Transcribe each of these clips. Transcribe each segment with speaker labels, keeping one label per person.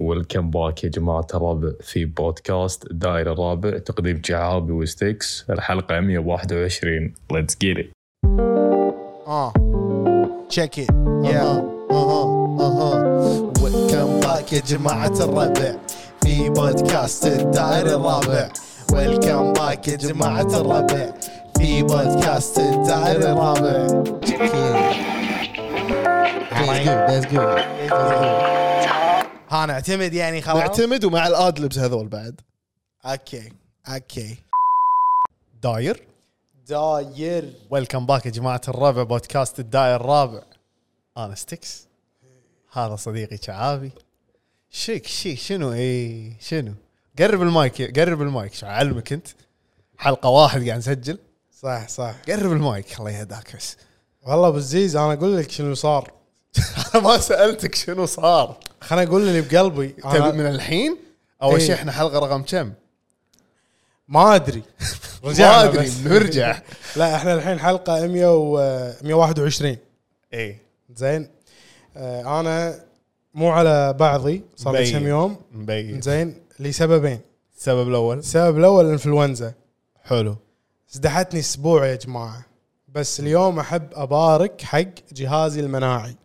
Speaker 1: ويلكم باك يا جماعة الربع في بودكاست دائرة الرابع تقديم شعابي وستيكس الحلقة 121 ليتس جيت ات
Speaker 2: Uh, check it. Yeah.
Speaker 3: اها اها ويلكم باك Uh-huh. يا جماعة الربع في بودكاست الدائر الرابع ويلكم باك يا جماعة الربع في بودكاست الدائر الرابع That's good, that's good.
Speaker 2: ها نعتمد يعني خلاص
Speaker 3: نعتمد ومع الادلبس هذول بعد
Speaker 2: اوكي اوكي
Speaker 4: داير
Speaker 2: داير
Speaker 4: ويلكم باك يا جماعه الربع بودكاست الداير الرابع انا ستيكس هذا صديقي شعابي شيك شيك شنو اي شنو قرب المايك قرب المايك شو اعلمك انت حلقه واحد قاعد نسجل
Speaker 2: صح صح
Speaker 4: قرب المايك الله يهداك بس
Speaker 2: والله ابو عزيز انا اقول لك شنو صار
Speaker 4: انا ما سالتك شنو صار
Speaker 2: خليني اقول اللي بقلبي
Speaker 4: تبي
Speaker 2: أنا
Speaker 4: من الحين اول
Speaker 2: إيه.
Speaker 4: شيء احنا حلقه رقم كم
Speaker 2: ما ادري
Speaker 4: ما
Speaker 2: رجعنا
Speaker 4: ادري
Speaker 2: بس.
Speaker 4: نرجع
Speaker 2: لا احنا الحين حلقه 100 و 121
Speaker 4: اي
Speaker 2: زين آه، انا مو على بعضي صار لي
Speaker 4: مبين.
Speaker 2: كم يوم
Speaker 4: مبين
Speaker 2: زين لسببين
Speaker 4: السبب الاول
Speaker 2: السبب الاول الانفلونزا
Speaker 4: حلو
Speaker 2: ازدحتني اسبوع يا جماعه بس اليوم احب ابارك حق جهازي المناعي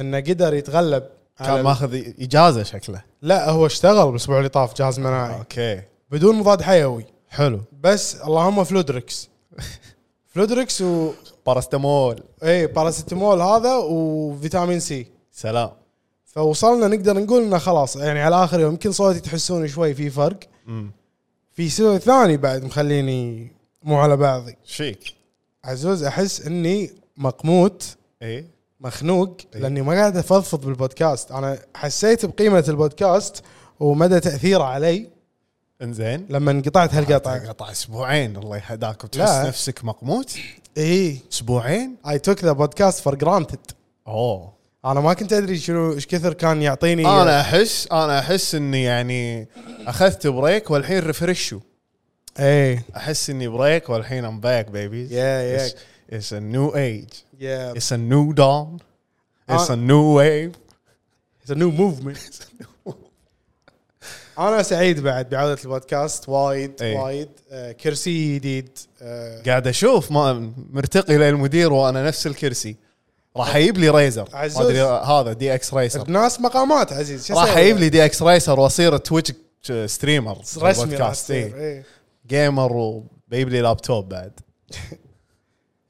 Speaker 2: انه قدر يتغلب على
Speaker 4: كان ماخذ اجازه شكله
Speaker 2: لا هو اشتغل بالاسبوع اللي طاف جهاز مناعي
Speaker 4: اوكي
Speaker 2: بدون مضاد حيوي
Speaker 4: حلو
Speaker 2: بس اللهم فلودريكس فلودريكس و
Speaker 4: باراستامول
Speaker 2: اي باراسيتامول هذا وفيتامين سي
Speaker 4: سلام
Speaker 2: فوصلنا نقدر نقول انه خلاص يعني على اخر يوم يمكن صوتي تحسون شوي في فرق في سبب ثاني بعد مخليني مو على بعضي
Speaker 4: شيك
Speaker 2: عزوز احس اني مقموت
Speaker 4: اي
Speaker 2: مخنوق لاني ما قاعد افضفض بالبودكاست انا حسيت بقيمه البودكاست ومدى تاثيره علي
Speaker 4: انزين
Speaker 2: لما انقطعت هالقطعه
Speaker 4: قطع اسبوعين الله يهداك وتحس
Speaker 2: لا.
Speaker 4: نفسك مقموت
Speaker 2: اي
Speaker 4: اسبوعين
Speaker 2: اي توك ذا بودكاست فور جرانتد
Speaker 4: اوه
Speaker 2: انا ما كنت ادري شنو ايش كثر كان يعطيني
Speaker 4: انا احس انا احس اني يعني اخذت بريك والحين ريفرشو
Speaker 2: اي
Speaker 4: احس اني بريك والحين ام باك بيبي
Speaker 2: Yeah, yeah.
Speaker 4: اتس ا نيو ايج
Speaker 2: يا
Speaker 4: اتس ا نيو داون اتس
Speaker 2: آه.
Speaker 4: ا نيو ويف
Speaker 2: اتس نيو موفمنت انا سعيد بعد بعوده البودكاست وايد
Speaker 4: إي.
Speaker 2: وايد آه، كرسي جديد آه،
Speaker 4: قاعد اشوف ما مرتقي للمدير وانا نفس الكرسي راح اجيب لي ريزر ما
Speaker 2: عزوز.
Speaker 4: ادري هذا دي اكس ريزر
Speaker 2: الناس يعني. مقامات عزيز شو
Speaker 4: راح
Speaker 2: أسوي؟
Speaker 4: اجيب لي دي اكس ريسر واصير تويتش ستريمر
Speaker 2: رسمي راح
Speaker 4: بودكاست،
Speaker 2: تصير،
Speaker 4: إيه.
Speaker 2: إي.
Speaker 4: جيمر وبيجيب لي لابتوب بعد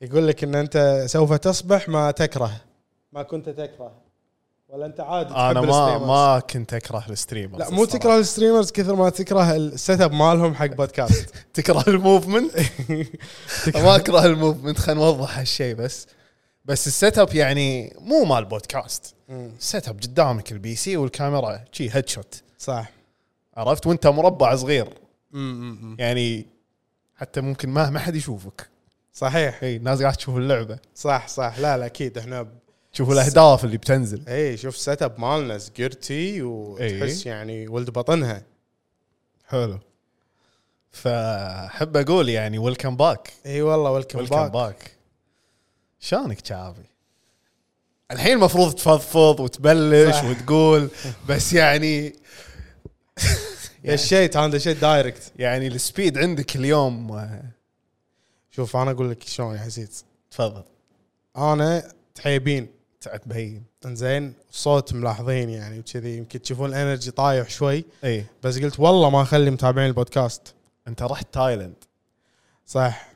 Speaker 2: يقول لك ان انت سوف تصبح ما تكره ما كنت تكره ولا انت عادي تحب
Speaker 4: انا ما
Speaker 2: الستريمرز؟
Speaker 4: ما كنت اكره الستريمر
Speaker 2: لا مو تكره الستريمرز كثر ما تكره السيت اب مالهم حق بودكاست
Speaker 4: تكره الموفمنت ما اكره الموفمنت خلينا نوضح هالشيء بس بس السيت اب يعني مو مال بودكاست السيت اب قدامك البي سي والكاميرا شي هيد شوت
Speaker 2: صح
Speaker 4: عرفت وانت مربع صغير يعني حتى ممكن ما ما حد يشوفك
Speaker 2: صحيح
Speaker 4: اي الناس قاعد تشوف اللعبه
Speaker 2: صح صح لا لا اكيد احنا ب...
Speaker 4: تشوف الاهداف اللي بتنزل
Speaker 2: اي إيه، شوف السيت اب مالنا سكيرتي وتحس يعني ولد بطنها
Speaker 4: حلو فحب اقول يعني ويلكم باك
Speaker 2: اي والله ويلكم
Speaker 4: ويلكم
Speaker 2: باك
Speaker 4: باك شلونك شعبي الحين المفروض تفضفض وتبلش
Speaker 2: صح.
Speaker 4: وتقول بس يعني
Speaker 2: دشيت انا دشيت دايركت
Speaker 4: يعني السبيد عندك اليوم آه،
Speaker 2: شوف انا اقول لك شلون يا عزيز
Speaker 4: تفضل
Speaker 2: انا تحيبين
Speaker 4: تعال تبين
Speaker 2: انزين صوت ملاحظين يعني وكذي يمكن تشوفون الانرجي طايح شوي
Speaker 4: اي
Speaker 2: بس قلت والله ما اخلي متابعين البودكاست
Speaker 4: انت رحت تايلند
Speaker 2: صح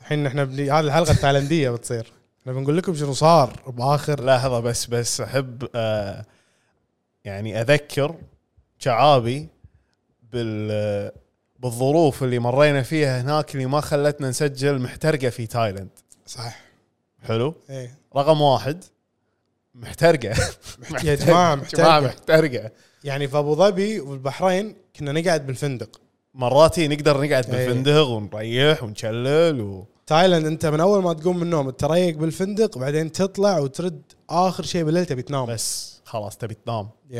Speaker 2: الحين احنا بني... هذه الحلقه التايلنديه بتصير احنا بنقول لكم شنو صار باخر
Speaker 4: لحظه بس بس احب آه يعني اذكر شعابي بال آه، بالظروف اللي مرينا فيها هناك اللي ما خلتنا نسجل محترقه في تايلند
Speaker 2: صح
Speaker 4: حلو
Speaker 2: ايه
Speaker 4: رقم واحد يعني محترقه
Speaker 2: يا جماعه
Speaker 4: جماعة
Speaker 2: محتاج
Speaker 4: محترقه
Speaker 2: يعني في ابو ظبي والبحرين كنا نقعد بالفندق
Speaker 4: مراتي نقدر نقعد
Speaker 2: إيه.
Speaker 4: بالفندق ونريح ونشلل و...
Speaker 2: تايلاند انت من اول ما تقوم من النوم تريق بالفندق وبعدين تطلع وترد اخر شيء بالليل تبي تنام
Speaker 4: بس خلاص تبي تنام
Speaker 2: yeah.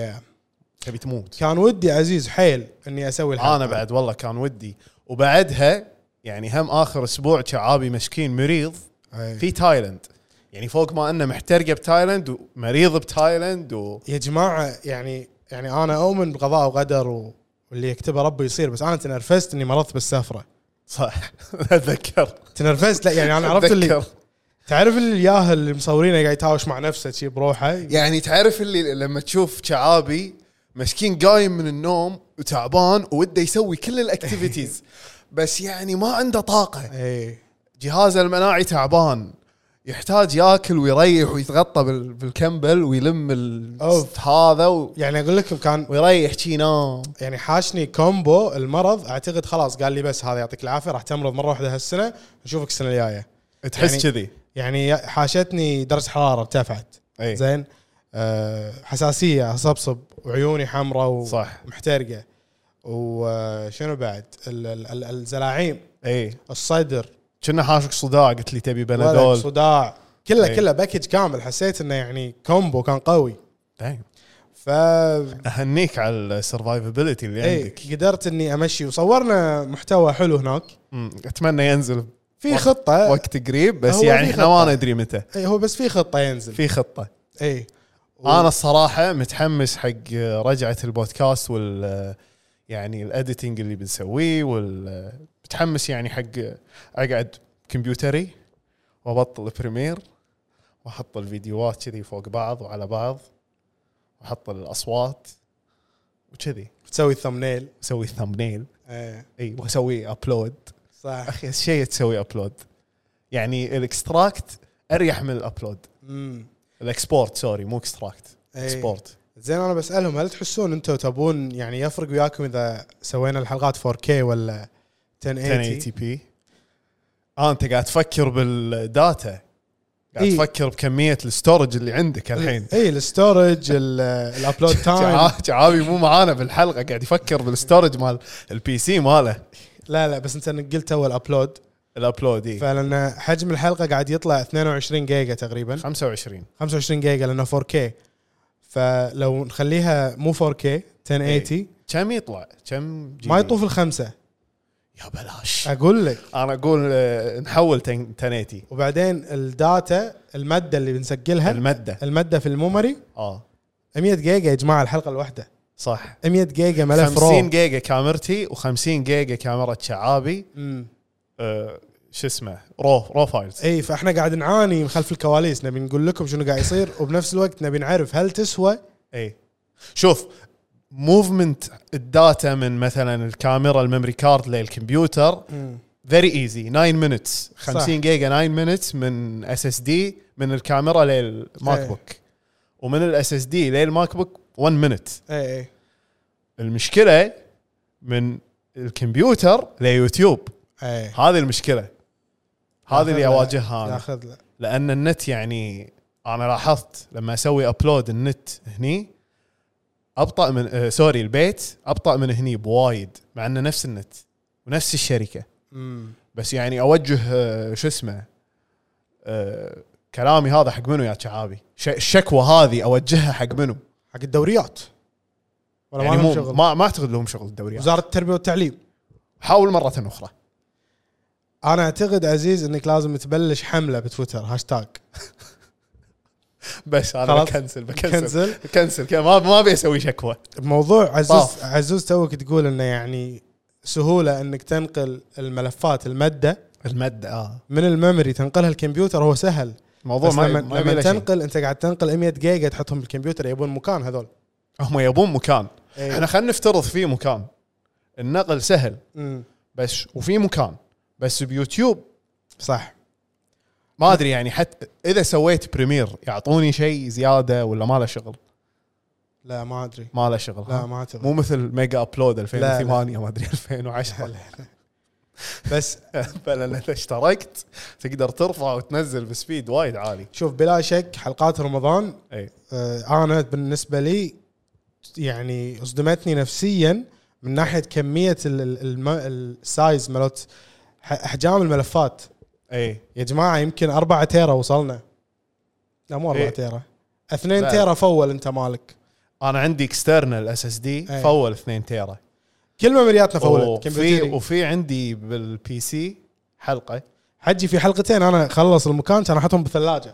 Speaker 4: تبي تموت
Speaker 2: كان ودي عزيز حيل اني اسوي الحلقه
Speaker 4: انا بعد والله كان ودي وبعدها يعني هم اخر اسبوع شعابي مسكين مريض
Speaker 2: أي.
Speaker 4: في تايلند يعني فوق ما انه محترقه بتايلند ومريض بتايلند و...
Speaker 2: يا جماعه يعني يعني انا اؤمن بقضاء وقدر و- واللي يكتبه ربي يصير بس انا تنرفزت اني مرضت بالسفره
Speaker 4: صح اتذكر
Speaker 2: تنرفزت لا يعني انا عرفت اللي
Speaker 4: أتذكر.
Speaker 2: تعرف الياهل اللي مصورينه قاعد يتهاوش مع نفسه شي بروحه
Speaker 4: يعني تعرف اللي لما تشوف شعابي مسكين قايم من النوم وتعبان وده يسوي كل الاكتيفيتيز بس يعني ما عنده طاقه
Speaker 2: اي
Speaker 4: جهازه المناعي تعبان يحتاج ياكل ويريح ويتغطى بال- بالكمبل ويلم ال-
Speaker 2: أوف.
Speaker 4: هذا و...
Speaker 2: يعني اقول لكم كان
Speaker 4: ويريح شي نام
Speaker 2: يعني حاشني كومبو المرض اعتقد خلاص قال لي بس هذا يعطيك العافيه راح تمرض مره واحده هالسنه نشوفك السنه الجايه
Speaker 4: تحس
Speaker 2: يعني-
Speaker 4: كذي
Speaker 2: يعني حاشتني درجه حراره ارتفعت
Speaker 4: اي
Speaker 2: زين أه حساسيه اصبصب وعيوني حمراء و-
Speaker 4: صح.
Speaker 2: ومحترقه وشنو بعد ال- ال- ال- الزلاعيم
Speaker 4: اي
Speaker 2: الصدر
Speaker 4: كنا حاشك صداع قلت لي تبي
Speaker 2: ولد،
Speaker 4: بنادول
Speaker 2: صداع كله
Speaker 4: إي.
Speaker 2: كله باكج كامل حسيت انه يعني كومبو كان قوي
Speaker 4: دايم.
Speaker 2: ف
Speaker 4: اهنيك على السرفايفابيلتي اللي
Speaker 2: اي
Speaker 4: عندك
Speaker 2: قدرت اني امشي وصورنا محتوى حلو هناك
Speaker 4: مم. اتمنى ينزل
Speaker 2: في
Speaker 4: وقت-
Speaker 2: خطه
Speaker 4: وقت قريب بس
Speaker 2: أه. هو
Speaker 4: يعني
Speaker 2: في
Speaker 4: احنا ما
Speaker 2: خطة.
Speaker 4: ندري متى
Speaker 2: اي هو بس في خطه ينزل
Speaker 4: في خطه
Speaker 2: اي و-
Speaker 4: انا الصراحه متحمس حق رجعه البودكاست وال يعني الاديتنج اللي بنسويه وال متحمس يعني حق اقعد كمبيوتري وابطل بريمير واحط الفيديوهات كذي فوق بعض وعلى بعض واحط الاصوات وكذي
Speaker 2: تسوي الثمنيل
Speaker 4: اسوي الثمبنيل
Speaker 2: اي
Speaker 4: اي واسوي ابلود
Speaker 2: صح
Speaker 4: اخي شيء تسوي ابلود يعني الاكستراكت اريح من الابلود
Speaker 2: امم
Speaker 4: الاكسبورت سوري مو اكستراكت
Speaker 2: إي.
Speaker 4: اكسبورت
Speaker 2: زين انا بسالهم هل تحسون انتم تبون يعني يفرق وياكم اذا سوينا الحلقات 4K ولا 1080
Speaker 4: 1080 بي آه انت قاعد تفكر بالداتا قاعد
Speaker 2: إي.
Speaker 4: تفكر بكميه الستورج اللي عندك
Speaker 2: إيه.
Speaker 4: الحين
Speaker 2: اي الستورج ال- الابلود تايم
Speaker 4: جعا- جعابي مو معانا بالحلقه قاعد يفكر بالستورج مال البي سي ماله
Speaker 2: لا لا بس انت قلت اول ابلود
Speaker 4: الابلود اي
Speaker 2: فلان حجم الحلقه قاعد يطلع 22 جيجا تقريبا
Speaker 4: 25
Speaker 2: 25 جيجا لانه 4K فلو نخليها مو 4K 1080
Speaker 4: كم يطلع؟ كم جي
Speaker 2: ما أه.
Speaker 4: بي؟
Speaker 2: يطوف الخمسه
Speaker 4: يا بلاش
Speaker 2: اقول لك
Speaker 4: انا اقول آه، نحول 10- 1080
Speaker 2: وبعدين الداتا الماده اللي بنسجلها
Speaker 4: الماده
Speaker 2: الماده في الميموري
Speaker 4: اه
Speaker 2: 100 جيجا يا جماعه الحلقه الواحده
Speaker 4: صح
Speaker 2: 100 جيجا ملف
Speaker 4: 50
Speaker 2: رو
Speaker 4: جيجا كاميرتي و50 جيجا كاميرا شعابي
Speaker 2: مم.
Speaker 4: آه، شو اسمه رو رو فايلز
Speaker 2: اي فاحنا قاعد نعاني من خلف الكواليس نبي نقول لكم شنو قاعد يصير وبنفس الوقت نبي نعرف هل تسوى
Speaker 4: اي إيه. شوف موفمنت الداتا من مثلا الكاميرا الميموري كارد للكمبيوتر فيري ايزي 9 مينتس 50 جيجا 9 مينتس من اس اس دي من الكاميرا للماك
Speaker 2: إيه.
Speaker 4: بوك ومن الاس اس دي للماك بوك 1 مينت
Speaker 2: اي اي
Speaker 4: المشكله من الكمبيوتر ليوتيوب
Speaker 2: اي
Speaker 4: هذه المشكله هذه اللي
Speaker 2: ياخذ-
Speaker 4: اواجهها انا
Speaker 2: ياخذ له.
Speaker 4: لان النت يعني انا لاحظت لما اسوي ابلود النت هني ابطا من آه سوري البيت ابطا من هني بوايد مع انه نفس النت ونفس الشركه
Speaker 2: مم.
Speaker 4: بس يعني اوجه آه شو اسمه آه كلامي هذا حق منو يا شعابي ش- الشكوى هذه اوجهها حق منو
Speaker 2: حق الدوريات ولا
Speaker 4: يعني
Speaker 2: ما لهم
Speaker 4: مو
Speaker 2: شغل
Speaker 4: ما, ما اعتقد لهم شغل الدوريات
Speaker 2: وزاره التربيه والتعليم
Speaker 4: حاول مره اخرى
Speaker 2: انا اعتقد عزيز انك لازم تبلش حمله بتويتر هاشتاج
Speaker 4: بس انا
Speaker 2: خلاص.
Speaker 4: بكنسل بكنسل
Speaker 2: كنسل
Speaker 4: بكنسل ما ما ابي اسوي شكوى
Speaker 2: موضوع عزوز
Speaker 4: طاف.
Speaker 2: عزوز توك تقول انه يعني سهوله انك تنقل الملفات الماده
Speaker 4: الماده اه
Speaker 2: من الميموري تنقلها الكمبيوتر هو سهل
Speaker 4: الموضوع
Speaker 2: آه. بس
Speaker 4: ما
Speaker 2: لما,
Speaker 4: ما
Speaker 2: لما
Speaker 4: يبي شيء.
Speaker 2: تنقل انت قاعد تنقل 100 جيجا تحطهم بالكمبيوتر يبون مكان هذول
Speaker 4: هم يبون مكان
Speaker 2: إيه.
Speaker 4: احنا خلينا نفترض في مكان النقل سهل
Speaker 2: امم
Speaker 4: بس وفي مكان بس بيوتيوب
Speaker 2: صح
Speaker 4: ما ادري يعني حتى اذا سويت بريمير يعطوني شيء زياده ولا ما له شغل
Speaker 2: لا ما ادري
Speaker 4: ما له شغل ها؟
Speaker 2: لا ما اعتقد
Speaker 4: مو مثل ميجا ابلود
Speaker 2: لا.
Speaker 4: 2008 ما ادري 2010
Speaker 2: بس
Speaker 4: بل اذا اشتركت تقدر ترفع وتنزل بسبيد وايد عالي
Speaker 2: شوف بلا شك حلقات رمضان
Speaker 4: اي
Speaker 2: آه، انا بالنسبه لي يعني اصدمتني نفسيا من ناحيه كميه ال- ال- الم- السايز مالت ح- احجام الملفات
Speaker 4: اي
Speaker 2: يا جماعه يمكن 4 تيرا وصلنا لا مو 4
Speaker 4: إيه.
Speaker 2: تيرا 2
Speaker 4: لا.
Speaker 2: تيرا فول انت مالك
Speaker 4: انا عندي اكسترنال اس اس دي
Speaker 2: إي.
Speaker 4: فول 2 تيرا
Speaker 2: كل ميمورياتنا فولت
Speaker 4: وفي
Speaker 2: كمبيوتري
Speaker 4: وفي عندي بالبي سي حلقه
Speaker 2: حجي في حلقتين انا خلص المكان كان احطهم بالثلاجه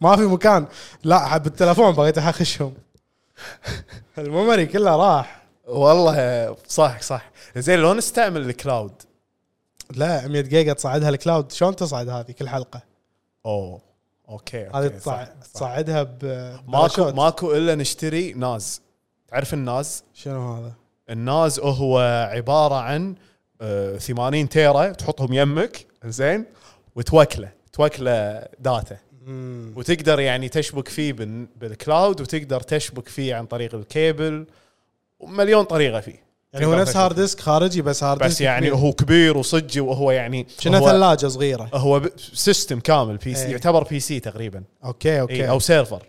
Speaker 2: ما في مكان لا بالتلفون بغيت اخشهم الميموري كله راح
Speaker 4: والله صح صح زين لو نستعمل الكلاود
Speaker 2: لا 100 جيجا تصعدها الكلاود شلون تصعد هذه كل حلقه
Speaker 4: اوه اوكي
Speaker 2: هذه
Speaker 4: اوكي
Speaker 2: تصع-
Speaker 4: صح صح
Speaker 2: تصعدها ب
Speaker 4: ماكو
Speaker 2: باراشوت.
Speaker 4: ماكو الا نشتري ناز تعرف الناز
Speaker 2: شنو هذا
Speaker 4: الناز هو عباره عن آه، 80 تيرا تحطهم يمك زين وتوكله توكله داتا
Speaker 2: مم.
Speaker 4: وتقدر يعني تشبك فيه بال- بالكلاود وتقدر تشبك فيه عن طريق الكيبل ومليون طريقه فيه
Speaker 2: يعني هو
Speaker 4: تقدر
Speaker 2: نفس
Speaker 4: تشبك
Speaker 2: هارد ديسك خارجي بس هارد ديسك
Speaker 4: بس يعني
Speaker 2: كبير.
Speaker 4: هو كبير وصجي وهو يعني
Speaker 2: شنو
Speaker 4: هو,
Speaker 2: ثلاجه صغيره
Speaker 4: هو ب- سيستم كامل بي سي
Speaker 2: إيه.
Speaker 4: يعتبر بي سي تقريبا
Speaker 2: اوكي اوكي
Speaker 4: إيه او سيرفر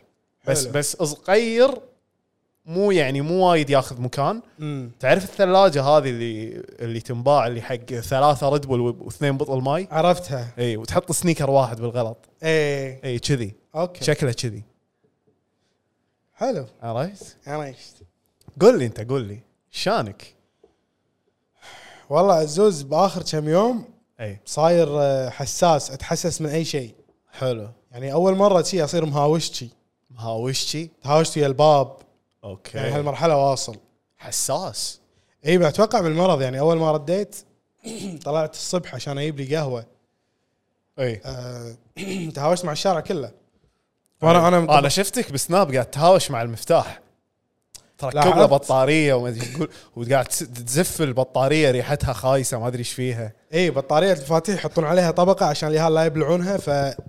Speaker 4: بس
Speaker 2: حلو.
Speaker 4: بس صغير مو يعني مو وايد ياخذ مكان
Speaker 2: مم.
Speaker 4: تعرف الثلاجه هذه اللي اللي تنباع اللي حق ثلاثه ريد بول واثنين بطل ماي
Speaker 2: عرفتها
Speaker 4: اي وتحط سنيكر واحد بالغلط
Speaker 2: ايه
Speaker 4: اي كذي
Speaker 2: اوكي
Speaker 4: شكله كذي
Speaker 2: حلو
Speaker 4: عرفت
Speaker 2: عرفت
Speaker 4: قول لي انت قول لي شانك
Speaker 2: والله عزوز باخر كم يوم
Speaker 4: اي
Speaker 2: صاير آه، حساس اتحسس من اي شيء
Speaker 4: حلو
Speaker 2: يعني اول مره شي اصير مهاوش شي
Speaker 4: مهاوشتي
Speaker 2: تهاوشت ويا الباب
Speaker 4: اوكي
Speaker 2: يعني هالمرحله واصل
Speaker 4: حساس
Speaker 2: اي بتوقع بالمرض يعني اول ما رديت طلعت الصبح عشان اجيب لي قهوه
Speaker 4: اي
Speaker 2: آه، تهاوشت مع الشارع كله وانا انا
Speaker 4: انا شفتك بسناب قاعد تهاوش مع المفتاح تركب له
Speaker 2: لاحظت؟
Speaker 4: بطاريه وما ادري تقول وقاعد تس- تزف البطاريه ريحتها خايسه ما ادري ايش فيها
Speaker 2: اي بطاريه الفواتير يحطون عليها طبقه عشان اليهال لا يبلعونها فتكون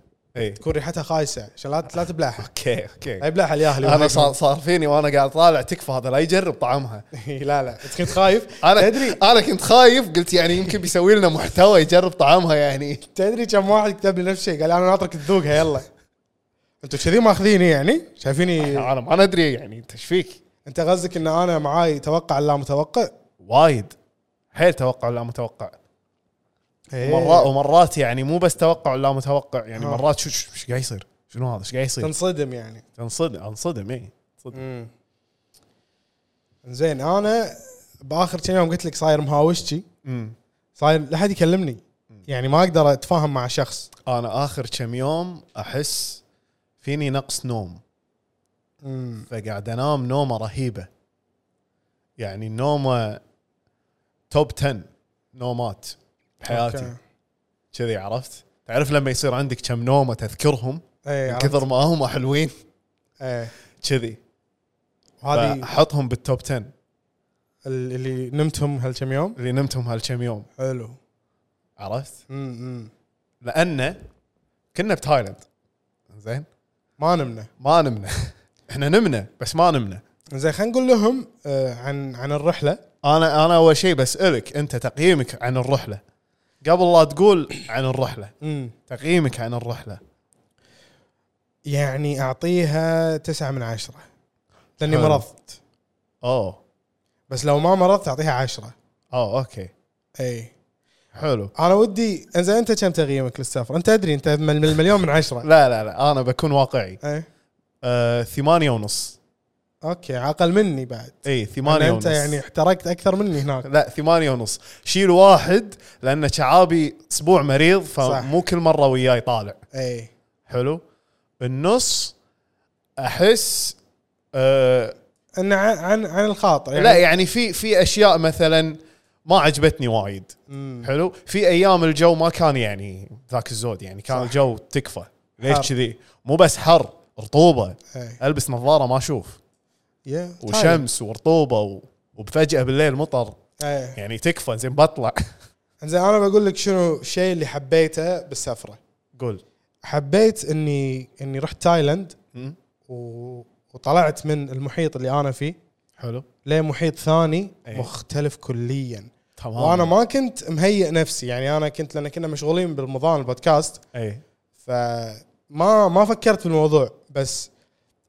Speaker 4: اي
Speaker 2: ريحتها خايسه عشان لا لا تبلعها
Speaker 4: اوكي
Speaker 2: لا
Speaker 4: اوكي
Speaker 2: يبلعها الياهل
Speaker 4: انا صار صار فيني وانا قاعد طالع تكفى هذا لا يجرب طعمها
Speaker 2: إيه، لا لا انت كنت خايف
Speaker 4: انا
Speaker 2: تدري
Speaker 4: انا كنت خايف قلت يعني يمكن بيسوي لنا محتوى يجرب طعمها يعني
Speaker 2: تدري كم واحد كتب لي نفس الشيء قال انا ناطرك تذوقها يلا انتوا كذي ماخذيني يعني شايفيني
Speaker 4: انا ما ادري يعني انت ايش فيك
Speaker 2: انت قصدك ان انا معاي توقع لا متوقع
Speaker 4: وايد حيل توقع لا متوقع
Speaker 2: إيه.
Speaker 4: مرات ومرات يعني مو بس توقع ولا متوقع يعني
Speaker 2: آه.
Speaker 4: مرات شو شو شو قاعد يصير؟ شنو هذا؟ ايش قاعد يصير؟ إيه.
Speaker 2: تنصدم يعني
Speaker 4: انصدم انصدم اي انصدم.
Speaker 2: زين انا باخر كم يوم قلت لك صاير مهاوشتي
Speaker 4: أمم.
Speaker 2: صاير لا حد يكلمني يعني ما اقدر اتفاهم مع شخص
Speaker 4: انا اخر كم يوم احس فيني نقص نوم
Speaker 2: مم.
Speaker 4: فقاعد انام نومه رهيبه يعني نومه توب 10 نومات بحياتي
Speaker 2: أوكي.
Speaker 4: كذي عرفت؟ تعرف لما يصير عندك كم نومه تذكرهم
Speaker 2: ايه
Speaker 4: من
Speaker 2: كثر
Speaker 4: كثر ما هم حلوين
Speaker 2: ايه
Speaker 4: كذي
Speaker 2: هذه
Speaker 4: فاحطهم بالتوب 10
Speaker 2: ال- اللي نمتهم هالكم يوم
Speaker 4: اللي نمتهم هالكم يوم
Speaker 2: حلو
Speaker 4: عرفت؟
Speaker 2: مم، مم.
Speaker 4: لان كنا بتايلند زين
Speaker 2: ما نمنا
Speaker 4: ما نمنا احنا نمنا بس ما نمنا
Speaker 2: زين خلينا نقول لهم آه، عن عن الرحله
Speaker 4: انا انا اول شيء بسالك انت تقييمك عن الرحله قبل لا تقول عن الرحله
Speaker 2: مم.
Speaker 4: تقييمك عن الرحله
Speaker 2: يعني اعطيها تسعة من عشرة لاني
Speaker 4: حلو.
Speaker 2: مرضت
Speaker 4: اوه
Speaker 2: بس لو ما مرضت اعطيها عشرة
Speaker 4: اوه اوكي
Speaker 2: اي
Speaker 4: حلو
Speaker 2: انا ودي انزين انت كم تقييمك للسفر انت ادري انت من من المليون من عشرة
Speaker 4: لا لا لا انا بكون واقعي
Speaker 2: اي
Speaker 4: آه ثمانية ونص
Speaker 2: اوكي اقل مني بعد
Speaker 4: اي
Speaker 2: أنا
Speaker 4: ثمانية ونص
Speaker 2: انت يعني احترقت اكثر مني هناك
Speaker 4: لا ثمانية ونص شيل واحد لان شعابي اسبوع مريض فمو كل مره وياي طالع
Speaker 2: اي
Speaker 4: حلو النص احس آه
Speaker 2: انه عن عن, عن الخاطر يعني
Speaker 4: لا يعني في في اشياء مثلا ما عجبتني وايد
Speaker 2: مم.
Speaker 4: حلو في ايام الجو ما كان يعني ذاك الزود يعني كان
Speaker 2: صح.
Speaker 4: الجو تكفى
Speaker 2: حر. إيه.
Speaker 4: ليش كذي مو بس حر رطوبه
Speaker 2: اي
Speaker 4: البس نظاره ما اشوف
Speaker 2: يا طيب. تايم.
Speaker 4: وشمس ورطوبه و... وبفجاه بالليل مطر
Speaker 2: اي
Speaker 4: يعني تكفى زين بطلع
Speaker 2: انزين انا بقول لك شنو الشيء اللي حبيته بالسفره
Speaker 4: قول
Speaker 2: حبيت اني اني رحت تايلاند
Speaker 4: مم.
Speaker 2: و... وطلعت من المحيط اللي انا فيه
Speaker 4: حلو
Speaker 2: لمحيط ثاني
Speaker 4: أي.
Speaker 2: مختلف كليا
Speaker 4: إيه. تمام
Speaker 2: وانا ما كنت مهيئ نفسي يعني انا كنت لان كنا مشغولين بالمضان البودكاست
Speaker 4: اي
Speaker 2: فما ما فكرت بالموضوع بس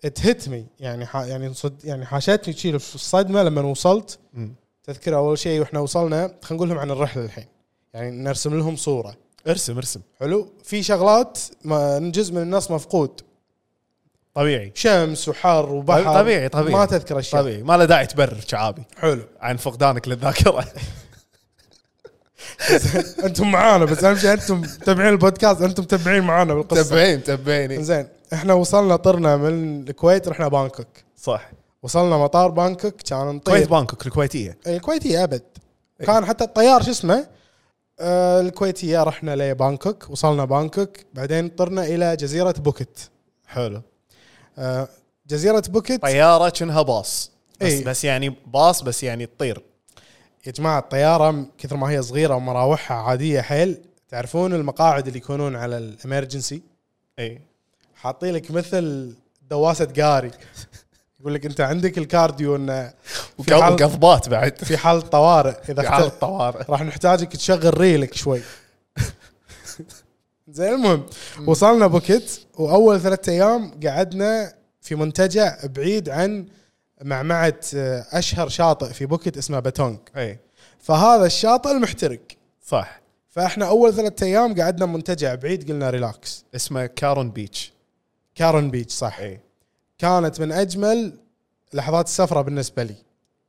Speaker 2: اتهت مي يعني ح... يعني صد... يعني حاشتني شيء الصدمه لما وصلت
Speaker 4: مم.
Speaker 2: تذكر اول شيء واحنا وصلنا خلينا نقول لهم عن الرحله الحين يعني نرسم لهم صوره
Speaker 4: ارسم ارسم
Speaker 2: حلو في شغلات ما جزء من الناس مفقود
Speaker 4: طبيعي
Speaker 2: شمس وحر وبحر
Speaker 4: طبيعي- طبيعي.
Speaker 2: ما تذكر اشياء
Speaker 4: طبيعي ما له داعي تبرر شعابي
Speaker 2: حلو
Speaker 4: عن فقدانك للذاكره
Speaker 2: انتم معانا بس اهم شيء انتم متابعين البودكاست انتم متابعين معانا بالقصه
Speaker 4: تبعين تبعيني
Speaker 2: زين احنا وصلنا طرنا من الكويت رحنا بانكوك
Speaker 4: صح
Speaker 2: وصلنا مطار بانكوك كان
Speaker 4: كويت
Speaker 2: نطير
Speaker 4: بانكوك الكويتيه
Speaker 2: الكويتي ابد كان حتى الطيار شو اسمه آه الكويتيه رحنا لبانكوك وصلنا بانكوك بعدين طرنا الى جزيره بوكيت
Speaker 4: حلو طيب.
Speaker 2: آه جزيره بوكيت
Speaker 4: طياره كأنها باص بس,
Speaker 2: إيه.
Speaker 4: بس يعني باص بس يعني تطير
Speaker 2: يا جماعه الطياره م- كثر ما هي صغيره ومراوحها عاديه حيل تعرفون المقاعد اللي يكونون على الامرجنسي
Speaker 4: اي
Speaker 2: حاطين لك مثل دواسه قاري يقول لك انت عندك الكارديو انه في
Speaker 4: وك-
Speaker 2: حال
Speaker 4: وقضبات بعد
Speaker 2: في حال طوارئ اذا
Speaker 4: في حال
Speaker 2: احت-
Speaker 4: الطوارئ
Speaker 2: راح نحتاجك تشغل ريلك شوي زين المهم وصلنا بوكيت واول ثلاثة ايام قعدنا في منتجع بعيد عن معمعة آه، اشهر شاطئ في بوكيت اسمه باتونج
Speaker 4: اي
Speaker 2: فهذا الشاطئ المحترق
Speaker 4: صح
Speaker 2: فاحنا اول ثلاثة ايام قعدنا منتجع بعيد قلنا ريلاكس
Speaker 4: اسمه كارون بيتش
Speaker 2: كارن بيتش صح
Speaker 4: اي
Speaker 2: كانت من اجمل لحظات السفرة بالنسبة لي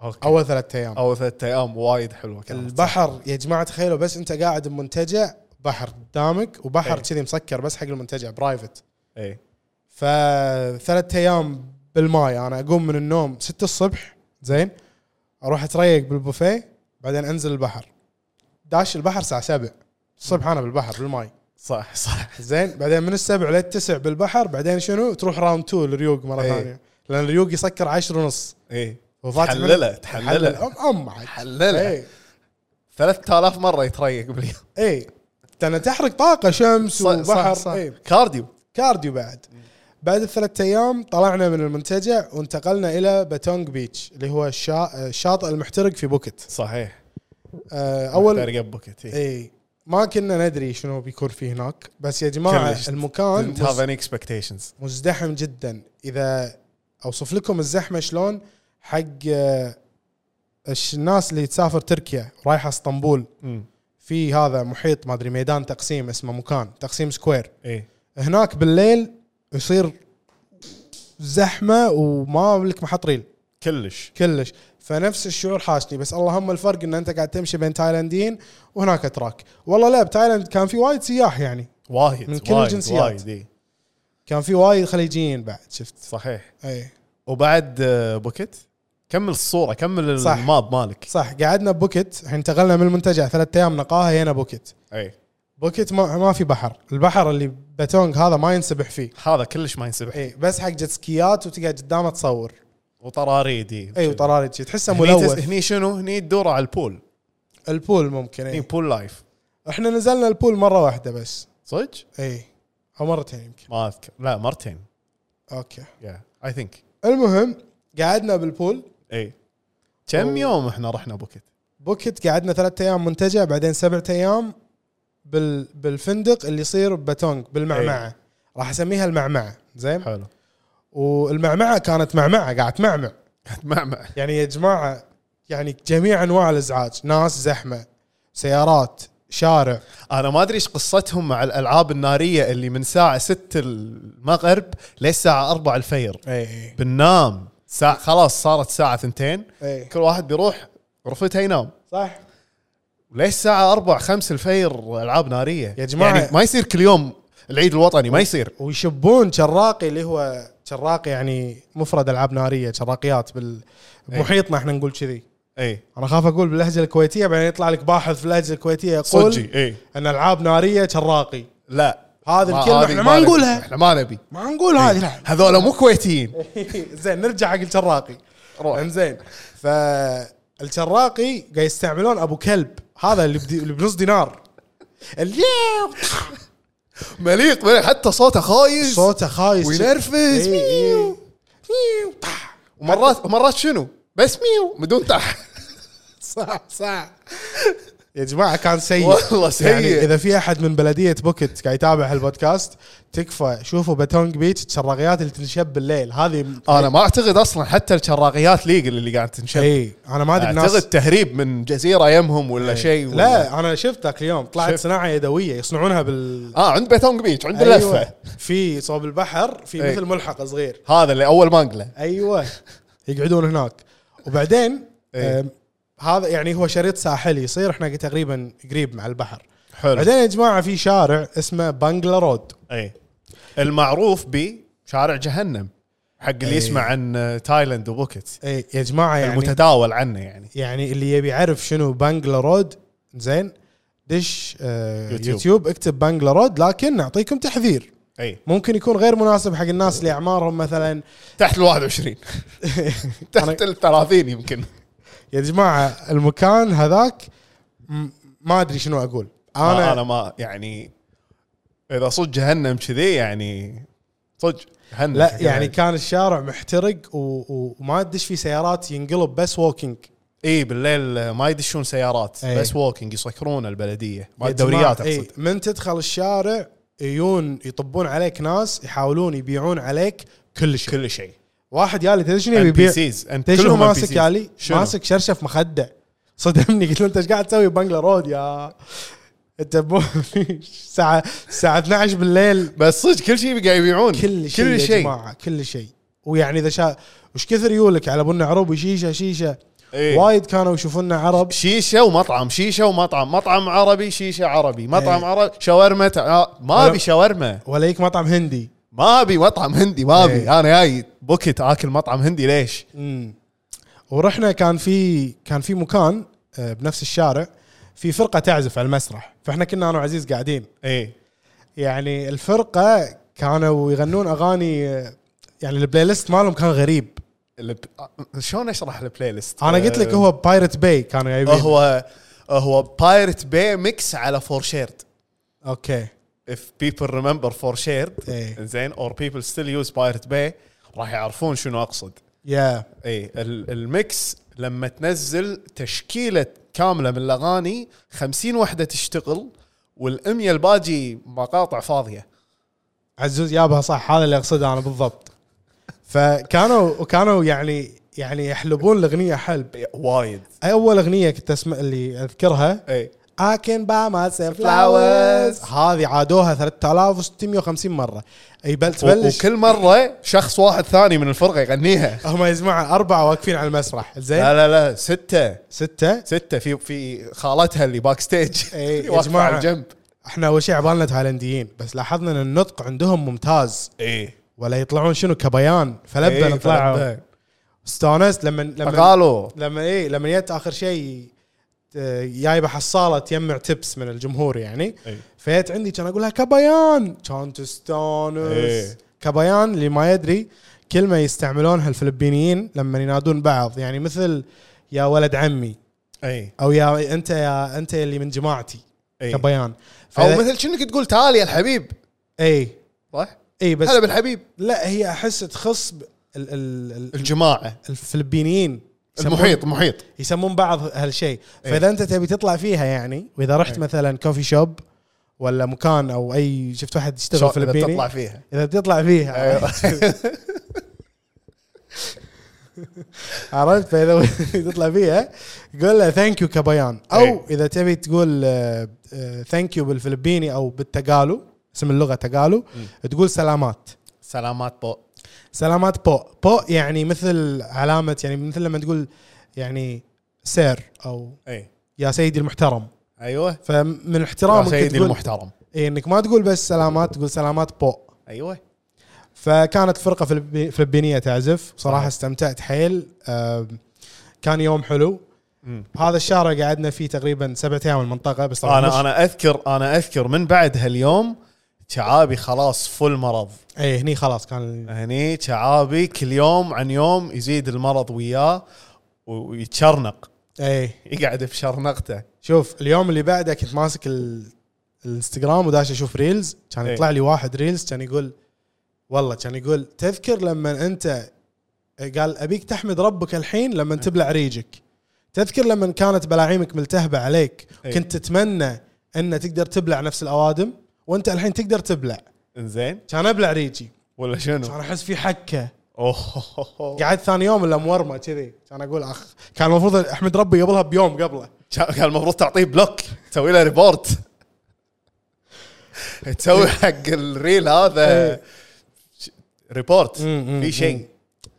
Speaker 4: اوكي
Speaker 2: اول ثلاثة ايام
Speaker 4: اول ثلاث ايام وايد حلوه كانت
Speaker 2: البحر يا جماعه تخيلوا بس انت قاعد بمنتجع بحر قدامك وبحر
Speaker 4: أي.
Speaker 2: كذي مسكر بس حق المنتجع برايفت
Speaker 4: اي
Speaker 2: فثلاث ايام بالماي انا اقوم من النوم 6 الصبح زين اروح اتريق بالبوفيه بعدين انزل البحر داش البحر الساعه 7 الصبح انا بالبحر بالماي
Speaker 4: صح صح
Speaker 2: زين بعدين من السبع للتسع بالبحر بعدين شنو تروح راوند 2 لريوق مره
Speaker 4: أي.
Speaker 2: ثانيه لان الريوق يسكر 10 ونص
Speaker 4: اي
Speaker 2: وفاتح من- إيه.
Speaker 4: تحلله تحلله
Speaker 2: حلل ام عاد
Speaker 4: حلله
Speaker 2: أي.
Speaker 4: 3000 مره يتريق باليوم
Speaker 2: اي لان إيه. تحرق طاقه شمس
Speaker 4: صح-
Speaker 2: وبحر
Speaker 4: صح
Speaker 2: إيه.
Speaker 4: صح
Speaker 2: اي
Speaker 4: كارديو
Speaker 2: كارديو بعد بعد الثلاث ايام طلعنا من المنتجع وانتقلنا الى باتونج بيتش اللي هو الشا... الشاطئ المحترق في بوكيت
Speaker 4: صحيح إيه.
Speaker 2: آه، اول
Speaker 4: ترقب بوكيت إي.
Speaker 2: اي ما كنا ندري شنو بيكون في هناك بس يا جماعه
Speaker 4: كلش.
Speaker 2: المكان
Speaker 4: didn't have
Speaker 2: مز...
Speaker 4: any expectations
Speaker 2: مزدحم جدا اذا اوصف لكم الزحمه شلون حق آه، الش- الناس اللي تسافر تركيا رايحه اسطنبول
Speaker 4: امم
Speaker 2: في هذا محيط ما ادري ميدان تقسيم اسمه مكان تقسيم سكوير
Speaker 4: اي
Speaker 2: هناك بالليل يصير زحمه وما لك محط ريل
Speaker 4: كلش
Speaker 2: كلش فنفس الشعور حاشني بس اللهم الفرق ان انت قاعد تمشي بين تايلانديين وهناك اتراك والله لا بتايلاند كان في وايد سياح يعني
Speaker 4: وايد
Speaker 2: من كل
Speaker 4: وايد-
Speaker 2: الجنسيات.
Speaker 4: وايد إيه. إي.
Speaker 2: كان في وايد خليجيين بعد شفت إيه.
Speaker 4: صحيح
Speaker 2: اي
Speaker 4: وبعد آه، بوكيت كمل الصوره كمل
Speaker 2: صح.
Speaker 4: الماب مالك
Speaker 2: صح قعدنا ببوكيت الحين انتقلنا من المنتجع ثلاثة ايام نقاهه هنا بوكيت
Speaker 4: اي
Speaker 2: بوكيت ما, ما في بحر البحر اللي باتونج هذا ما ينسبح فيه
Speaker 4: هذا كلش ما ينسبح
Speaker 2: اي بس حق جتسكيات وتقعد قدامه تصور
Speaker 4: وطراريدي
Speaker 2: اي إيه، وطراريد شي. تحسه
Speaker 4: إيه. هني تس-
Speaker 2: ملوث إيه.
Speaker 4: هني شنو هني تدور على البول
Speaker 2: البول ممكن
Speaker 4: هني
Speaker 2: اي
Speaker 4: بول لايف
Speaker 2: احنا نزلنا البول مره واحده بس
Speaker 4: صدق
Speaker 2: اي او مرتين يمكن
Speaker 4: ما اذكر لا مرتين
Speaker 2: اوكي
Speaker 4: يا اي ثينك
Speaker 2: المهم قعدنا بالبول
Speaker 4: اي إيه. كم يوم احنا رحنا بوكيت
Speaker 2: بوكيت قعدنا ثلاثة ايام منتجع بعدين سبعة ايام بال بالفندق اللي يصير بباتونج بالمعمعه
Speaker 4: إيه.
Speaker 2: راح اسميها المعمعه زين
Speaker 4: حلو
Speaker 2: والمعمعه كانت معمعه قاعد معمع
Speaker 4: معمع
Speaker 2: يعني يا جماعه يعني جميع انواع الازعاج ناس زحمه سيارات شارع
Speaker 4: انا ما ادري ايش قصتهم مع الالعاب الناريه اللي من ساعه 6 المغرب للساعه 4 الفجر إيه.
Speaker 2: اي
Speaker 4: بننام ساعة خلاص صارت ساعة ثنتين
Speaker 2: اي
Speaker 4: كل واحد بيروح غرفته ينام
Speaker 2: إيه. صح
Speaker 4: ليش الساعة 4 5 الفجر العاب نارية
Speaker 2: يا جماعة-
Speaker 4: يعني ما يصير كل يوم العيد الوطني ما يصير
Speaker 2: ويشبون شراقي اللي هو شراقي يعني مفرد العاب ناريه شراقيات بال...
Speaker 4: إيه.
Speaker 2: بمحيطنا احنا نقول كذي
Speaker 4: اي
Speaker 2: انا خاف اقول باللهجه الكويتيه بعدين يطلع لك باحث في اللهجه الكويتيه يقول
Speaker 4: صدقي اي
Speaker 2: ان العاب ناريه شراقي
Speaker 4: لا
Speaker 2: هذه
Speaker 4: ما- إيه.
Speaker 2: الكلمه
Speaker 4: هذه
Speaker 2: احنا ما
Speaker 4: نبي.
Speaker 2: نقولها
Speaker 4: احنا ما نبي
Speaker 2: ما نقول هذه لا
Speaker 4: هذول مو كويتيين
Speaker 2: زين نرجع حق الشراقي انزين فالشراقي قاعد يستعملون ابو كلب هذا اللي بدي... اللي بنص دينار اليوم
Speaker 4: مليق مليق حتى صوته خايس
Speaker 2: صوته خايس إيه،
Speaker 4: وينرفز.
Speaker 2: إي، إي. ميو.
Speaker 4: ومرات مرات شنو بس ميو بدون تح
Speaker 2: صح صح يا جماعه كان سيء
Speaker 4: والله سيء.
Speaker 2: يعني اذا في احد من بلديه بوكيت قاعد يتابع هالبودكاست تكفى شوفوا باتونج بيتش الشراقيات اللي تنشب بالليل هذه
Speaker 4: انا ما اعتقد اصلا حتى الشراغيات ليجل اللي قاعد تنشب
Speaker 2: اي انا إيه، ما ادري
Speaker 4: اعتقد
Speaker 2: الناس
Speaker 4: تهريب من جزيره يمهم ولا شيء ولا-
Speaker 2: لا انا شفت ذاك اليوم طلعت
Speaker 4: شفت.
Speaker 2: صناعه يدويه يصنعونها بال
Speaker 4: اه عند بيتونج بيتش عند
Speaker 2: أيوة.
Speaker 4: اللفه
Speaker 2: في صوب البحر في
Speaker 4: إي.
Speaker 2: مثل ملحق صغير
Speaker 4: هذا اللي اول مانجله
Speaker 2: ايوه يقعدون هناك وبعدين
Speaker 4: إي.
Speaker 2: آم، هذا يعني هو شريط ساحلي يصير احنا تقريبا قريب مع البحر
Speaker 4: حلو
Speaker 2: بعدين يا جماعه في شارع اسمه بانجلا رود
Speaker 4: اي المعروف بشارع جهنم حق اللي
Speaker 2: إيه.
Speaker 4: يسمع عن آه، تايلاند وبوكيت
Speaker 2: اي يا جماعه يعني
Speaker 4: المتداول عنه يعني
Speaker 2: يعني اللي يبي يعرف شنو بانجلا رود زين دش آه
Speaker 4: يوتيوب.
Speaker 2: يوتيوب. يوتيوب اكتب بانجلا رود لكن نعطيكم تحذير
Speaker 4: اي
Speaker 2: ممكن يكون غير مناسب حق الناس اللي اعمارهم مثلا
Speaker 4: تحت ال 21 تحت ال 30 يمكن
Speaker 2: يا جماعه المكان هذاك م- ما ادري شنو اقول
Speaker 4: انا انا
Speaker 2: انا
Speaker 4: ما يعني اذا صدق جهنم كذي يعني صدق جهنم
Speaker 2: لا يعني كان الشارع محترق و- و- وما تدش فيه سيارات ينقلب بس ووكينج
Speaker 4: اي بالليل ما يدشون سيارات
Speaker 2: إيه.
Speaker 4: بس ووكينج يسكرون البلديه ما
Speaker 2: يا
Speaker 4: الدوريات
Speaker 2: جماعة،
Speaker 4: اقصد
Speaker 2: إيه، من تدخل الشارع يجون يطبون عليك ناس يحاولون يبيعون عليك كل شيء
Speaker 4: كل شيء
Speaker 2: واحد يالي تدري شنو يبي يبيع
Speaker 4: NPCs انت
Speaker 2: تدري شنو
Speaker 4: كلهم
Speaker 2: ماسك
Speaker 4: NPCs.
Speaker 2: يالي؟
Speaker 4: شنو؟
Speaker 2: ماسك شرشف مخده صدمني قلت له انت ايش قاعد تسوي ببنجلا رود يا انت بو- الساعه الساعه 12 بالليل
Speaker 4: بس صدق كل شيء قاعد يبيعون
Speaker 2: كل شيء كل شيء يا جماعه كل شيء ويعني اذا شا وش كثر يولك على بن عرب شيشه شيشه
Speaker 4: إيه.
Speaker 2: وايد كانوا يشوفونا عرب
Speaker 4: شيشه ومطعم شيشه ومطعم مطعم عربي شيشه عربي مطعم عربي شاورما تع- ما
Speaker 2: إيه. أنا-
Speaker 4: ابي شاورما
Speaker 2: ولا يك مطعم هندي
Speaker 4: ما ابي مطعم هندي ما ابي
Speaker 2: إيه.
Speaker 4: انا جاي بوكيت اكل مطعم هندي ليش؟
Speaker 2: مم. ورحنا كان في كان في مكان آه، بنفس الشارع في فرقه تعزف على المسرح فاحنا كنا انا وعزيز قاعدين
Speaker 4: ايه
Speaker 2: يعني الفرقه كانوا يغنون اغاني آه، يعني البلاي ليست مالهم كان غريب
Speaker 4: الب... آه، شلون اشرح البلاي ليست؟
Speaker 2: انا قلت لك هو بايرت باي كانوا جايبين
Speaker 4: هو هو بايرت باي ميكس على فور شيرد
Speaker 2: اوكي
Speaker 4: if people remember for shared
Speaker 2: إيه.
Speaker 4: زين or people still use Pirate Bay راح يعرفون شنو اقصد
Speaker 2: يا
Speaker 4: اي إيه، ال- الميكس لما تنزل تشكيله كامله من الاغاني 50 وحده تشتغل والأمية الباجي مقاطع فاضيه
Speaker 2: عزوز يابها صح هذا اللي اقصده انا بالضبط فكانوا وكانوا يعني يعني يحلبون الاغنيه حلب
Speaker 4: وايد
Speaker 2: اول اغنيه كنت اسمع اللي اذكرها
Speaker 4: اي
Speaker 2: I can buy myself flowers هذه عادوها 3650 مره اي بل
Speaker 4: و-
Speaker 2: تبلش
Speaker 4: وكل مره شخص واحد ثاني من الفرقه يغنيها
Speaker 2: هم يا جماعه اربعه واقفين على المسرح زين
Speaker 4: لا لا لا سته
Speaker 2: سته
Speaker 4: سته في في خالتها اللي باك ستيج
Speaker 2: إيه، يا
Speaker 4: واقفة
Speaker 2: جماعة.
Speaker 4: على الجنب
Speaker 2: احنا اول شيء عبالنا تايلنديين بس لاحظنا ان النطق عندهم ممتاز
Speaker 4: اي
Speaker 2: ولا يطلعون شنو كبيان
Speaker 4: إيه،
Speaker 2: فلبن طلعوا استانست لما لما
Speaker 4: قالوا
Speaker 2: لما ايه لما جت اخر شيء آه، جايبه حصاله تجمع تبس من الجمهور يعني
Speaker 4: إيه.
Speaker 2: فيت عندي كان اقول لها كبيان كان تستانس
Speaker 4: إيه.
Speaker 2: كبيان اللي ما يدري كلمه يستعملونها الفلبينيين لما ينادون بعض يعني مثل يا ولد عمي
Speaker 4: اي
Speaker 2: او يا انت يا انت اللي من جماعتي
Speaker 4: إيه.
Speaker 2: كبيان ف-
Speaker 4: او مثل شنك تقول تعال يا الحبيب
Speaker 2: اي
Speaker 4: صح؟
Speaker 2: اي إيه. بس
Speaker 4: هلا بالحبيب
Speaker 2: لا هي احس تخص ب- ال ال ال
Speaker 4: الجماعه
Speaker 2: الفلبينيين يسمون-
Speaker 4: المحيط محيط
Speaker 2: يسمون بعض هالشيء
Speaker 4: إيه.
Speaker 2: فاذا انت تبي تطلع فيها يعني واذا رحت مثلا كوفي شوب ولا مكان او اي شفت واحد يشتغل فلبيني أيوه.
Speaker 4: تطلع فيها
Speaker 2: اذا بتطلع
Speaker 4: إيه.
Speaker 2: فيها عرفت فاذا تطلع فيها قول له ثانك يو كبيان او
Speaker 4: أي.
Speaker 2: اذا تبي تقول آه، ثانك يو بالفلبيني او بالتقالو اسم اللغه تقالو
Speaker 4: إيه.
Speaker 2: تقول سلامات
Speaker 4: سلامات بو
Speaker 2: سلامات بو بو يعني مثل علامه يعني مثل لما تقول يعني سير او
Speaker 4: اي
Speaker 2: يا سيدي المحترم
Speaker 4: ايوه
Speaker 2: فمن
Speaker 4: يا
Speaker 2: احترامك
Speaker 4: سيدي
Speaker 2: تقول
Speaker 4: المحترم
Speaker 2: إيه انك ما تقول بس سلامات تقول سلامات بو أيوه.
Speaker 4: ايوه
Speaker 2: فكانت فرقه فلبي- فلبينيه تعزف صراحه استمتعت حيل آم، كان يوم حلو
Speaker 4: مم.
Speaker 2: هذا الشارع قعدنا فيه تقريبا سبعة ايام المنطقه بس طبعا
Speaker 4: انا انا اذكر انا اذكر من بعد هاليوم شعابي خلاص فل مرض
Speaker 2: اي إيه، هني خلاص كان
Speaker 4: هني شعابي كل يوم عن يوم يزيد المرض وياه و- ويتشرنق
Speaker 2: اي
Speaker 4: يقعد في شرنقته
Speaker 2: شوف اليوم اللي بعده كنت ماسك ال... الانستغرام وداش اشوف ريلز كان
Speaker 4: إيه.
Speaker 2: يطلع لي واحد ريلز كان يقول والله كان يقول تذكر لما انت قال ابيك تحمد ربك الحين لما تبلع ريجك تذكر لما كانت بلاعيمك ملتهبه عليك
Speaker 4: إيه.
Speaker 2: كنت تتمنى ان تقدر تبلع نفس الاوادم وانت الحين تقدر تبلع
Speaker 4: انزين
Speaker 2: كان ابلع ريجي
Speaker 4: ولا شنو؟
Speaker 2: كان احس في حكه
Speaker 4: اوه
Speaker 2: قعدت ثاني يوم الا مورمه كذي كان اقول اخ كان المفروض احمد ربي قبلها بيوم قبله
Speaker 4: كان المفروض تعطيه بلوك تسوي له ريبورت تسوي حق الريل هذا
Speaker 2: إيه.
Speaker 4: ش- ريبورت
Speaker 2: مم، مم،
Speaker 4: في شيء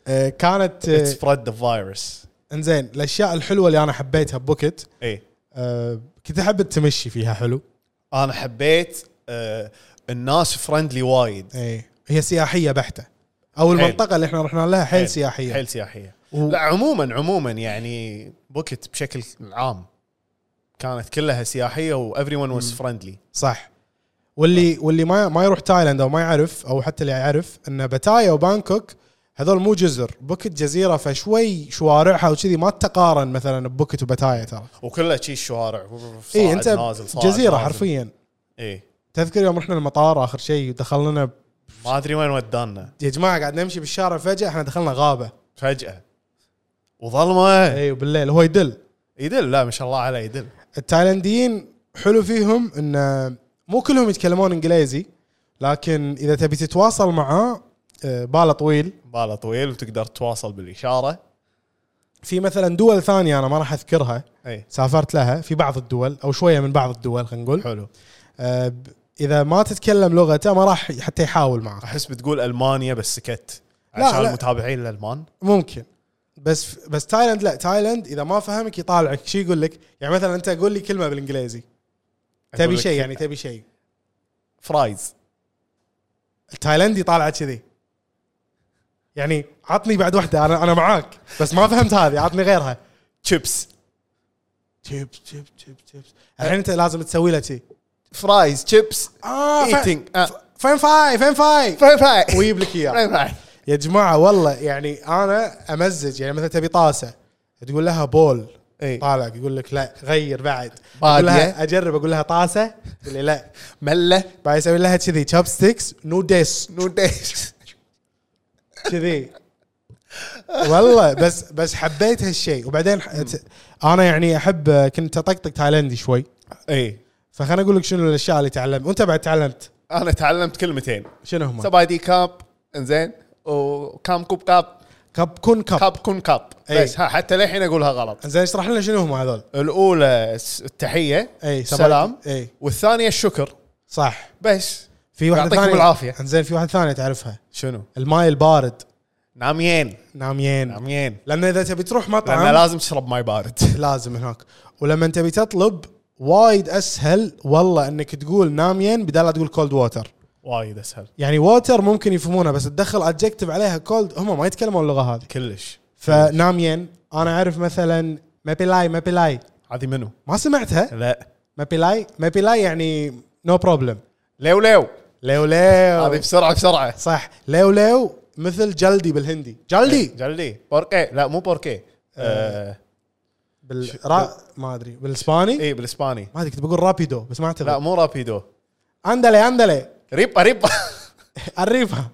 Speaker 2: آه، كانت آه،
Speaker 4: سبريد ذا فايروس
Speaker 2: انزين الاشياء الحلوه اللي انا حبيتها ببوكت
Speaker 4: اي
Speaker 2: أه كنت احب التمشي فيها حلو
Speaker 4: انا حبيت آه، الناس فرندلي وايد
Speaker 2: إيه. اي هي سياحيه بحته او
Speaker 4: حيل.
Speaker 2: المنطقه اللي احنا رحنا لها حيل
Speaker 4: حيل.
Speaker 2: سياحيه
Speaker 4: حيل سياحيه
Speaker 2: و-
Speaker 4: لا عموما عموما يعني بوكيت بشكل عام كانت كلها سياحيه وافري ون واز فرندلي
Speaker 2: صح واللي واللي ما ما يروح تايلاند او ما يعرف او حتى اللي يعرف ان باتايا وبانكوك هذول مو جزر بوكيت جزيره فشوي شوارعها وكذي ما تتقارن مثلا ببوكيت وباتايا ترى إيه،
Speaker 4: وكلها شي الشوارع
Speaker 2: اي انت جزيره حرفيا
Speaker 4: اي
Speaker 2: تذكر يوم رحنا المطار اخر شيء دخلنا ب-
Speaker 4: ما ادري وين ودانا
Speaker 2: يا جماعه قاعد نمشي بالشارع فجاه احنا دخلنا غابه
Speaker 4: فجاه وظلمه
Speaker 2: اي وبالليل هو يدل
Speaker 4: يدل لا ما شاء الله عليه يدل
Speaker 2: التايلانديين حلو فيهم ان مو كلهم يتكلمون انجليزي لكن اذا تبي تتواصل معاه آه، باله طويل
Speaker 4: باله طويل وتقدر تتواصل بالاشاره
Speaker 2: في مثلا دول ثانيه انا ما راح اذكرها
Speaker 4: اي
Speaker 2: سافرت لها في بعض الدول او شويه من بعض الدول خلينا نقول
Speaker 4: حلو
Speaker 2: آه، ب- اذا ما تتكلم لغته ما راح حتى يحاول معك
Speaker 4: احس بتقول المانيا بس سكت
Speaker 2: لا،
Speaker 4: عشان
Speaker 2: لا.
Speaker 4: المتابعين الالمان
Speaker 2: ممكن بس بس تايلاند لا تايلاند اذا ما فهمك يطالعك شي يقول لك يعني مثلا انت قول لي كلمه بالانجليزي
Speaker 4: أقول
Speaker 2: تبي
Speaker 4: لك
Speaker 2: شيء يعني تبي شيء
Speaker 4: فرايز
Speaker 2: التايلندي طالعه كذي يعني عطني بعد واحده انا انا معاك بس ما فهمت هذه عطني غيرها
Speaker 4: شيبس
Speaker 2: تشيب تشيب تشيب تشيب الحين انت لازم تسوي لها شي
Speaker 4: فرايز شيبس
Speaker 2: اه
Speaker 4: ايتنج
Speaker 2: فين فاي فين فاي
Speaker 4: فاي فاي
Speaker 2: ويجيب لك اياه
Speaker 4: فاي فاي
Speaker 2: يا جماعه والله يعني انا امزج يعني مثلا تبي طاسه تقول لها بول
Speaker 4: إي.
Speaker 2: طالع يقول لك لا غير بعد
Speaker 4: بادية.
Speaker 2: اقول لها اجرب اقول لها طاسه تقول لي لا
Speaker 4: مله
Speaker 2: بعد يسوي لها كذي تشاب ستيكس نوديس
Speaker 4: نوديس
Speaker 2: كذي والله بس بس حبيت هالشيء وبعدين ح- انا يعني احب كنت اطقطق تايلندي شوي
Speaker 4: اي
Speaker 2: فخليني اقول لك شنو الاشياء اللي تعلمت وانت بعد تعلمت
Speaker 4: انا تعلمت كلمتين
Speaker 2: شنو هم؟
Speaker 4: سبايدي كاب انزين وكام كوب كاب
Speaker 2: كاب كون كاب
Speaker 4: كاب كون كاب
Speaker 2: إي.
Speaker 4: بس ها حتى للحين اقولها غلط
Speaker 2: زين اشرح لنا شنو هم هذول؟
Speaker 4: الاولى س- التحيه
Speaker 2: اي
Speaker 4: سلام
Speaker 2: اي
Speaker 4: والثانيه الشكر
Speaker 2: صح
Speaker 4: بس
Speaker 2: في واحده
Speaker 4: يعطيكم
Speaker 2: ثانيه
Speaker 4: العافية.
Speaker 2: انزين في واحده ثانيه تعرفها
Speaker 4: شنو نعم،
Speaker 2: الماي البارد نعم،
Speaker 4: ناميين
Speaker 2: ناميين
Speaker 4: ناميين
Speaker 2: لان اذا تبي تروح
Speaker 4: لان
Speaker 2: مطعم
Speaker 4: نعم، لازم تشرب ماي بارد
Speaker 2: لازم هناك ولما تبي تطلب وايد اسهل والله انك تقول ناميين بدال لا تقول كولد ووتر
Speaker 4: وايد اسهل
Speaker 2: يعني ووتر ممكن يفهمونها بس تدخل ادجكتيف عليها كولد هم ما يتكلمون اللغه هذه نعم،
Speaker 4: كلش
Speaker 2: فناميين انا اعرف مثلا مابيلاي مابيلاي
Speaker 4: هذه منو
Speaker 2: ما سمعتها
Speaker 4: لا
Speaker 2: مابيلاي مابيلاي يعني نو بروبلم
Speaker 4: ليو ليو
Speaker 2: ليو ليو
Speaker 4: هذه بسرعه بسرعه
Speaker 2: صح ليو ليو مثل جلدي بالهندي جلدي
Speaker 4: جلدي بوركي لا مو بوركي آه.
Speaker 2: بالرا ما ادري بالاسباني
Speaker 4: اي بالاسباني
Speaker 2: ما ادري كنت بقول رابيدو بس ما
Speaker 4: إيه. لا
Speaker 2: اعتقد
Speaker 4: مو رابيدو
Speaker 2: اندلي اندلي
Speaker 4: ريبا ريبا
Speaker 2: الريفه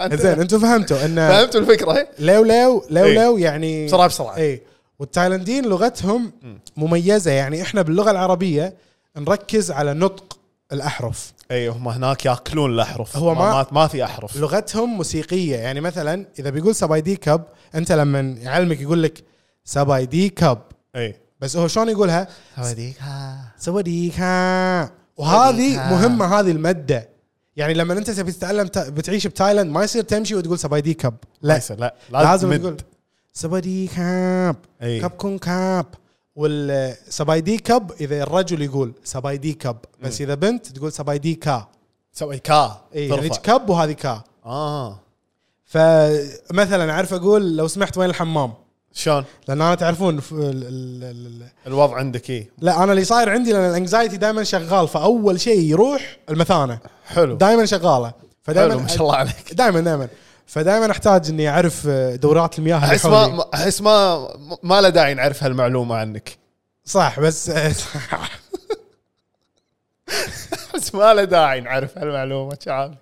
Speaker 4: أنت-
Speaker 2: زين انتم فهمتوا ان
Speaker 4: فهمتوا الفكره؟
Speaker 2: ليو ليو ليو
Speaker 4: إيه.
Speaker 2: ليو يعني
Speaker 4: بسرعه بسرعه
Speaker 2: اي والتايلنديين لغتهم مميزه يعني احنا باللغه العربيه نركز على نطق الاحرف
Speaker 4: اي إيه، هم هناك ياكلون الاحرف
Speaker 2: هو ما-
Speaker 4: ما ما في احرف
Speaker 2: لغتهم موسيقيه يعني مثلا اذا بيقول سبايدي كاب انت لما يعلمك يقول لك سبايدي كاب
Speaker 4: اي
Speaker 2: بس هو شلون يقولها
Speaker 4: هذيك
Speaker 2: سواديكا وهذه مهمه هذه الماده يعني لما انت تبي تتعلم تا- بتعيش بتايلاند ما يصير تمشي وتقول سبايدي كاب لا
Speaker 4: ليس لا
Speaker 2: لازم
Speaker 4: تمد.
Speaker 2: تقول سبايدي كاب
Speaker 4: إي.
Speaker 2: كاب كون كاب والسبايدي كاب اذا الرجل يقول سبايدي كاب بس اذا بنت تقول سبايدي كا
Speaker 4: سوي كا
Speaker 2: اي
Speaker 4: ترفع.
Speaker 2: يعني كاب وهذه كا
Speaker 4: اه
Speaker 2: فمثلا اعرف اقول لو سمحت وين الحمام
Speaker 4: شلون
Speaker 2: لان انا تعرفون ف- ال- ال- ال-
Speaker 4: الوضع عندك إيه. اي
Speaker 2: لا انا اللي صاير عندي لان الانكزايتي دائما شغال فاول شيء يروح المثانه
Speaker 4: حلو
Speaker 2: دائما شغاله
Speaker 4: حلو ما شاء
Speaker 2: فدائما
Speaker 4: الله عليك
Speaker 2: دائما دائما فدائما احتاج اني اعرف آه، دورات المياه اللي
Speaker 4: احس
Speaker 2: حولي.
Speaker 4: ما احس ما ما له داعي نعرف هالمعلومه عنك
Speaker 2: صح بس آه،
Speaker 4: احس ما له داعي نعرف هالمعلومه شعب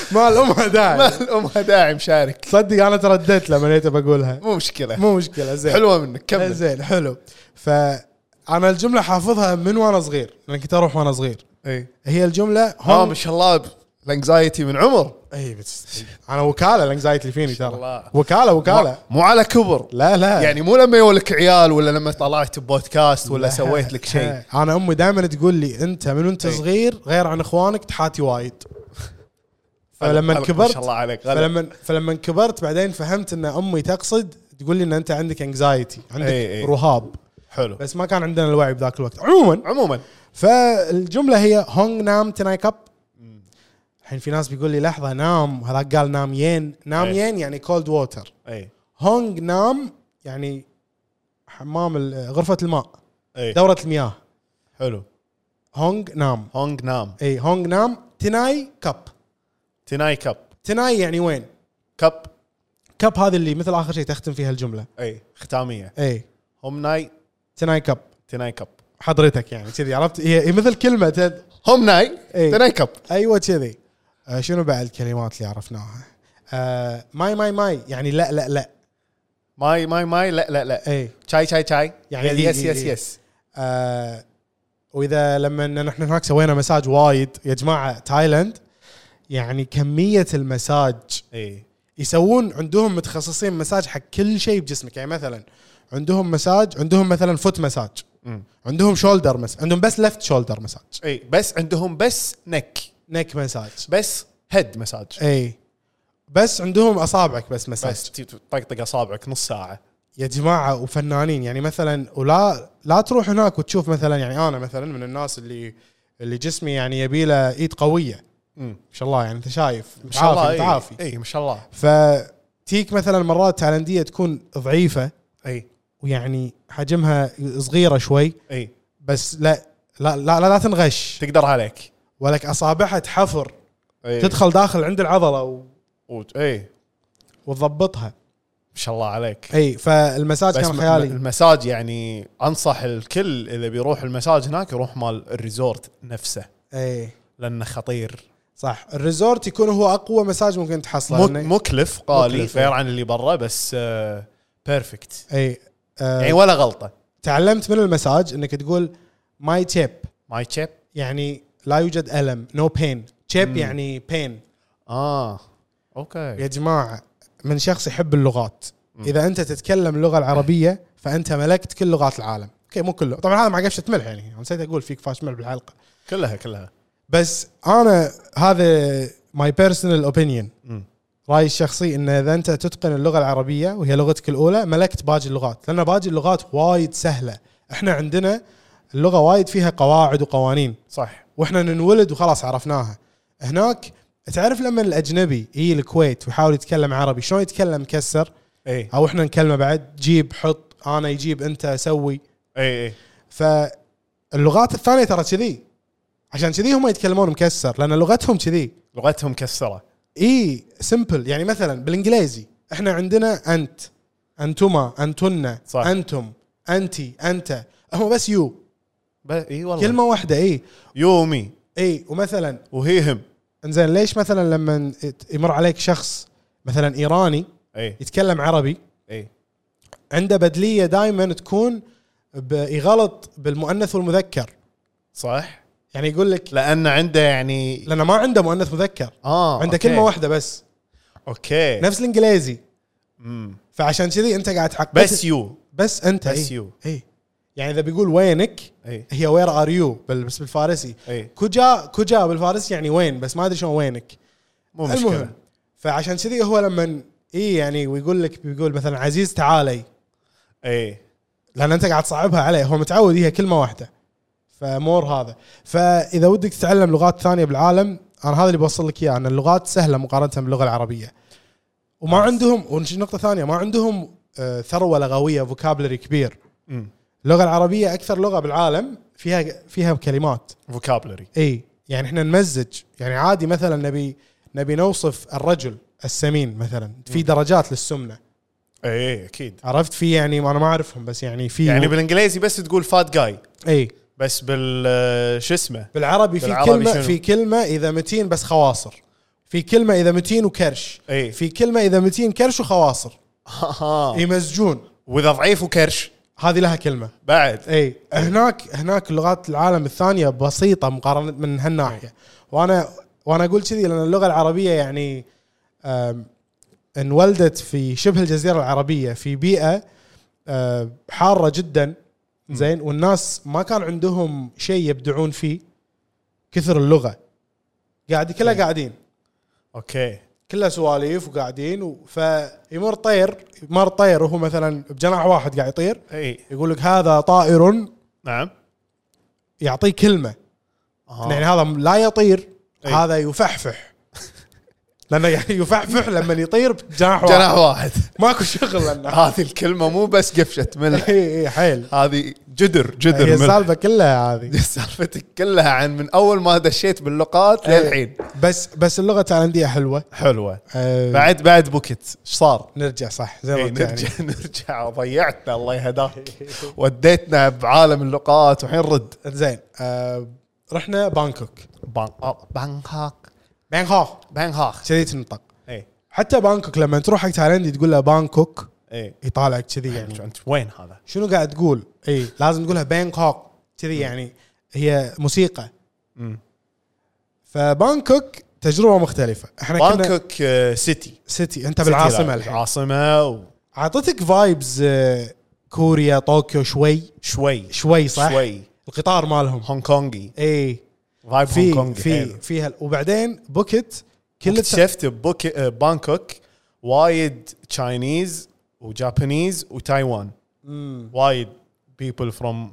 Speaker 2: ما الامها
Speaker 4: ما
Speaker 2: داعي
Speaker 4: لها داعي مشارك
Speaker 2: تصدق انا ترددت لما جيت بقولها
Speaker 4: مو مشكله
Speaker 2: مو مشكله زين
Speaker 4: حلوه منك كمل
Speaker 2: زين حلو فانا الجمله حافظها من وانا صغير لان كنت اروح وانا صغير
Speaker 4: اي
Speaker 2: هي الجمله
Speaker 4: ها
Speaker 2: هونغ
Speaker 4: إيه. آه، ما شاء الله ب- الانكزايتي من عمر
Speaker 2: اي إيه، بس انا وكاله الانكزايتي فيني
Speaker 4: الله.
Speaker 2: ترى وكاله وكاله
Speaker 4: مو على كبر
Speaker 2: لا لا
Speaker 4: يعني مو لما يولك عيال ولا لما طلعت ببودكاست ولا
Speaker 2: لا.
Speaker 4: سويت لك شيء
Speaker 2: انا امي دائما تقول لي انت من وانت
Speaker 4: إي.
Speaker 2: صغير غير عن اخوانك تحاتي وايد فلما
Speaker 4: غلط، ما شاء
Speaker 2: كبرت
Speaker 4: الله عليك غلط.
Speaker 2: فلما فلما كبرت بعدين فهمت ان امي تقصد تقول لي ان انت عندك انكزايتي عندك
Speaker 4: إي، إي.
Speaker 2: رهاب
Speaker 4: حلو
Speaker 2: بس ما كان عندنا الوعي بذاك الوقت عموما
Speaker 4: عموما
Speaker 2: فالجمله هي هونغ نام تناي كاب الحين في ناس بيقول لي لحظه نام هذاك قال نام ين نام
Speaker 4: إيه.
Speaker 2: ين يعني كولد ووتر
Speaker 4: اي
Speaker 2: هونغ نام يعني حمام ال- غرفه الماء
Speaker 4: اي
Speaker 2: دوره المياه
Speaker 4: حلو
Speaker 2: هونغ نام
Speaker 4: هونغ نام
Speaker 2: اي إيه، هونغ نام تناي كاب
Speaker 4: تناي كاب
Speaker 2: تناي يعني وين
Speaker 4: كاب
Speaker 2: كاب هذه اللي مثل اخر شيء تختم فيها الجمله
Speaker 4: اي ختاميه
Speaker 2: اي
Speaker 4: هم ناي
Speaker 2: تناي كاب
Speaker 4: تناي كاب
Speaker 2: حضرتك يعني كذي عرفت هي هي مثل كلمه تد...
Speaker 4: هم ناي
Speaker 2: إي.
Speaker 4: تناي كاب
Speaker 2: ايوه كذي آه شنو بعد الكلمات اللي عرفناها آه ماي ماي ماي يعني لا لا لا
Speaker 4: ماي ماي ماي لا لا لا
Speaker 2: اي
Speaker 4: شاي شاي شاي
Speaker 2: يعني
Speaker 4: يس
Speaker 2: دي-
Speaker 4: يس
Speaker 2: دي-
Speaker 4: يس
Speaker 2: آه واذا لما نحن هناك سوينا مساج وايد يا جماعه تايلاند يعني كميه المساج
Speaker 4: اي
Speaker 2: يسوون عندهم متخصصين مساج حق كل شيء بجسمك يعني مثلا عندهم مساج عندهم مثلا فوت مساج
Speaker 4: أمم.
Speaker 2: عندهم شولدر مساج عندهم بس لفت شولدر مساج
Speaker 4: اي بس عندهم بس نك
Speaker 2: نيك مساج
Speaker 4: بس هيد مساج
Speaker 2: اي بس عندهم اصابعك بس مساج
Speaker 4: بس تي- تطقطق اصابعك نص ساعه
Speaker 2: يا جماعه وفنانين يعني مثلا ولا لا تروح هناك وتشوف مثلا يعني انا مثلا من الناس اللي اللي جسمي يعني يبي له ايد قويه
Speaker 4: أمم.
Speaker 2: ما شاء الله يعني انت شايف
Speaker 4: ما شاء الله إيه.
Speaker 2: متعافي متعافي
Speaker 4: اي ما شاء الله
Speaker 2: فتيك مثلا مرات تايلنديه تكون ضعيفه
Speaker 4: اي
Speaker 2: ويعني حجمها صغيره شوي
Speaker 4: اي
Speaker 2: بس لا لا لا, لا, لا تنغش
Speaker 4: تقدر عليك
Speaker 2: ولك اصابعها تحفر
Speaker 4: اي
Speaker 2: تدخل داخل عند العضله و-
Speaker 4: وت- اي ما
Speaker 2: وتضبطها
Speaker 4: إيه. شاء الله عليك
Speaker 2: اي فالمساج
Speaker 4: بس
Speaker 2: كان
Speaker 4: م-
Speaker 2: إيه، خيالي
Speaker 4: المساج يعني انصح الكل اذا بيروح المساج هناك يروح مال الريزورت نفسه
Speaker 2: اي
Speaker 4: لانه خطير
Speaker 2: صح الريزورت يكون هو اقوى مساج ممكن تحصله
Speaker 4: مك-
Speaker 2: لأنه-
Speaker 4: مكلف غالي
Speaker 2: مكلف، إيه.
Speaker 4: غير
Speaker 2: إي.
Speaker 4: عن اللي برا بس آه بيرفكت
Speaker 2: اي آه
Speaker 4: يعني ولا غلطه
Speaker 2: تعلمت من المساج انك تقول ماي تشيب
Speaker 4: ماي تشيب
Speaker 2: يعني لا يوجد الم نو بين تشيب يعني بين
Speaker 4: اه
Speaker 2: يا
Speaker 4: اوكي
Speaker 2: جماعه من شخص يحب اللغات اذا انت تتكلم اللغه العربيه فانت ملكت كل لغات العالم اوكي مو كله طبعا هذا مع قفشه ملح يعني أنا نسيت اقول فيك فاش ملح بالحلقه
Speaker 4: كلها كلها
Speaker 2: بس انا هذا ماي بيرسونال اوبينيون
Speaker 4: مم.
Speaker 2: رايي الشخصي ان اذا انت تتقن اللغه العربيه وهي لغتك الاولى ملكت باقي اللغات لان باقي اللغات وايد سهله احنا عندنا اللغه وايد فيها قواعد وقوانين
Speaker 4: صح
Speaker 2: واحنا ننولد وخلاص عرفناها هناك تعرف لما الاجنبي يجي الكويت ويحاول يتكلم عربي شلون يتكلم مكسر
Speaker 4: اي
Speaker 2: او احنا نكلمه بعد جيب حط انا يجيب انت سوي
Speaker 4: اي اي
Speaker 2: فاللغات الثانيه ترى كذي عشان كذي هم يتكلمون مكسر لان لغتهم كذي
Speaker 4: لغتهم مكسره
Speaker 2: اي سمبل يعني مثلا بالانجليزي احنا عندنا انت انتما انتن
Speaker 4: صح.
Speaker 2: انتم انتي انت هم بس يو
Speaker 4: اي والله
Speaker 2: كلمه واحده اي
Speaker 4: يومي
Speaker 2: اي ومثلا
Speaker 4: وهي هم
Speaker 2: انزين ليش مثلا لما يت- يمر عليك شخص مثلا ايراني
Speaker 4: اي
Speaker 2: يتكلم عربي
Speaker 4: اي
Speaker 2: عنده بدليه دائما تكون ب- يغلط بالمؤنث والمذكر
Speaker 4: صح
Speaker 2: يعني يقول لك
Speaker 4: لان عنده يعني
Speaker 2: لانه ما عنده مؤنث مذكر
Speaker 4: اه
Speaker 2: عنده
Speaker 4: أوكي.
Speaker 2: كلمه واحده بس
Speaker 4: اوكي
Speaker 2: نفس الانجليزي
Speaker 4: مم.
Speaker 2: فعشان كذي انت قاعد حق
Speaker 4: بس يو
Speaker 2: بس انت
Speaker 4: بس إيه.
Speaker 2: إيه؟
Speaker 4: يو.
Speaker 2: اي يعني اذا بيقول وينك
Speaker 4: اي
Speaker 2: هي وير ار يو بس بالفارسي
Speaker 4: اي
Speaker 2: كجا كجا بالفارسي يعني وين بس ما ادري شلون وينك
Speaker 4: مو
Speaker 2: المهم
Speaker 4: مشكله
Speaker 2: فعشان كذي هو لما اي يعني ويقول لك بيقول مثلا عزيز تعالي
Speaker 4: اي
Speaker 2: لان انت قاعد تصعبها عليه هو متعود هي كلمه واحده فمور هذا فاذا ودك تتعلم لغات ثانيه بالعالم انا هذا اللي بوصل لك اياه ان اللغات سهله مقارنه باللغه العربيه وما عندهم ونقطه ثانيه ما عندهم آه، ثروه لغويه فوكابلري كبير
Speaker 4: امم
Speaker 2: اللغه العربيه اكثر لغه بالعالم فيها فيها كلمات
Speaker 4: فوكابلري
Speaker 2: اي يعني احنا نمزج يعني عادي مثلا نبي نبي نوصف الرجل السمين مثلا في درجات للسمنه
Speaker 4: اي اكيد
Speaker 2: عرفت في يعني ما انا ما اعرفهم بس يعني في
Speaker 4: إيه، يعني بالانجليزي بس تقول فات جاي
Speaker 2: اي
Speaker 4: بس بال آه، شو اسمه
Speaker 2: بالعربي في
Speaker 4: بالعربي
Speaker 2: كلمه
Speaker 4: شنو؟
Speaker 2: في كلمه اذا متين بس خواصر في كلمه اذا متين وكرش
Speaker 4: اي
Speaker 2: في كلمه اذا متين كرش وخواصر
Speaker 4: آه.
Speaker 2: يمزجون
Speaker 4: واذا ضعيف وكرش
Speaker 2: هذه لها كلمه
Speaker 4: بعد
Speaker 2: اي هناك هناك لغات العالم الثانيه بسيطه مقارنه من هالناحيه وانا وانا اقول كذي لان اللغه العربيه يعني آم، انولدت في شبه الجزيره العربيه في بيئه آم، حاره جدا زين والناس ما كان عندهم شيء يبدعون فيه كثر اللغه قاعد كلها قاعدين
Speaker 4: اوكي
Speaker 2: كلها سواليف وقاعدين و- فيمر طير مر طير وهو مثلا بجناح واحد قاعد يطير
Speaker 4: اي
Speaker 2: يقول لك هذا طائر
Speaker 4: إيه. نعم
Speaker 2: يعطيه كلمه آه. يعني هذا لا يطير
Speaker 4: أي.
Speaker 2: أي. هذا يفحفح لانه يعني يفعفع لما يطير بجناح واحد
Speaker 4: جناح واحد آه.
Speaker 2: ماكو شغل لانه
Speaker 4: هذه الكلمه مو بس قفشت ملح
Speaker 2: اي اي إيه، حيل
Speaker 4: هذه جدر جدر
Speaker 2: هي
Speaker 4: ملح
Speaker 2: السالفه كلها هذه
Speaker 4: سالفتك كلها عن من اول ما دشيت باللقات
Speaker 2: إيه.
Speaker 4: للحين
Speaker 2: بس بس اللغه التايلانديه حلوه
Speaker 4: حلوه
Speaker 2: آه،
Speaker 4: بعد بعد بوكيت ايش صار؟
Speaker 2: نرجع صح زي ما
Speaker 4: إيه
Speaker 2: قلت يعني.
Speaker 4: نرجع نرجع ضيعتنا الله يهداك وديتنا بعالم اللقات وحين رد
Speaker 2: زين آه، رحنا بانكوك
Speaker 4: بان- آه، بانغهاك
Speaker 2: بانكوك
Speaker 4: بانغهاك
Speaker 2: كذي تنطق
Speaker 4: اي
Speaker 2: حتى بانكوك لما تروح حق تايلاندي تقول له بانكوك
Speaker 4: اي
Speaker 2: يطالعك كذي
Speaker 4: يعني
Speaker 2: يعني
Speaker 4: انت وين هذا؟
Speaker 2: شنو قاعد تقول؟ اي لازم تقولها بانكوك كذي يعني هي موسيقى
Speaker 4: مم.
Speaker 2: فبانكوك تجربه مختلفه احنا كنا
Speaker 4: بانكوك آه، سيتي
Speaker 2: سيتي انت بالعاصمه
Speaker 4: سيتي،
Speaker 2: الحين
Speaker 4: العاصمه
Speaker 2: اعطتك فايبز كوريا طوكيو شوي
Speaker 4: وشوي
Speaker 2: شوي صح؟ شوي.
Speaker 4: شوي
Speaker 2: القطار مالهم
Speaker 4: هونغ كونغي
Speaker 2: اي
Speaker 4: فايب هونغ
Speaker 2: في
Speaker 4: كونغي حلو.
Speaker 2: في فيها وبعدين بوكيت كل الت-
Speaker 4: اكتشفت ببوك... بانكوك وايد تشاينيز وجابانيز وتايوان
Speaker 2: مم.
Speaker 4: وايد بيبل فروم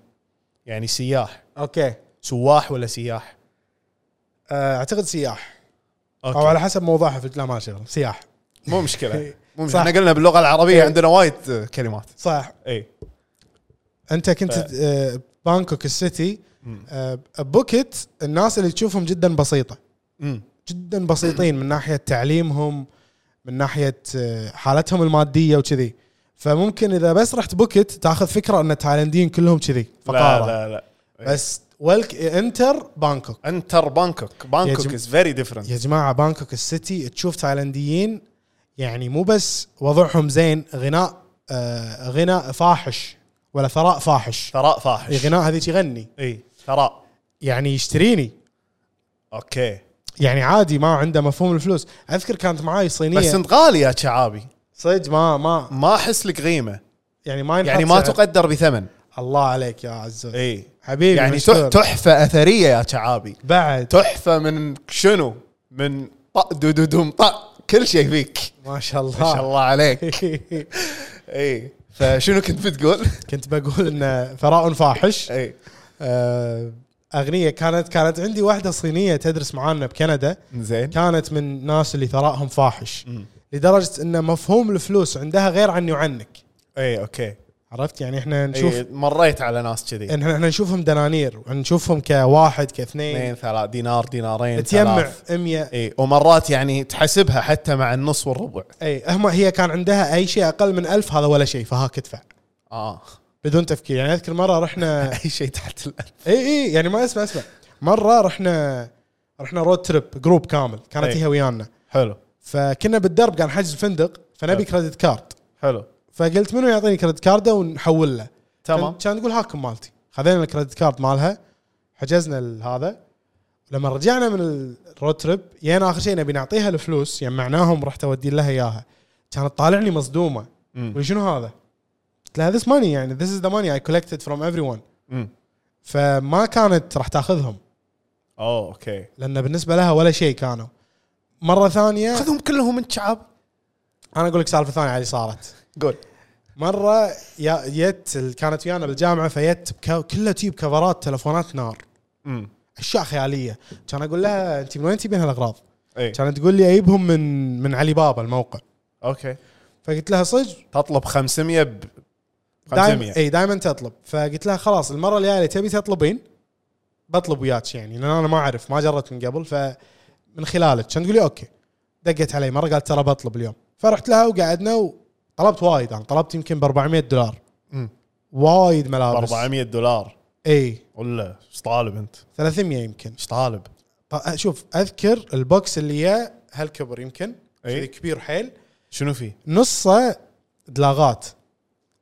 Speaker 4: يعني سياح
Speaker 2: اوكي
Speaker 4: سواح ولا سياح
Speaker 2: آه، اعتقد سياح
Speaker 4: أوكي.
Speaker 2: او على حسب موضوعها في لا ما شغل سياح
Speaker 4: مو مشكله مو
Speaker 2: صح.
Speaker 4: مشكله احنا قلنا باللغه العربيه
Speaker 2: إيه.
Speaker 4: عندنا وايد uh, كلمات
Speaker 2: صح
Speaker 4: اي
Speaker 2: انت كنت
Speaker 4: ف-
Speaker 2: آه، بانكوك السيتي آه، بوكيت الناس اللي تشوفهم جدا بسيطه
Speaker 4: امم
Speaker 2: جدا بسيطين من ناحيه تعليمهم من ناحيه آه، حالتهم الماديه وكذي فممكن اذا بس رحت بوكيت تاخذ فكره ان التايلنديين كلهم كذي
Speaker 4: لا إيه.
Speaker 2: فقاره
Speaker 4: لا لا
Speaker 2: بس ويلك انتر بانكوك
Speaker 4: انتر بانكوك بانكوك
Speaker 2: جم-
Speaker 4: از فيري ديفرنت
Speaker 2: يا جماعه بانكوك السيتي تشوف تايلنديين يعني مو بس وضعهم زين غناء آه، غناء فاحش ولا ثراء فاحش
Speaker 4: ثراء فاحش
Speaker 2: غناء هذيك يغني
Speaker 4: اي ثراء
Speaker 2: يعني يشتريني
Speaker 4: اوكي
Speaker 2: يعني عادي ما عنده مفهوم الفلوس اذكر كانت معاي صينيه
Speaker 4: بس انت غالي يا شعابي
Speaker 2: صدق ما ما
Speaker 4: ما احس لك قيمه
Speaker 2: يعني ما ينحط
Speaker 4: يعني ما
Speaker 2: سعر.
Speaker 4: تقدر بثمن
Speaker 2: الله عليك يا عزوز
Speaker 4: اي
Speaker 2: حبيبي
Speaker 4: يعني
Speaker 2: مشكور.
Speaker 4: تح- تحفه اثريه يا شعابي
Speaker 2: بعد
Speaker 4: تحفه من شنو؟ من طق دودودوم طق كل شيء فيك
Speaker 2: ما شاء الله
Speaker 4: ما شاء الله عليك اي فشنو كنت بتقول؟
Speaker 2: كنت بقول انه ثراء فاحش
Speaker 4: اي
Speaker 2: آه، اغنيه كانت كانت عندي واحده صينيه تدرس معانا بكندا
Speaker 4: زين
Speaker 2: كانت من الناس اللي ثراءهم فاحش لدرجه ان مفهوم الفلوس عندها غير عني وعنك
Speaker 4: اي اوكي
Speaker 2: عرفت يعني احنا نشوف
Speaker 4: اي مريت على ناس كذي
Speaker 2: احنا احنا نشوفهم دنانير ونشوفهم كواحد كاثنين
Speaker 4: اثنين ثلاث دينار دينارين
Speaker 2: تجمع
Speaker 4: ثلاث.
Speaker 2: 100
Speaker 4: اي ومرات يعني تحسبها حتى مع النص والربع
Speaker 2: اي إيه، هم هي كان عندها اي شيء اقل من ألف هذا ولا شيء فهاك ادفع
Speaker 4: اه
Speaker 2: بدون تفكير يعني اذكر مره رحنا
Speaker 4: اي شيء تحت الألف.
Speaker 2: اي اي يعني ما اسمع اسمع مره رحنا رحنا رود تريب جروب كامل كانت
Speaker 4: إي.
Speaker 2: هي ويانا
Speaker 4: حلو
Speaker 2: فكنا بالدرب قاعد نحجز فندق
Speaker 4: حلو.
Speaker 2: فنبي كريدت كارد
Speaker 4: حلو
Speaker 2: فقلت منو يعطيني كريدت كارده ونحول له
Speaker 4: تمام
Speaker 2: كان- كان تقول هاكم مالتي خذينا الكريدت كارد مالها حجزنا ال- هذا لما رجعنا من الرود تريب جينا اخر شيء نبي نعطيها الفلوس جمعناهم رحت اودي لها اياها كانت طالعني مصدومه
Speaker 4: مم.
Speaker 2: قولي شنو هذا؟ قلت لها ذس ماني يعني ذس از ذا ماني اي كولكتد فروم ايفري ون
Speaker 4: مم.
Speaker 2: فما كانت راح تاخذهم
Speaker 4: اوه اوكي
Speaker 2: لان بالنسبه لها ولا شيء كانوا مره ثانيه
Speaker 4: خذهم كلهم انت شعب
Speaker 2: انا اقول لك سالفه ثانيه علي صارت
Speaker 4: قول
Speaker 2: مره يا- جت ال- كانت ويانا بالجامعه فيت بك- كلها تجيب كفرات تلفونات نار
Speaker 4: امم
Speaker 2: اشياء خياليه كان اقول لها انت من وين تجيبين هالاغراض؟
Speaker 4: اي
Speaker 2: كانت تقول لي اجيبهم من من علي بابا الموقع
Speaker 4: اوكي
Speaker 2: فقلت لها صدق
Speaker 4: تطلب 500 ب
Speaker 2: دايم
Speaker 4: 500
Speaker 2: اي دائما تطلب فقلت لها خلاص المره الجايه اللي تبي تطلبين بطلب وياك يعني لان انا ما اعرف ما جربت من قبل فمن خلالك كان تقول لي اوكي دقت علي مره قالت ترى بطلب اليوم فرحت لها وقعدنا وطلبت وايد انا طلبت يمكن ب 400 دولار
Speaker 4: مم.
Speaker 2: وايد
Speaker 4: ب
Speaker 2: ملابس
Speaker 4: 400 دولار
Speaker 2: اي
Speaker 4: ولا ايش طالب انت؟
Speaker 2: 300 يمكن
Speaker 4: ايش طالب؟
Speaker 2: ط- طيب، شوف اذكر البوكس اللي جاء هالكبر يمكن
Speaker 4: إي.
Speaker 2: كذي كبير حيل
Speaker 4: شنو فيه؟
Speaker 2: نصه دلاغات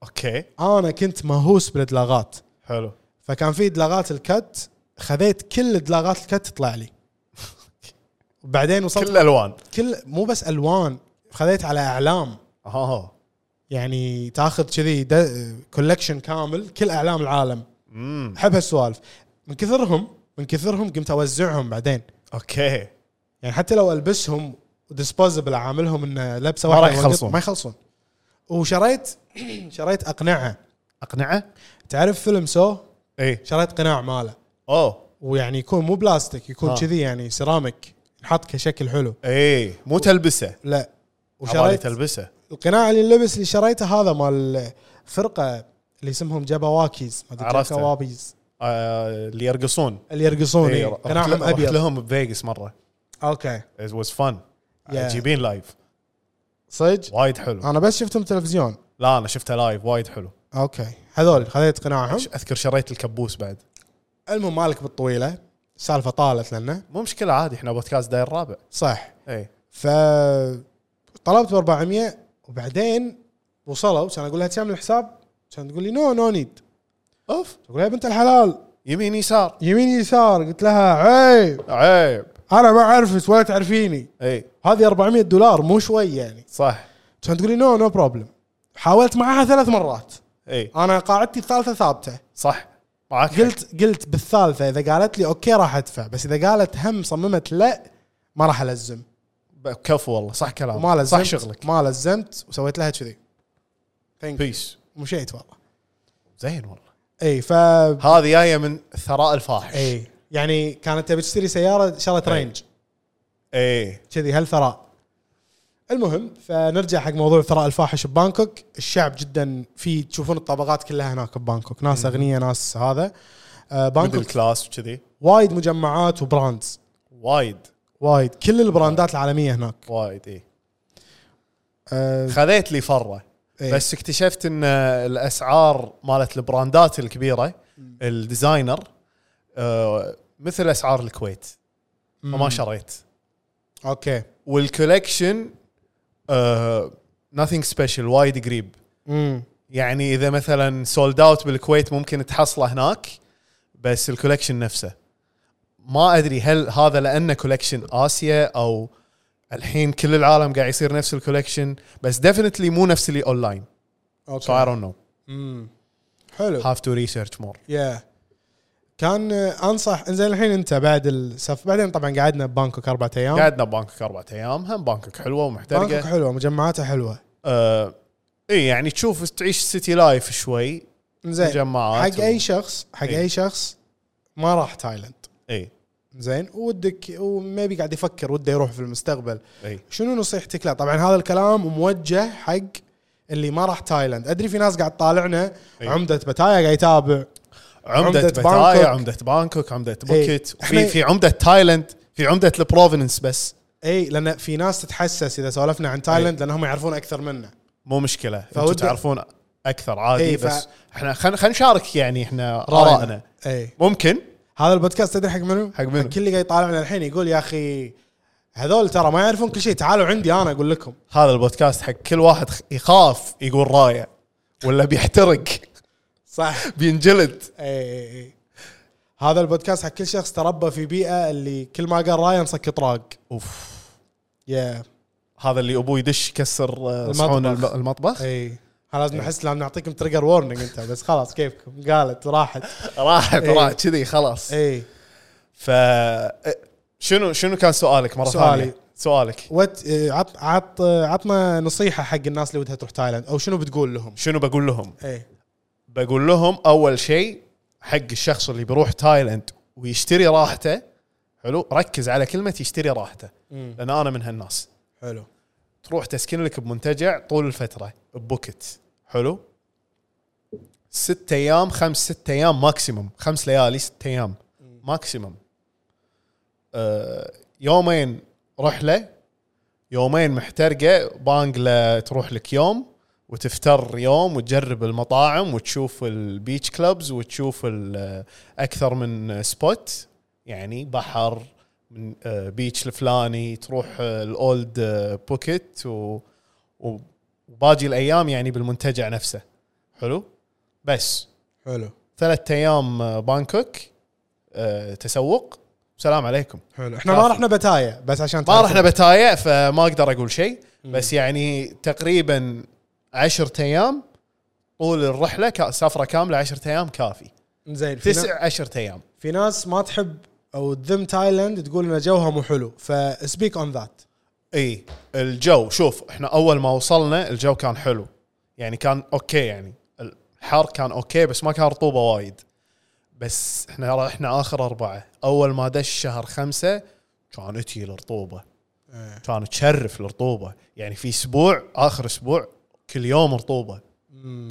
Speaker 4: اوكي
Speaker 2: انا كنت مهووس بالدلاغات
Speaker 4: حلو
Speaker 2: فكان في دلاغات الكت خذيت كل دلاغات الكت تطلع لي وبعدين وصلت
Speaker 4: كل الوان
Speaker 2: كل مو بس الوان خذيت على اعلام
Speaker 4: اه
Speaker 2: يعني تاخذ كذي كولكشن كامل كل اعلام العالم
Speaker 4: امم
Speaker 2: احب هالسوالف من كثرهم من كثرهم قمت اوزعهم بعدين
Speaker 4: اوكي
Speaker 2: يعني حتى لو البسهم وديسبوزبل اعاملهم ان لبسه
Speaker 4: ما
Speaker 2: واحده
Speaker 4: راح يخلصون.
Speaker 2: ما يخلصون وشريت شريت اقنعه
Speaker 4: اقنعه؟
Speaker 2: تعرف فيلم سو
Speaker 4: اي
Speaker 2: شريت قناع ماله
Speaker 4: اوه
Speaker 2: ويعني يكون مو بلاستيك يكون
Speaker 4: آه.
Speaker 2: كذي يعني سيراميك نحط كشكل حلو
Speaker 4: اي إيه. مو تلبسه
Speaker 2: لا
Speaker 4: عبالي
Speaker 2: وشريت
Speaker 4: تلبسه
Speaker 2: القناع اللي اللبس اللي شريته هذا مال فرقه اللي اسمهم جبواكيز ما أدري
Speaker 4: عرفته.
Speaker 2: كوابيز
Speaker 4: آه، اللي يرقصون
Speaker 2: اللي يرقصون
Speaker 4: إي،
Speaker 2: إيه.
Speaker 4: رحت
Speaker 2: قناعهم
Speaker 4: لهم- رحت
Speaker 2: ابيض
Speaker 4: لهم بفيجاس مره
Speaker 2: اوكي
Speaker 4: it was fun
Speaker 2: Yeah.
Speaker 4: جيبين لايف
Speaker 2: صدق
Speaker 4: وايد حلو
Speaker 2: انا بس شفتهم تلفزيون
Speaker 4: لا انا شفته لايف وايد حلو
Speaker 2: اوكي هذول خذيت قناعهم
Speaker 4: ش- اذكر شريت الكبوس بعد
Speaker 2: المهم مالك بالطويله السالفه طالت لنا
Speaker 4: مو مشكله عادي احنا بودكاست داير الرابع
Speaker 2: صح
Speaker 4: اي
Speaker 2: ف طلبت ب 400 وبعدين وصلوا كان اقول لها كم الحساب؟ كان تقول لي نو نو نيد
Speaker 4: اوف
Speaker 2: اقول لها يا بنت الحلال
Speaker 4: يمين يسار
Speaker 2: يمين يسار قلت لها عيب
Speaker 4: عيب
Speaker 2: انا ما اعرفك ولا تعرفيني
Speaker 4: اي
Speaker 2: هذه 400 دولار مو شوي يعني
Speaker 4: صح
Speaker 2: كان تقول لي نو نو بروبلم حاولت معاها ثلاث مرات
Speaker 4: اي
Speaker 2: انا قاعدتي الثالثه ثابته
Speaker 4: إيه. صح معك حق.
Speaker 2: قلت قلت بالثالثه اذا قالت لي اوكي راح ادفع بس اذا قالت هم صممت لا ما راح الزم
Speaker 4: ب- كفو والله صح كلامك
Speaker 2: ما لزمت
Speaker 4: صح شغلك
Speaker 2: ما لزمت وسويت لها كذي Thank you.
Speaker 4: بيس
Speaker 2: مشيت والله
Speaker 4: زين والله
Speaker 2: اي ف
Speaker 4: هذه جايه من ثراء الفاحش
Speaker 2: اي يعني كانت تبي تشتري سياره شرت
Speaker 4: إي.
Speaker 2: رينج
Speaker 4: اي
Speaker 2: كذي هالثراء المهم فنرجع حق موضوع الثراء الفاحش ببانكوك الشعب جدا في تشوفون الطبقات كلها هناك ببانكوك ناس اغنياء ناس هذا آه،
Speaker 4: ميدل
Speaker 2: بانكوك
Speaker 4: كلاس وكذي
Speaker 2: وايد مجمعات وبراندز
Speaker 4: وايد
Speaker 2: وايد كل البراندات العالميه هناك
Speaker 4: وايد إيه. اي
Speaker 2: آه،
Speaker 4: خذيت لي فره
Speaker 2: إي.
Speaker 4: بس اكتشفت ان الاسعار مالت البراندات الكبيره الديزاينر آه، مثل اسعار الكويت فما شريت
Speaker 2: اوكي
Speaker 4: والكولكشن uh, nothing سبيشل وايد قريب
Speaker 2: امم
Speaker 4: يعني اذا مثلا سولد اوت بالكويت ممكن تحصله هناك بس الكولكشن نفسه ما ادري هل هذا لانه كولكشن اسيا او الحين كل العالم قاعد يصير نفس الكولكشن بس ديفنتلي مو نفس اللي اونلاين so I
Speaker 2: اوكي
Speaker 4: don't know
Speaker 2: امم حلو
Speaker 4: have to research more
Speaker 2: يا كان آه، انصح انزين الحين انت بعد السف بعدين طبعا قعدنا ببانكوك اربع ايام
Speaker 4: قعدنا ببانكوك اربع ايام هم بانكوك حلوه
Speaker 2: بانكوك
Speaker 4: ومحترقه
Speaker 2: حلوه مجمعاتها حلوه
Speaker 4: آه اي يعني تشوف تعيش سيتي لايف شوي
Speaker 2: زين
Speaker 4: مجمعات
Speaker 2: حق اي
Speaker 4: و-
Speaker 2: شخص حق
Speaker 4: إيه.
Speaker 2: اي شخص ما راح تايلند
Speaker 4: اي
Speaker 2: زين ودك وميبي قاعد يفكر وده يروح في المستقبل
Speaker 4: اي
Speaker 2: شنو نصيحتك له طبعا هذا الكلام موجه حق اللي ما راح تايلند ادري في ناس قاعد طالعنا
Speaker 4: إيه.
Speaker 2: عمده بتايا قاعد يتابع
Speaker 4: عمدة,
Speaker 2: عمدة
Speaker 4: باتايا
Speaker 2: بانكوك.
Speaker 4: عمدة بانكوك عمدة
Speaker 2: إيه.
Speaker 4: بوكيت
Speaker 2: إحنا-
Speaker 4: في في عمدة تايلند في عمدة البروفننس بس
Speaker 2: اي لان إيه، في ناس تتحسس اذا سولفنا عن تايلند لانهم يعرفون اكثر منا
Speaker 4: مو مشكلة انتم
Speaker 2: فودي-
Speaker 4: تعرفون اكثر عادي
Speaker 2: إيه،
Speaker 4: إيه
Speaker 2: ف-
Speaker 4: بس احنا خلينا خلينا نشارك يعني احنا ارائنا
Speaker 2: اي
Speaker 4: ممكن
Speaker 2: هذا البودكاست تدري حق منو؟
Speaker 4: حق منو؟
Speaker 2: كل اللي قاعد يطالعنا الحين يقول يا اخي هذول ترى ما يعرفون كل شيء تعالوا عندي انا اقول لكم
Speaker 4: هذا البودكاست حق كل واحد خ- يخاف يقول رايه ولا بيحترق
Speaker 2: صح
Speaker 4: بينجلد
Speaker 2: اي اي اي إيه، هذا البودكاست حق كل شخص تربى في بيئه اللي كل ما قال رايه مسكت راق
Speaker 4: اوف
Speaker 2: يا
Speaker 4: هذا اللي ابوه يدش يكسر آه،
Speaker 2: المطبخ. إيه.
Speaker 4: صحون الب- المطبخ
Speaker 2: اي ها
Speaker 4: إيه.
Speaker 2: لازم احس لازم نعطيكم تريجر وورنينج انت بس خلاص كيفكم قالت راحت
Speaker 4: راحت
Speaker 2: إيه.
Speaker 4: راحت كذي خلاص
Speaker 2: اي
Speaker 4: ف إيه، شنو شنو كان سؤالك مره
Speaker 2: سؤالي.
Speaker 4: ثانيه سؤالك
Speaker 2: وات إيه، عط عط عطنا نصيحه حق الناس اللي ودها تروح تايلاند او شنو بتقول لهم؟
Speaker 4: شنو بقول لهم
Speaker 2: اي
Speaker 4: بقول لهم اول شيء حق الشخص اللي بيروح تايلند ويشتري راحته حلو ركز على كلمه يشتري راحته لان انا من هالناس
Speaker 2: حلو
Speaker 4: تروح تسكن لك بمنتجع طول الفتره ببوكت حلو ست ايام خمس ست ايام ماكسيموم خمس ليالي ست ايام ماكسيموم آه يومين رحله يومين محترقه بانجلا تروح لك يوم وتفتر يوم وتجرب المطاعم وتشوف البيتش كلبز وتشوف ال- اكثر من سبوت يعني بحر من آه، بيتش الفلاني تروح آه، الاولد آه، بوكيت و- و- وباقي الايام يعني بالمنتجع نفسه حلو بس
Speaker 2: حلو
Speaker 4: ثلاث ايام آه، بانكوك آه، تسوق سلام عليكم
Speaker 2: حلو احنا ما
Speaker 4: كافي.
Speaker 2: رحنا بتايا بس عشان
Speaker 4: ما
Speaker 2: تعرفون.
Speaker 4: رحنا بتايا فما اقدر اقول شيء بس يعني تقريبا عشرة ايام طول الرحله كا- سفره كامله عشرة ايام كافي
Speaker 2: زين في نا-
Speaker 4: تسع عشرة ايام
Speaker 2: في ناس ما تحب او تذم تايلاند تقول ان جوها مو حلو فسبيك اون ذات
Speaker 4: اي إيه، الجو شوف احنا اول ما وصلنا الجو كان حلو يعني كان اوكي يعني الحر كان اوكي بس ما كان رطوبه وايد بس احنا رحنا اخر اربعه اول ما دش شهر خمسه كان تجي الرطوبه
Speaker 2: إيه.
Speaker 4: كان تشرف الرطوبه يعني في اسبوع اخر اسبوع كل يوم رطوبه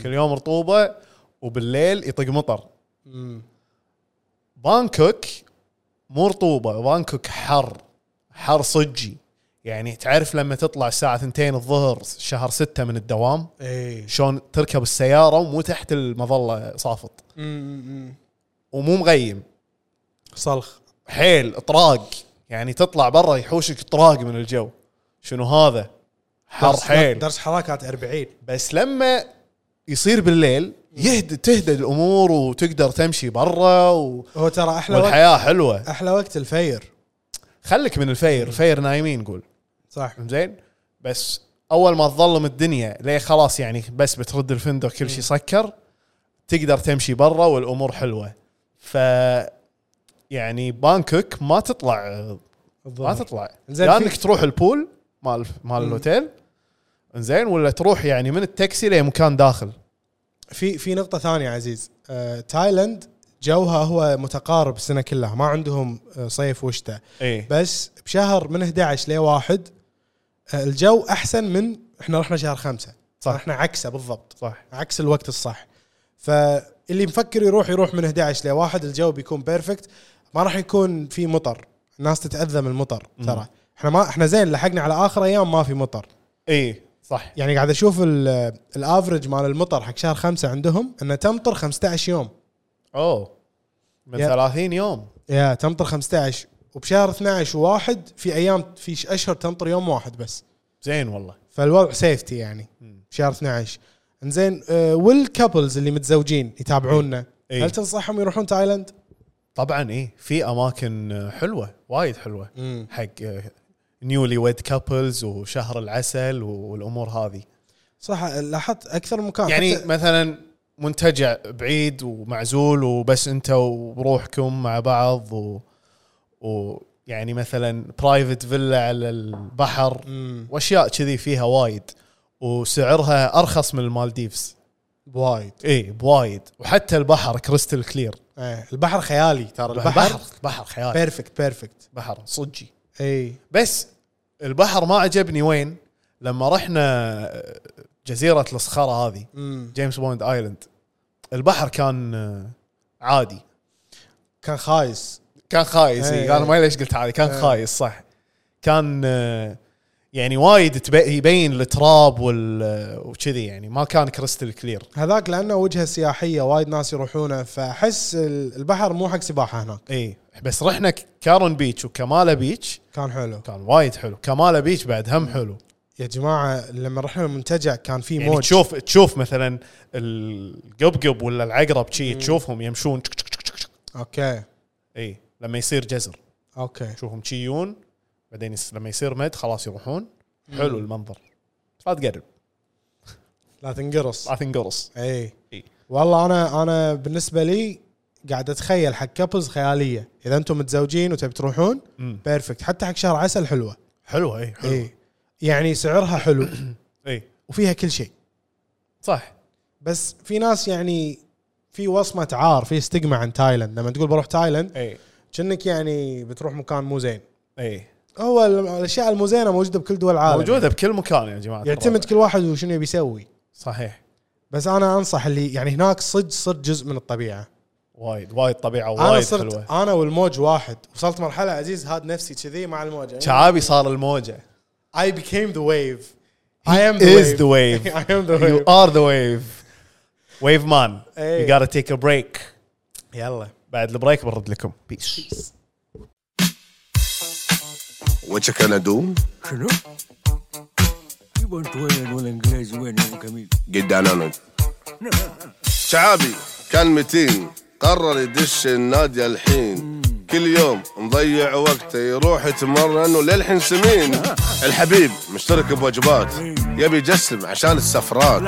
Speaker 4: كل يوم رطوبه وبالليل يطق مطر
Speaker 2: أمم.
Speaker 4: بانكوك مو رطوبه بانكوك حر حر صجي يعني تعرف لما تطلع الساعه 2 الظهر شهر 6 من الدوام
Speaker 2: اي
Speaker 4: شلون تركب السياره ومو تحت المظله صافط
Speaker 2: أمم.
Speaker 4: ومو مغيم
Speaker 2: صلخ
Speaker 4: حيل اطراق يعني تطلع برا يحوشك اطراق من الجو شنو هذا حر
Speaker 2: درس-
Speaker 4: حيل
Speaker 2: درس حراره كانت 40
Speaker 4: بس لما يصير بالليل يهد تهدى الامور وتقدر تمشي برا و...
Speaker 2: هو ترى احلى وقت
Speaker 4: والحياه حلوه
Speaker 2: احلى وقت الفير
Speaker 4: خلك من الفير الفير نايمين قول
Speaker 2: صح
Speaker 4: زين بس اول ما تظلم الدنيا ليه خلاص يعني بس بترد الفندق كل شيء سكر تقدر تمشي برا والامور حلوه ف يعني بانكوك ما تطلع ما
Speaker 2: الظهر.
Speaker 4: تطلع
Speaker 2: إنزين،
Speaker 4: يا
Speaker 2: في-
Speaker 4: انك تروح البول مال مال الاوتيل انزين ولا تروح يعني من التاكسي لمكان داخل
Speaker 2: في في نقطه ثانيه عزيز آه، تايلاند جوها هو متقارب السنه كلها ما عندهم آه، صيف وشتاء
Speaker 4: اي
Speaker 2: بس بشهر من 11 ل 1 آه، الجو احسن من احنا رحنا شهر خمسة صح احنا عكسه بالضبط
Speaker 4: صح
Speaker 2: عكس الوقت الصح فاللي مفكر يروح يروح من 11 ل 1 الجو بيكون بيرفكت ما راح يكون في مطر الناس تتاذى من المطر ترى احنا ما احنا زين لحقنا على اخر ايام ما في مطر
Speaker 4: اي إيه، صح
Speaker 2: يعني قاعد اشوف ال- الافرج مال المطر حق شهر خمسة عندهم انه تمطر 15 يوم
Speaker 4: اوه من
Speaker 2: يا-
Speaker 4: 30 يوم
Speaker 2: يا تمطر 15 وبشهر 12 وواحد في ايام في اشهر تمطر يوم واحد بس
Speaker 4: زين والله
Speaker 2: فالوضع سيفتي يعني بشهر 12 انزين آه، والكابلز اللي متزوجين يتابعونا
Speaker 4: إيه.
Speaker 2: هل تنصحهم يروحون تايلاند؟
Speaker 4: طبعا اي إيه، في اماكن حلوه وايد حلوه
Speaker 2: مم.
Speaker 4: حق نيولي ويد كابلز وشهر العسل والامور هذه
Speaker 2: صح لاحظت اكثر مكان
Speaker 4: يعني
Speaker 2: حتى-
Speaker 4: مثلا منتجع بعيد ومعزول وبس انت وروحكم مع بعض و... يعني ويعني مثلا برايفت فيلا على البحر
Speaker 2: مم.
Speaker 4: واشياء كذي فيها وايد وسعرها ارخص من المالديفز
Speaker 2: وايد
Speaker 4: اي بوايد وحتى البحر كريستال كلير
Speaker 2: ايه البحر خيالي ترى
Speaker 4: البحر
Speaker 2: البحر
Speaker 4: بحر خيال
Speaker 2: بيرفكت بيرفكت
Speaker 4: بحر صجي
Speaker 2: اي
Speaker 4: بس البحر ما عجبني وين لما رحنا جزيره الصخره هذه
Speaker 2: مم.
Speaker 4: جيمس بوند ايلاند البحر كان آه، عادي
Speaker 2: كان خايس
Speaker 4: كان خايس إيه.
Speaker 2: إيه.
Speaker 4: انا ما ليش قلت عادي كان
Speaker 2: إيه.
Speaker 4: خايس صح كان آه، يعني وايد تب- يبين التراب وال آه، وكذي يعني ما كان كريستال كلير
Speaker 2: هذاك لانه وجهه سياحيه وايد ناس يروحونه فاحس ال- البحر مو حق سباحه هناك
Speaker 4: اي بس رحنا ك- كارون بيتش وكمالا بيتش
Speaker 2: كان حلو
Speaker 4: كان وايد حلو كمالا بيتش بعد هم حلو
Speaker 2: يا جماعه لما رحنا المنتجع كان في
Speaker 4: يعني
Speaker 2: موج
Speaker 4: تشوف تشوف مثلا القبقب ولا العقرب شي تشوفهم يمشون تشك تشك تشك تشك.
Speaker 2: اوكي
Speaker 4: اي لما يصير جزر
Speaker 2: اوكي
Speaker 4: تشوفهم شيون بعدين يس لما يصير مد خلاص يروحون حلو المنظر لا تقرب
Speaker 2: لا تنقرص
Speaker 4: لا تنقرص
Speaker 2: اي
Speaker 4: إي.
Speaker 2: إيه. والله انا انا بالنسبه لي قاعد اتخيل حق كابلز خياليه اذا انتم متزوجين وتبي تروحون
Speaker 4: مم.
Speaker 2: بيرفكت حتى حق شهر عسل حلوه
Speaker 4: حلوه اي حلوه اي,
Speaker 2: اي يعني سعرها حلو
Speaker 4: أي.
Speaker 2: وفيها كل شيء
Speaker 4: إيه، صح
Speaker 2: بس في ناس يعني في وصمه عار في استجمة عن تايلاند لما تقول بروح تايلاند
Speaker 4: اي
Speaker 2: كأنك يعني بتروح مكان مو زين
Speaker 4: اي
Speaker 2: هو ال- الاشياء المزينه موجوده بكل دول العالم
Speaker 4: موجوده بكل مكان يا جماعه
Speaker 2: يعتمد
Speaker 4: الرابع.
Speaker 2: كل واحد وشنو يبي يسوي
Speaker 4: صحيح
Speaker 2: بس انا انصح اللي يعني هناك صدق صرت جزء من الطبيعه
Speaker 4: وايد وايد طبيعه
Speaker 2: انا
Speaker 4: وايد
Speaker 2: صرت
Speaker 4: حلوه
Speaker 2: حلوة. انا والموج واحد وصلت مرحله عزيز هاد نفسي كذي مع الموج
Speaker 4: شعابي صار الموجه
Speaker 2: I became the wave I am the
Speaker 4: is
Speaker 2: wave.
Speaker 4: the wave.
Speaker 2: I am the
Speaker 4: You
Speaker 2: wave
Speaker 4: are the wave wave man you
Speaker 2: إيه.
Speaker 4: gotta take a break
Speaker 2: يلا
Speaker 4: بعد البريك برد لكم بيس
Speaker 5: What you gonna do?
Speaker 6: Hello? You want to wear an all English when you come in?
Speaker 5: Get down on it. شعبي كان متين قرر يدش النادي الحين كل يوم مضيع وقته يروح يتمرن وللحين سمين الحبيب مشترك بوجبات يبي يجسم عشان السفرات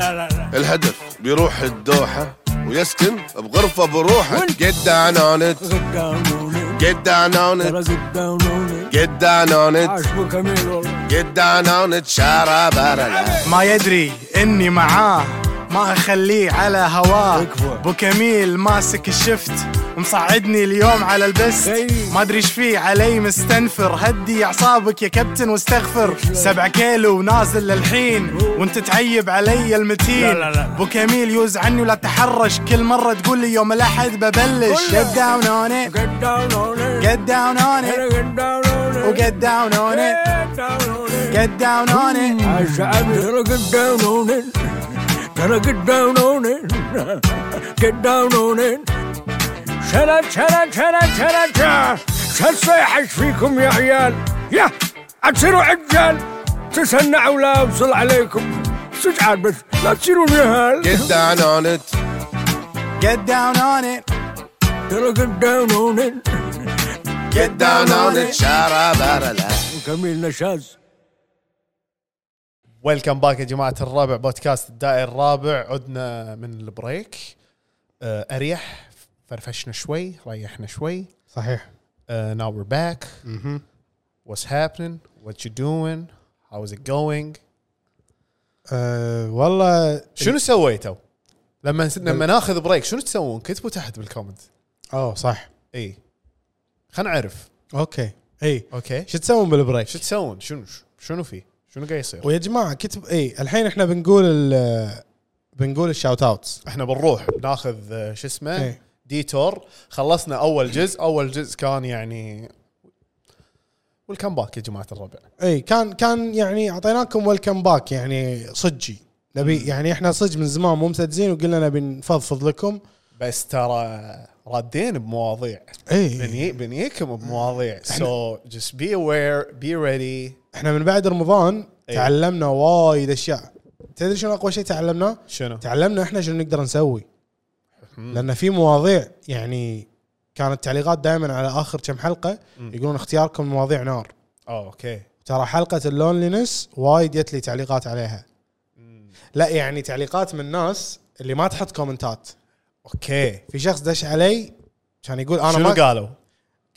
Speaker 5: الهدف بيروح الدوحة ويسكن بغرفة بروحه get down on it
Speaker 6: Sit down on
Speaker 5: get down on
Speaker 6: it. Tell
Speaker 5: it
Speaker 6: us sit down on it.
Speaker 5: get down on it
Speaker 6: عاش بكمال والله.
Speaker 5: get down on it شارع برا
Speaker 7: ما يدري اني معاه ما اخليه على هواه بو كميل ماسك الشفت مصعدني اليوم على البست ما ادري ايش فيه علي مستنفر هدي اعصابك يا كابتن واستغفر سبعة كيلو ونازل للحين وانت تعيب علي المتين بو كميل يوز عني ولا تحرش كل مرة تقول لي يوم الاحد ببلش get down on it
Speaker 6: Get down on it.
Speaker 7: get down on it
Speaker 6: Get down on it.
Speaker 7: و get down on it
Speaker 6: Get down on it.
Speaker 7: get down on it
Speaker 6: الشعبي ترى get down on it. ترى get down on it. Get down on it. شلا شلا شلا شلا شلا. شو الصيح ايش فيكم يا عيال؟ يا تصيروا عجال تسنعوا لا وصل عليكم سجعان بس لا تصيرون رهال
Speaker 5: Get down on it.
Speaker 7: get down on it
Speaker 6: ترى get down on it.
Speaker 7: get
Speaker 5: Down on it. شارابارلا.
Speaker 6: جميل نشاز
Speaker 4: ويلكم باك يا جماعه الرابع بودكاست الدائر الرابع عدنا من البريك آه، اريح فرفشنا شوي ريحنا شوي
Speaker 2: صحيح
Speaker 4: uh, now we're back. What's happening? What you doing? How is it going?
Speaker 2: أه والله
Speaker 4: شنو سويتوا؟ لما نس- لما ناخذ بريك شنو تسوون؟ كتبوا تحت بالكومنت.
Speaker 2: اوه صح
Speaker 4: اي خلينا نعرف.
Speaker 2: اوكي اي
Speaker 4: اوكي.
Speaker 2: شو تسوون بالبريك؟
Speaker 4: شو تسوون؟ شنو شنو في؟ شنو قاعد يصير؟
Speaker 2: ويا جماعه كتب اي الحين احنا بنقول ال- بنقول الشاوت اوتس
Speaker 4: احنا بنروح بناخذ آه، شو اسمه؟
Speaker 2: إيه.
Speaker 4: ديتور خلصنا اول جزء، اول جزء كان يعني والكم باك يا جماعه الربع.
Speaker 2: اي كان كان يعني اعطيناكم ويلكم باك يعني صجي نبي يعني احنا صج من زمان مو مسدزين وقلنا نبي نفضفض لكم
Speaker 4: بس ترى رادين بمواضيع
Speaker 2: اي
Speaker 4: بني بنيكم بمواضيع سو جست بي اوير بي ريدي
Speaker 2: احنا من بعد رمضان
Speaker 4: إي.
Speaker 2: تعلمنا وايد اشياء تدري شنو اقوى شيء تعلمناه؟
Speaker 4: شنو؟
Speaker 2: تعلمنا احنا شنو نقدر نسوي لان في مواضيع يعني كانت تعليقات دائما على اخر كم حلقه يقولون اختياركم مواضيع نار
Speaker 4: أوه، اوكي
Speaker 2: ترى حلقه اللونلينس وايد جت لي تعليقات عليها لا يعني تعليقات من ناس اللي ما تحط كومنتات
Speaker 4: اوكي
Speaker 2: في شخص دش علي كان يقول انا
Speaker 4: شنو
Speaker 2: ما
Speaker 4: قالوا؟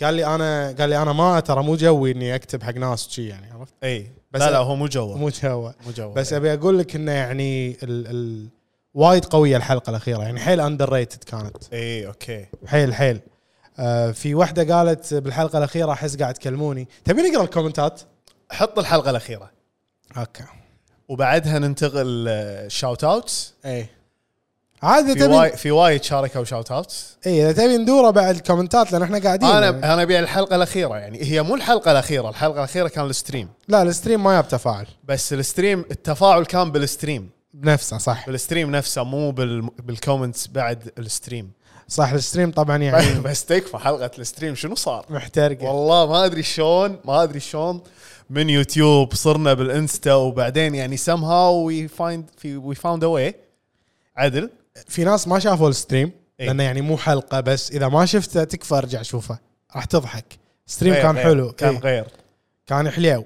Speaker 2: قال لي انا قال لي انا ما ترى مو جوي اني اكتب حق ناس شي يعني عرفت
Speaker 4: اي
Speaker 2: بس
Speaker 4: إيه. لا لا
Speaker 2: أ-
Speaker 4: هو مو جوا
Speaker 2: مو جوه
Speaker 4: مو جوا
Speaker 2: بس
Speaker 4: إي.
Speaker 2: ابي اقول لك انه يعني ال ال وايد قويه الحلقه الاخيره يعني حيل اندر ريتد كانت
Speaker 4: اي اوكي
Speaker 2: حيل حيل آه في واحده قالت بالحلقه الاخيره احس قاعد تكلموني تبي نقرا الكومنتات
Speaker 4: حط الحلقه الاخيره
Speaker 2: اوكي
Speaker 4: وبعدها ننتقل شاوت اوتس
Speaker 2: اي عادي
Speaker 4: في
Speaker 2: تبي
Speaker 4: وايد في وايد شاركوا شاوت اوتس
Speaker 2: اي اذا تبي ندوره بعد الكومنتات لان احنا قاعدين
Speaker 4: انا
Speaker 2: أنا...
Speaker 4: انا ابي الحلقه الاخيره يعني هي مو الحلقه الاخيره الحلقه الاخيره كان الستريم
Speaker 2: لا الستريم ما ياب تفاعل
Speaker 4: بس الستريم التفاعل كان بالستريم
Speaker 2: بنفسه صح
Speaker 4: بالستريم نفسه مو بال... بالكومنتس بعد الستريم
Speaker 2: صح الستريم طبعا يعني
Speaker 4: بس تكفى حلقه الستريم شنو صار؟
Speaker 2: محترقه
Speaker 4: والله ما ادري شلون ما ادري شلون من يوتيوب صرنا بالانستا وبعدين يعني سم هاو وي فايند في وي فاوند اواي عدل
Speaker 2: في ناس ما شافوا الستريم
Speaker 4: إي.
Speaker 2: لانه يعني مو حلقه بس اذا ما شفته تكفى ارجع شوفه راح تضحك ستريم
Speaker 4: غير-
Speaker 2: كان
Speaker 4: غير.
Speaker 2: حلو
Speaker 4: كان
Speaker 2: إي.
Speaker 4: غير
Speaker 2: كان حليو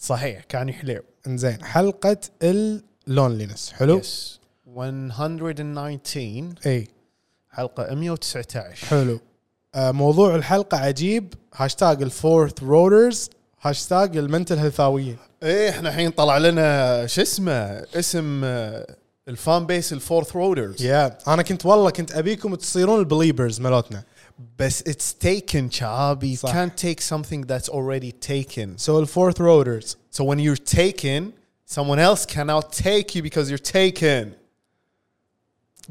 Speaker 4: صحيح كان حلو
Speaker 2: انزين حلقه اللونلينس حلو
Speaker 4: يس 119
Speaker 2: اي
Speaker 4: حلقه 119
Speaker 2: حلو آه، موضوع الحلقة عجيب هاشتاج الفورث رودرز هاشتاج المنتل هيلثاويين
Speaker 4: ايه احنا الحين طلع لنا شو اسمه اسم آه، الفان بيس الفورث رودرز
Speaker 2: يا انا كنت والله كنت ابيكم تصيرون البليبرز مالتنا
Speaker 4: بس اتس تيكن شعابي
Speaker 2: صح.
Speaker 4: كان تيك something that's already taken
Speaker 2: سو الفورث رودرز
Speaker 4: So when you're taken, someone else cannot take you because you're taken.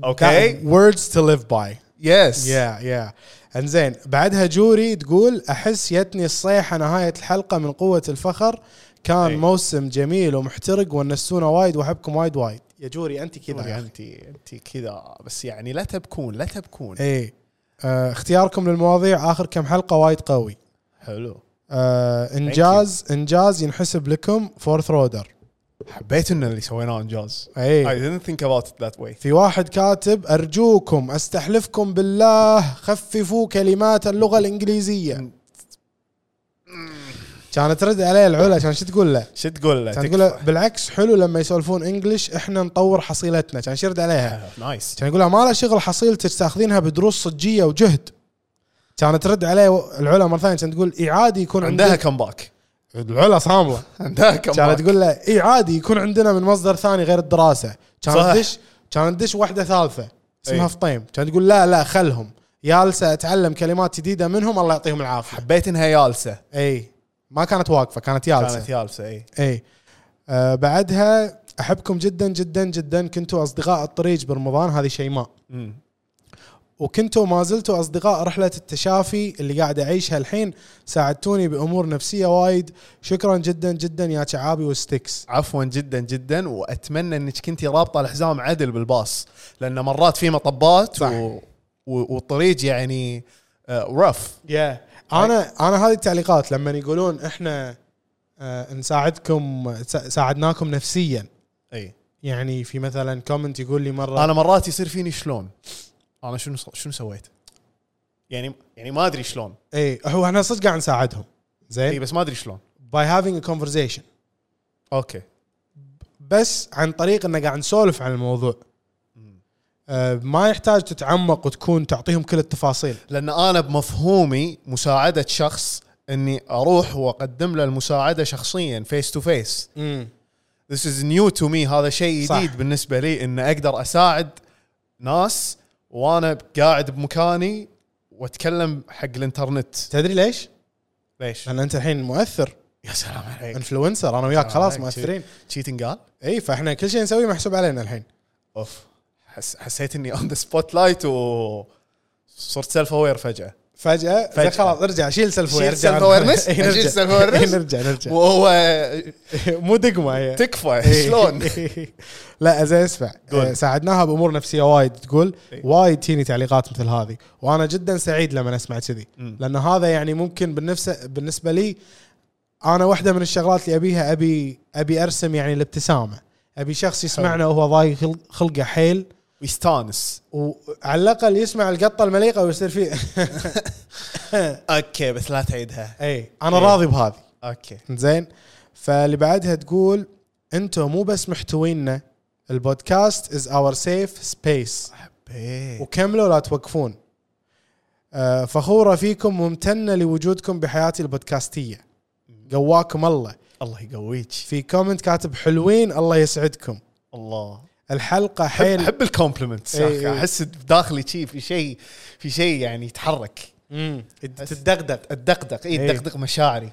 Speaker 4: Okay.
Speaker 2: ووردز تو ليف باي
Speaker 4: Yes.
Speaker 2: يا يا انزين بعدها جوري تقول احس يتني الصيحة نهاية الحلقة من قوة الفخر كان
Speaker 4: أي.
Speaker 2: موسم جميل ومحترق ونسونا وايد واحبكم وايد وايد يا جوري يعني. انت كذا يا أخي.
Speaker 4: انت انت كذا بس يعني لا تبكون لا تبكون
Speaker 2: اي آه، اختياركم للمواضيع اخر كم حلقة وايد قوي
Speaker 4: حلو
Speaker 2: آه انجاز انجاز ينحسب لكم فورث رودر
Speaker 4: حبيت ان اللي سويناه انجاز I
Speaker 2: اي
Speaker 4: didn't think about it that way
Speaker 2: في واحد كاتب ارجوكم استحلفكم بالله خففوا كلمات اللغه الانجليزيه كانت ترد عليه العلا كان شو تقول له؟
Speaker 4: شو تقول له؟
Speaker 2: كان تقول له بالعكس حلو لما يسولفون انجلش احنا نطور حصيلتنا كان شو يرد عليها؟
Speaker 4: آه، نايس
Speaker 2: كان يقول لها ما له شغل حصيلتك تاخذينها بدروس صجيه وجهد كانت ترد عليه العلا مره ثانيه كانت تقول اي عادي يكون
Speaker 4: عندها
Speaker 2: عندك
Speaker 4: كمباك
Speaker 2: العلا صامله
Speaker 4: عندها كمباك
Speaker 2: كانت تقول له اي عادي يكون عندنا من مصدر ثاني غير الدراسه
Speaker 4: صح. إيه.
Speaker 2: كانت تدش كانت تدش واحده ثالثه اسمها فطيم كانت تقول لا لا خلهم يالسه اتعلم كلمات جديده منهم الله يعطيهم العافيه
Speaker 4: حبيت انها يالسه
Speaker 2: اي ما كانت واقفه كانت يالسه
Speaker 4: كانت يالسه اي
Speaker 2: اي آه بعدها احبكم جدا جدا جدا كنتوا اصدقاء الطريق برمضان هذه شيماء وكنتوا ما زلتوا اصدقاء رحله التشافي اللي قاعد اعيشها الحين ساعدتوني بامور نفسيه وايد شكرا جدا جدا يا شعابي وستكس
Speaker 4: عفوا جدا جدا واتمنى انك كنتي رابطه الحزام عدل بالباص لان مرات في مطبات
Speaker 2: صح.
Speaker 4: و... و... والطريق يعني رف
Speaker 2: يا انا انا هذه التعليقات لما يقولون احنا آه نساعدكم سا- ساعدناكم نفسيا
Speaker 4: اي
Speaker 2: يعني في مثلا كومنت يقول لي مره
Speaker 4: انا مرات يصير فيني شلون انا شنو شنو سويت يعني يعني ما ادري شلون
Speaker 2: اي إيه، هو احنا صدق قاعد نساعدهم
Speaker 4: اي
Speaker 2: زين
Speaker 4: إيه، بس ما ادري شلون
Speaker 2: باي هافينج كونفرزيشن
Speaker 4: اوكي
Speaker 2: بس عن طريق ان قاعد نسولف عن الموضوع آه، ما يحتاج تتعمق وتكون تعطيهم كل التفاصيل
Speaker 4: لان انا بمفهومي مساعده شخص اني اروح واقدم له المساعده شخصيا فيس تو فيس This is new to me هذا شيء
Speaker 2: صح.
Speaker 4: جديد بالنسبه لي ان اقدر اساعد ناس وانا قاعد بمكاني واتكلم حق الانترنت
Speaker 2: تدري ليش؟
Speaker 4: ليش؟
Speaker 2: لان انت الحين مؤثر
Speaker 4: يا سلام عليك
Speaker 2: انفلونسر انا وياك خلاص مؤثرين
Speaker 4: تشيتنج قال
Speaker 2: اي فاحنا كل شيء نسويه محسوب علينا الحين
Speaker 4: اوف حس حسيت اني اون ذا سبوت لايت و صرت سيلف اوير فجاه
Speaker 2: فجاه
Speaker 4: فجأة.
Speaker 2: فجأة. خلاص ارجع شيل سيلف
Speaker 4: شيل self awareness؟ أشيل self awareness؟
Speaker 2: نرجع نرجع
Speaker 4: وهو
Speaker 2: مو دقمه هي
Speaker 4: تكفى
Speaker 2: إيه.
Speaker 4: شلون؟
Speaker 2: لا زين اسمع آه، ساعدناها بامور نفسيه وايد تقول وايد تجيني تعليقات مثل هذه وانا جدا سعيد لما اسمع كذي لان هذا يعني ممكن بالنفس بالنسبه لي انا واحده من الشغلات اللي ابيها ابي ابي ارسم يعني الابتسامه ابي شخص يسمعنا وهو ضايق خل- خلقه حيل
Speaker 4: ويستانس
Speaker 2: وعلى الاقل يسمع القطه المليقه ويصير فيه
Speaker 4: اوكي بس لا تعيدها
Speaker 2: اي
Speaker 4: إيه.
Speaker 2: انا إيه، راضي بهذه
Speaker 4: اوكي
Speaker 2: زين فاللي بعدها تقول انتم مو بس محتوينا البودكاست از اور سيف سبيس وكملوا لا توقفون آه، فخوره فيكم ممتنه لوجودكم بحياتي البودكاستيه قواكم الله
Speaker 4: الله يقويك
Speaker 2: في كومنت كاتب حلوين الله يسعدكم
Speaker 4: الله
Speaker 2: الحلقه
Speaker 4: حيل
Speaker 2: حيل
Speaker 4: احب الكومبلمنت
Speaker 2: إيه، إيه.
Speaker 4: احس بداخلي شي في شيء في شيء يعني يتحرك
Speaker 2: تدقدق
Speaker 4: الدقدق اي
Speaker 2: إيه.
Speaker 4: الدقدق مشاعري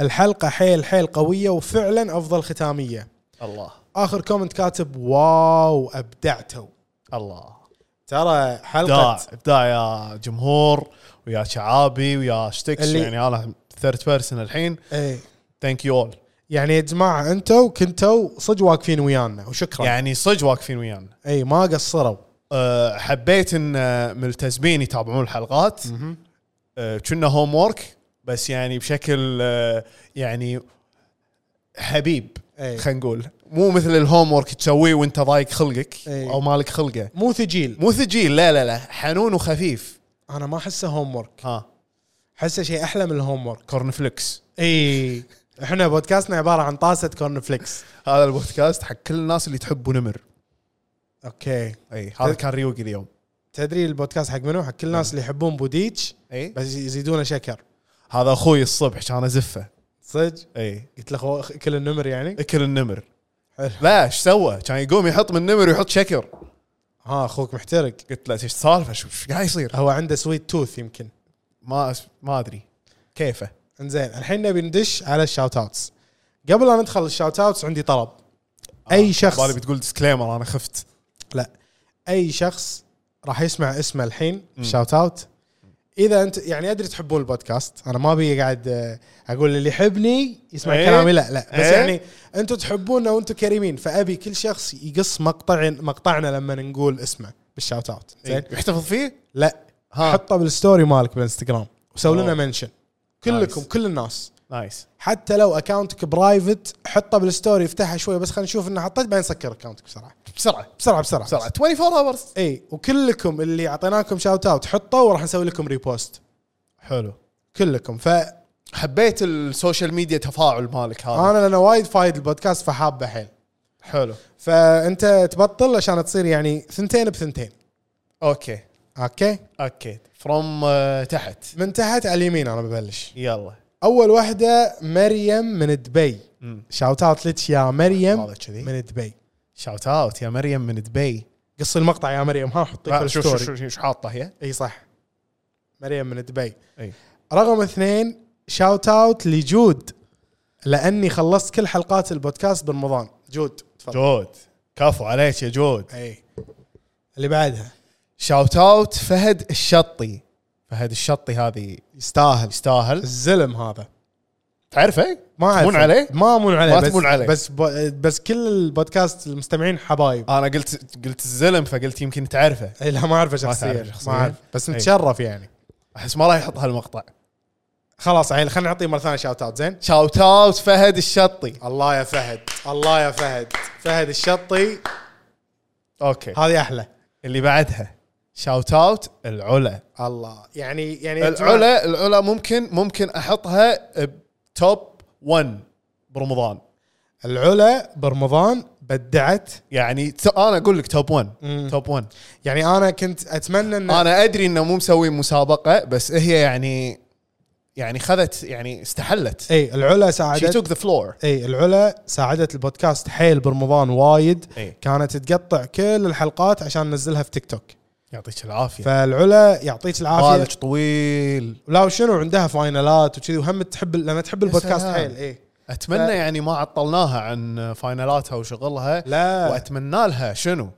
Speaker 2: الحلقه حيل حيل قويه وفعلا افضل ختاميه
Speaker 4: الله
Speaker 2: اخر كومنت كاتب واو ابدعتوا
Speaker 4: الله
Speaker 2: ترى
Speaker 4: ابداع
Speaker 2: حلقه
Speaker 4: ابداع يا جمهور ويا شعابي ويا شتكس
Speaker 2: اللي-
Speaker 4: يعني انا ثيرد بيرسون الحين
Speaker 2: ايه
Speaker 4: ثانك يو اول
Speaker 2: يعني يا جماعه انتوا كنتوا صدق واقفين ويانا وشكرا يعني
Speaker 4: يعني صدق واقفين ويانا
Speaker 2: اي ما قصروا
Speaker 4: أه، حبيت ان أه، ملتزمين يتابعون الحلقات أه، كنا هوم وورك بس يعني بشكل أه، يعني حبيب
Speaker 2: أي.
Speaker 4: خلينا نقول مو مثل الهوم وورك تسويه وانت ضايق خلقك
Speaker 2: أي.
Speaker 4: او مالك خلقه
Speaker 2: مو ثجيل
Speaker 4: مو ثجيل لا لا لا حنون وخفيف
Speaker 2: انا ما احسه هوم ورك
Speaker 4: ها
Speaker 2: احسه شيء احلى من الهوم ورك
Speaker 4: كورن فليكس
Speaker 2: اي احنا بودكاستنا عباره عن طاسه كورن فليكس
Speaker 4: هذا البودكاست حق كل الناس اللي تحبوا نمر
Speaker 2: اوكي
Speaker 4: اي هذا كان ريوقي اليوم
Speaker 2: تدري البودكاست حق منو حق كل الناس اللي يحبون بوديتش
Speaker 4: اي
Speaker 2: بس يزيدونه شكر
Speaker 4: هذا اخوي الصبح كان ازفه
Speaker 2: صدق
Speaker 4: اي
Speaker 2: قلت له خو- كل النمر يعني
Speaker 4: اكل النمر
Speaker 2: حلو.
Speaker 4: لا ايش سوى؟ كان يقوم يحط من النمر ويحط شكر
Speaker 2: ها اخوك محترق
Speaker 4: قلت له ايش السالفه شو شو قاعد يصير؟
Speaker 2: هو عنده سويت توث يمكن
Speaker 4: ما أس- ما ادري كيفه
Speaker 2: انزين الحين نبي ندش على الشاوت اوتس قبل لا ندخل الشاوت اوتس عندي طلب
Speaker 4: آه،
Speaker 2: اي شخص
Speaker 4: بالي بتقول ديسكليمر انا خفت
Speaker 2: لا اي شخص راح يسمع اسمه الحين شاوت اوت اذا انت يعني ادري تحبون البودكاست انا ما ابي قاعد آه، اقول اللي يحبني يسمع
Speaker 4: إيه؟
Speaker 2: ايه؟ كلامي لا لا بس
Speaker 4: إيه؟
Speaker 2: ايه؟ يعني انتم تحبونا وانتم كريمين فابي كل شخص يقص مقطع مقطعنا لما نقول اسمه بالشاوت اوت زين
Speaker 4: إيه، يحتفظ فيه؟
Speaker 2: لا
Speaker 4: ها.
Speaker 2: حطه بالستوري مالك بالانستغرام وسوي
Speaker 4: أوه.
Speaker 2: لنا منشن كلكم
Speaker 4: نايس.
Speaker 2: كل الناس
Speaker 4: نايس
Speaker 2: حتى لو اكاونتك برايفت حطه بالستوري افتحها شوي بس خلينا نشوف انه حطيت بعدين سكر اكاونتك بسرعه
Speaker 4: بسرعه
Speaker 2: بسرعه بسرعه
Speaker 4: بسرعه 24 اورز
Speaker 2: اي وكلكم اللي اعطيناكم شاوت اوت حطوا وراح نسوي لكم ريبوست
Speaker 4: حلو آه.
Speaker 2: كلكم فانا
Speaker 4: حبيت السوشيال ميديا تفاعل مالك هذا
Speaker 2: لان وايد فايد البودكاست فحابه حيل
Speaker 4: حلو
Speaker 2: فانت تبطل عشان تصير يعني ثنتين بثنتين
Speaker 4: اوكي
Speaker 2: اوكي
Speaker 4: اوكي فروم آه، تحت
Speaker 2: من تحت على اليمين انا ببلش
Speaker 4: يلا
Speaker 2: اول واحده مريم من دبي شاوت اوت لك يا مريم
Speaker 4: هذا كذي.
Speaker 2: من دبي
Speaker 4: شاوت اوت يا مريم من دبي
Speaker 2: قص المقطع يا مريم ها حطيه في
Speaker 4: لا، شوف شوف
Speaker 2: الستوري
Speaker 4: شوف شوف حاطه هي
Speaker 2: اي صح مريم من دبي
Speaker 4: أي.
Speaker 2: رقم اثنين شاوت اوت لجود لاني خلصت كل حلقات البودكاست برمضان جود تفضل
Speaker 4: جود كفو عليك يا جود
Speaker 2: اي اللي بعدها
Speaker 4: شاوت اوت فهد الشطي فهد الشطي هذه يستاهل يستاهل
Speaker 2: الزلم هذا
Speaker 4: تعرفه؟
Speaker 2: ما اعرف
Speaker 4: تمون عليه؟
Speaker 2: ما امون عليه
Speaker 4: ما
Speaker 2: بس
Speaker 4: تمون عليه.
Speaker 2: بس ب- بس كل البودكاست المستمعين حبايب
Speaker 4: انا قلت قلت الزلم فقلت يمكن تعرفه
Speaker 2: اي لا ما اعرفه
Speaker 4: تعرفه
Speaker 2: شخصيا
Speaker 4: شخصيا؟
Speaker 2: ما اعرف بس
Speaker 4: أي.
Speaker 2: متشرف يعني
Speaker 4: احس ما راح يحط هالمقطع
Speaker 2: خلاص عيل خلينا نعطيه مره ثانيه شاوت اوت زين
Speaker 4: شاوت اوت فهد الشطي
Speaker 2: الله يا فهد الله يا فهد فهد الشطي
Speaker 4: اوكي
Speaker 2: هذه احلى
Speaker 4: اللي بعدها شاوت اوت العلا
Speaker 2: الله يعني يعني يا جماعة-
Speaker 4: العلا العلا ممكن ممكن احطها بتوب 1 برمضان
Speaker 2: العلا برمضان بدعت
Speaker 4: يعني ت- انا اقول لك توب 1 توب 1
Speaker 2: يعني انا كنت اتمنى ان
Speaker 4: انا ادري انه مو مسوي مسابقه بس هي يعني يعني خذت يعني استحلت
Speaker 2: اي العلا
Speaker 4: شي
Speaker 2: ساعدت
Speaker 4: توك ذا فلور
Speaker 2: اي العلا ساعدت البودكاست حيل برمضان وايد
Speaker 4: إي.
Speaker 2: كانت تقطع كل الحلقات عشان ننزلها في تيك توك
Speaker 4: يعطيك العافيه
Speaker 2: فالعلا يعطيك العافيه
Speaker 4: بالك طويل
Speaker 2: لا وشنو عندها فاينلات وكذي وهم تحب لما تحب البودكاست
Speaker 4: سلام.
Speaker 2: حيل اي
Speaker 4: اتمنى ف... يعني ما عطلناها عن فاينالاتها وشغلها
Speaker 2: لا.
Speaker 4: واتمنى لها شنو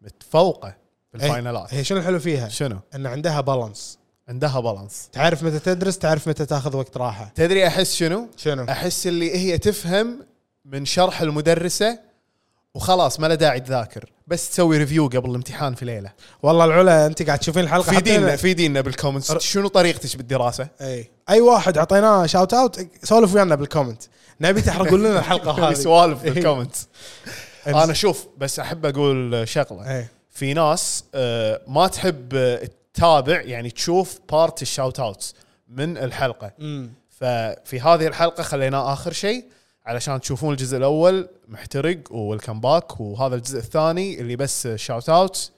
Speaker 4: متفوقه
Speaker 2: إيه.
Speaker 4: بالفاينالات
Speaker 2: هي شنو الحلو فيها؟
Speaker 4: شنو
Speaker 2: ان عندها بالانس
Speaker 4: عندها بالانس
Speaker 2: تعرف متى تدرس تعرف متى تاخذ وقت راحه
Speaker 4: تدري احس شنو
Speaker 2: شنو؟
Speaker 4: احس اللي هي تفهم من شرح المدرسه وخلاص ما له داعي تذاكر بس تسوي ريفيو قبل الامتحان في ليله
Speaker 2: والله العلا انت قاعد تشوفين الحلقه
Speaker 4: في ديننا
Speaker 2: حطينا-
Speaker 4: في ديننا بالكومنتس شنو طريقتك بالدراسه
Speaker 2: اي اي واحد اعطيناه شاوت اوت سولف ويانا بالكومنت نبي تحرقوا لنا الحلقه هذه إيه.
Speaker 4: نبي سوالف
Speaker 2: إي.
Speaker 4: بالكومنتس انا شوف بس احب اقول شغله
Speaker 2: إيه.
Speaker 4: في ناس آه، ما تحب آه، تتابع يعني تشوف بارت الشاوت اوتس من الحلقه ففي هذه الحلقه خليناه اخر شيء علشان تشوفون الجزء الاول محترق وويلكم باك وهذا الجزء الثاني اللي بس شاوت اوت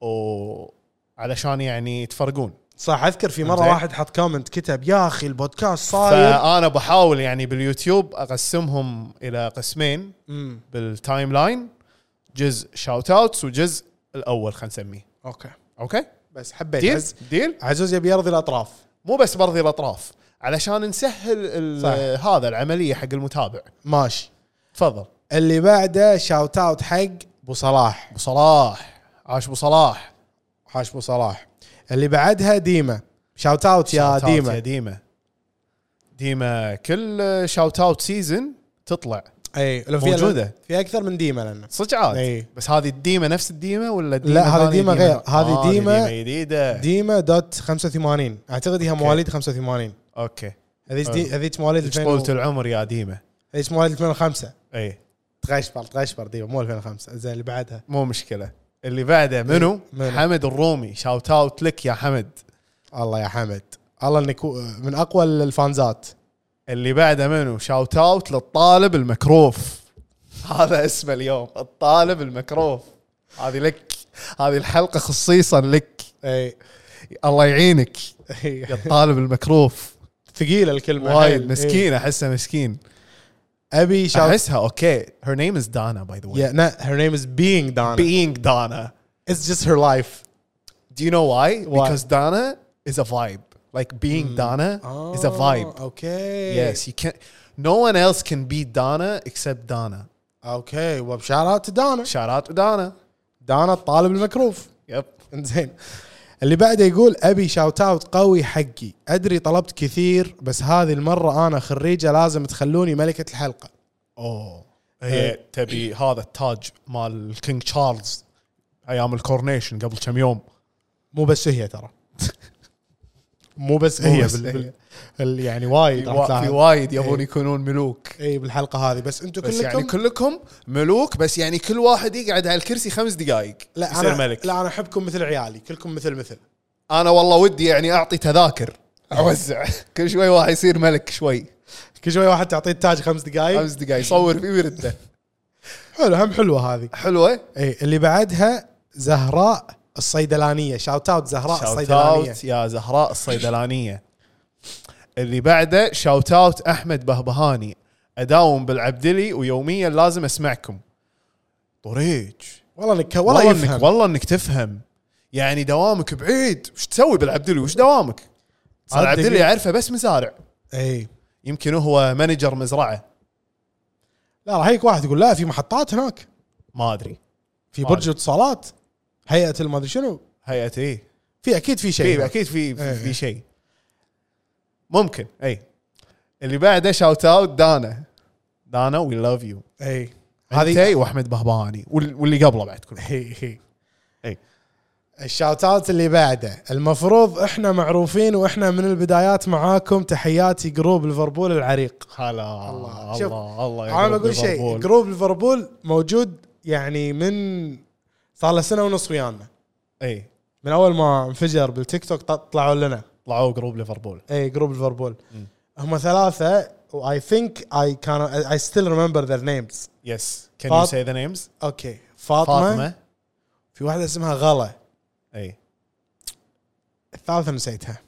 Speaker 4: وعلشان يعني تفرقون
Speaker 2: صح اذكر في مره
Speaker 4: زين.
Speaker 2: واحد حط كومنت كتب يا اخي البودكاست صاير
Speaker 4: فانا بحاول يعني باليوتيوب اقسمهم الى قسمين بالتايم لاين جزء شاوت اوتس وجزء الاول خلينا نسميه
Speaker 2: اوكي
Speaker 4: اوكي
Speaker 2: بس حبيت
Speaker 4: ديل
Speaker 2: عز-
Speaker 4: ديل
Speaker 2: عزوز يبي يرضي الاطراف
Speaker 4: مو بس برضي الاطراف علشان نسهل ال-
Speaker 2: صح.
Speaker 4: هذا العمليه حق المتابع
Speaker 2: ماشي
Speaker 4: تفضل
Speaker 2: اللي بعده شاوت اوت حق ابو صلاح
Speaker 4: ابو صلاح عاش ابو صلاح
Speaker 2: حاش ابو صلاح اللي بعدها ديما شاوت اوت يا
Speaker 4: شاوت أوت يا
Speaker 2: ديما
Speaker 4: ديما ديما كل شاوت اوت سيزون تطلع
Speaker 2: اي إيه، لو في
Speaker 4: موجودة.
Speaker 2: في اكثر من ديما لنا
Speaker 4: صدق عاد
Speaker 2: إي.
Speaker 4: بس هذه الديما نفس الديما ولا الديمة
Speaker 2: لا، هذه
Speaker 4: ثانية
Speaker 2: ديمة غير. هذه
Speaker 4: آه،
Speaker 2: ديمة-
Speaker 4: ديمة جديده
Speaker 2: ديما دوت 85 اعتقد هي مواليد 85
Speaker 4: اوكي
Speaker 2: هذيك دي- هذيك مواليد
Speaker 4: طولة
Speaker 2: 2000
Speaker 4: العمر يا ديما
Speaker 2: هذيك مواليد 2005
Speaker 4: اي
Speaker 2: تغشبر تغشبر ديما مو 2005 زين اللي بعدها إيه،
Speaker 4: مو مشكله اللي بعده منو؟
Speaker 2: منو؟
Speaker 4: حمد الرومي شاوت اوت لك يا حمد
Speaker 2: الله يا حمد الله انك و- من اقوى الفانزات
Speaker 4: اللي بعده منو؟ شاوت اوت للطالب المكروف هذا اسمه اليوم الطالب المكروف هذه لك هذه الحلقه خصيصا لك إيه.
Speaker 2: اي
Speaker 4: الله يعينك
Speaker 2: إي.
Speaker 4: يا إيه. الطالب المكروف
Speaker 2: ثقيله الكلمه
Speaker 4: وايد
Speaker 2: حيل.
Speaker 4: مسكين احسها مسكين
Speaker 2: إي. ابي شاوت
Speaker 4: احسها اوكي هير نيم از دانا باي ذا واي
Speaker 2: يا لا her name is being Donna
Speaker 4: being Donna
Speaker 2: it's just her life
Speaker 4: do you know why?
Speaker 2: Why?
Speaker 4: because Donna is a vibe like being Donna is a vibe
Speaker 2: اوكي
Speaker 4: Yes, you can't. No one else can beat Donna except Donna.
Speaker 2: اوكي وبشار اوت دانا
Speaker 4: Shout out to Donna.
Speaker 2: دانا الطالب المكروف
Speaker 4: Yep.
Speaker 2: انزين اللي بعده يقول ابي شاوت اوت قوي حقي ادري طلبت كثير بس هذه المره انا خريجه لازم تخلوني ملكه الحلقه
Speaker 4: Oh. هي تبي هذا التاج مال الكينج تشارلز ايام الكورنيشن قبل كم يوم
Speaker 2: مو بس هي ترى مو بس هي
Speaker 4: بس
Speaker 2: بال...
Speaker 4: هي.
Speaker 2: بال... بال... يعني وايد راح
Speaker 4: في
Speaker 2: تساعد.
Speaker 4: وايد يبون يكونون ملوك
Speaker 2: اي بالحلقه هذه بس انتم
Speaker 4: بس
Speaker 2: كلكم
Speaker 4: يعني كلكم ملوك بس يعني كل واحد يقعد على الكرسي خمس دقائق
Speaker 2: لا
Speaker 4: يصير
Speaker 2: انا
Speaker 4: ملك
Speaker 2: لا انا احبكم مثل عيالي كلكم مثل مثل
Speaker 4: انا والله ودي يعني اعطي تذاكر اوزع كل شوي واحد يصير ملك شوي
Speaker 2: كل شوي واحد تعطيه التاج خمس دقائق
Speaker 4: خمس دقائق يصور فيه ويرده
Speaker 2: حلو هم حلوه هذه
Speaker 4: حلوه
Speaker 2: اي اللي بعدها زهراء الصيدلانيه شاوت اوت زهراء
Speaker 4: شاوت
Speaker 2: الصيدلانيه
Speaker 4: اوت يا زهراء الصيدلانيه اللي بعده شاوت اوت احمد بهبهاني اداوم بالعبدلي ويوميا لازم اسمعكم طريج
Speaker 2: والله انك والله,
Speaker 4: والله
Speaker 2: والله
Speaker 4: انك
Speaker 2: يفهم
Speaker 4: والله انك تفهم يعني دوامك بعيد وش تسوي بالعبدلي وش دوامك؟ انا
Speaker 2: صدق. إيه.
Speaker 4: العبدلي اعرفه بس مزارع
Speaker 2: اي
Speaker 4: يمكن هو مانجر مزرعه
Speaker 2: لا راح يجيك واحد يقول لا في محطات هناك
Speaker 4: ما ادري
Speaker 2: في برج اتصالات هيئه المدري شنو
Speaker 4: هيئه
Speaker 2: إيه.
Speaker 4: ايه
Speaker 2: في اكيد في شيء
Speaker 4: في اكيد في
Speaker 2: إيه.
Speaker 4: في, في شيء ممكن اي اللي بعده شاوت اوت دانا دانا وي لاف يو
Speaker 2: اي هذه
Speaker 4: هذه واحمد بهباني وال- واللي قبله بعد كلهم
Speaker 2: هي هي
Speaker 4: اي
Speaker 2: الشاوت اوت اللي بعده المفروض احنا معروفين واحنا من البدايات معاكم تحياتي جروب ليفربول العريق
Speaker 4: هلا الله
Speaker 2: شوف،
Speaker 4: الله الله يا
Speaker 2: انا
Speaker 4: قلب
Speaker 2: بقول شيء
Speaker 4: ليفربول.
Speaker 2: جروب ليفربول موجود يعني من صار له سنه ونص ويانا
Speaker 4: اي
Speaker 2: من اول ما انفجر بالتيك توك ط- طلعوا لنا
Speaker 4: طلعوا جروب ليفربول
Speaker 2: اي جروب ليفربول هم ثلاثه واي ثينك اي كان اي ستيل ريمبر ذير نيمز
Speaker 4: يس كان يو
Speaker 2: فاط-
Speaker 4: سي ذا نيمز
Speaker 2: اوكي فاطمه,
Speaker 4: فاطمه
Speaker 2: في واحده اسمها غلا
Speaker 4: اي
Speaker 2: الثالثه نسيتها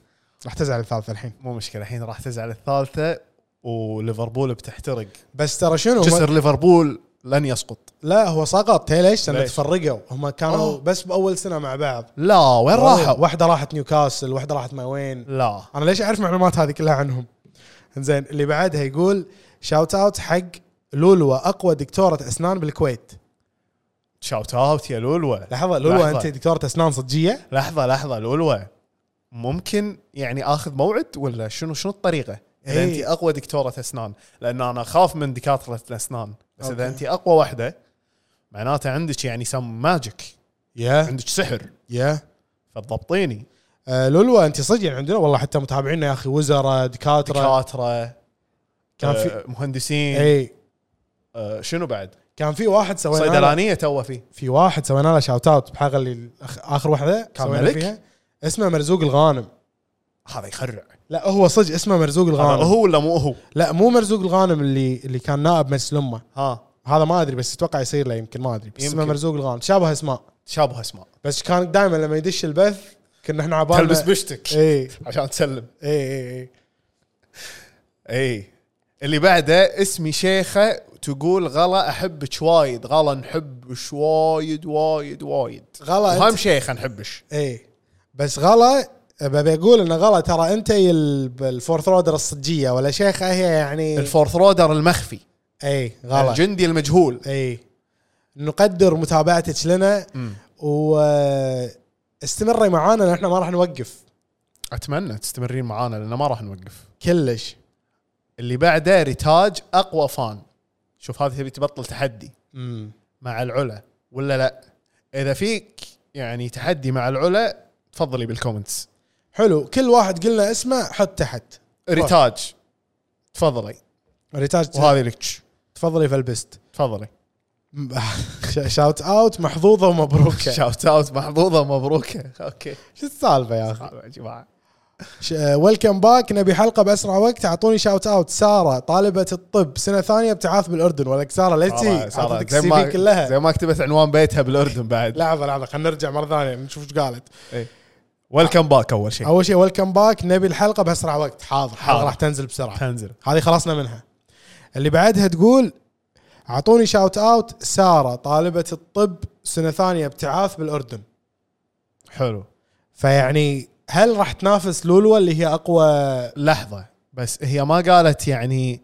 Speaker 2: راح تزعل الثالثه الحين
Speaker 4: مو مشكله الحين راح تزعل الثالثه وليفربول بتحترق
Speaker 2: بس ترى شنو هم-
Speaker 4: جسر ليفربول لن يسقط
Speaker 2: لا هو سقط تي ليش؟ لان
Speaker 4: ليش؟
Speaker 2: تفرقوا هم كانوا
Speaker 4: آه.
Speaker 2: بس باول سنه مع بعض
Speaker 4: لا وين راحوا؟
Speaker 2: واحده راحت نيوكاسل واحده راحت ما وين
Speaker 4: لا
Speaker 2: انا ليش اعرف معلومات هذه كلها عنهم زين اللي بعدها يقول شاوت اوت حق لولوا اقوى دكتوره اسنان بالكويت
Speaker 4: شاوت اوت يا لولوه
Speaker 2: لحظه لولوا
Speaker 4: لحظة.
Speaker 2: انت دكتوره اسنان صجيه
Speaker 4: لحظه لحظه لولوه ممكن يعني اخذ موعد ولا شنو شنو الطريقه؟ اذا
Speaker 2: إيه.
Speaker 4: انت اقوى دكتوره اسنان لان انا اخاف من دكاتره الاسنان بس اذا
Speaker 2: أوكي.
Speaker 4: انت اقوى واحده معناته عندك يعني سم ماجيك
Speaker 2: يا
Speaker 4: عندك سحر
Speaker 2: يا
Speaker 4: فتضبطيني
Speaker 2: آه، لولوا انت صدق عندنا والله حتى متابعينا يا اخي وزراء دكاتره
Speaker 4: دكاتره
Speaker 2: كان في-
Speaker 4: آه، مهندسين
Speaker 2: اي
Speaker 4: آه، شنو بعد؟
Speaker 2: كان في واحد سوينا له-
Speaker 4: صيدلانيه تو فيه
Speaker 2: في واحد سوينا له شاوت اوت بحلقه اللي أخ- اخر واحده
Speaker 4: كان
Speaker 2: سوينا
Speaker 4: ملك؟
Speaker 2: فيها اسمه مرزوق الغانم
Speaker 4: هذا يخرع
Speaker 2: لا هو صدق اسمه مرزوق
Speaker 4: هذا
Speaker 2: الغانم
Speaker 4: آه، هو ولا مو هو؟
Speaker 2: لا مو مرزوق الغانم اللي اللي كان نائب مجلس الامه
Speaker 4: ها
Speaker 2: هذا ما ادري بس اتوقع يصير له يمكن ما ادري بس اسمه
Speaker 4: يمكن.
Speaker 2: مرزوق الغانم شابه اسماء
Speaker 4: شابه اسماء
Speaker 2: بس كان دائما لما يدش البث كنا احنا عبالنا إيه.
Speaker 4: تلبس بشتك
Speaker 2: اي
Speaker 4: عشان تسلم
Speaker 2: اي اي, إي.
Speaker 4: اي اللي بعده اسمي شيخه تقول غلا احبك وايد غلا نحبش وايد وايد وايد
Speaker 2: غلا
Speaker 4: وهم
Speaker 2: انت
Speaker 4: شيخه نحبش
Speaker 2: اي بس غلا ببي اقول ان غلا ترى انت هي ال- الفورث رودر الصجيه ولا شيخه هي يعني
Speaker 4: الفورث رودر المخفي
Speaker 2: اي غلا
Speaker 4: الجندي المجهول
Speaker 2: اي نقدر متابعتك لنا واستمري معانا لأن احنا ما راح نوقف
Speaker 4: اتمنى تستمرين معانا لان ما راح نوقف
Speaker 2: كلش
Speaker 4: اللي بعده ريتاج اقوى فان شوف هذه تبي تبطل تحدي
Speaker 2: امم
Speaker 4: مع العلا ولا لا اذا فيك يعني تحدي مع العلا تفضلي بالكومنتس
Speaker 2: حلو كل واحد قلنا اسمه حط تحت
Speaker 4: ريتاج تفضلي
Speaker 2: ريتاج
Speaker 4: وهذه لك
Speaker 2: تفضلي فلبست
Speaker 4: تفضلي
Speaker 2: شاوت اوت محظوظه ومبروكه
Speaker 4: شاوت اوت محظوظه مبروكه اوكي
Speaker 2: شو السالفه يا اخي
Speaker 4: يا جماعه
Speaker 2: ويلكم باك نبي حلقه باسرع وقت اعطوني شاوت اوت ساره طالبه الطب سنه ثانيه ابتعاث بالاردن ولك ساره ليتي اعطتك السي في
Speaker 4: زي
Speaker 2: كلها
Speaker 4: ما كتبت عنوان بيتها بالاردن بعد
Speaker 2: لحظه لحظه خلينا نرجع مره ثانيه نشوف ايش قالت
Speaker 4: ويلكم باك اول شيء
Speaker 2: اول إيه. شيء ويلكم باك نبي الحلقه باسرع وقت حاضر حاضر
Speaker 4: حاضر.
Speaker 2: راح تنزل بسرعه
Speaker 4: تنزل
Speaker 2: هذه خلصنا منها اللي بعدها تقول اعطوني شاوت اوت ساره طالبه الطب سنه ثانيه ابتعاث بالاردن
Speaker 4: حلو
Speaker 2: فيعني هل راح تنافس لولو اللي هي اقوى
Speaker 4: لحظه بس هي ما قالت يعني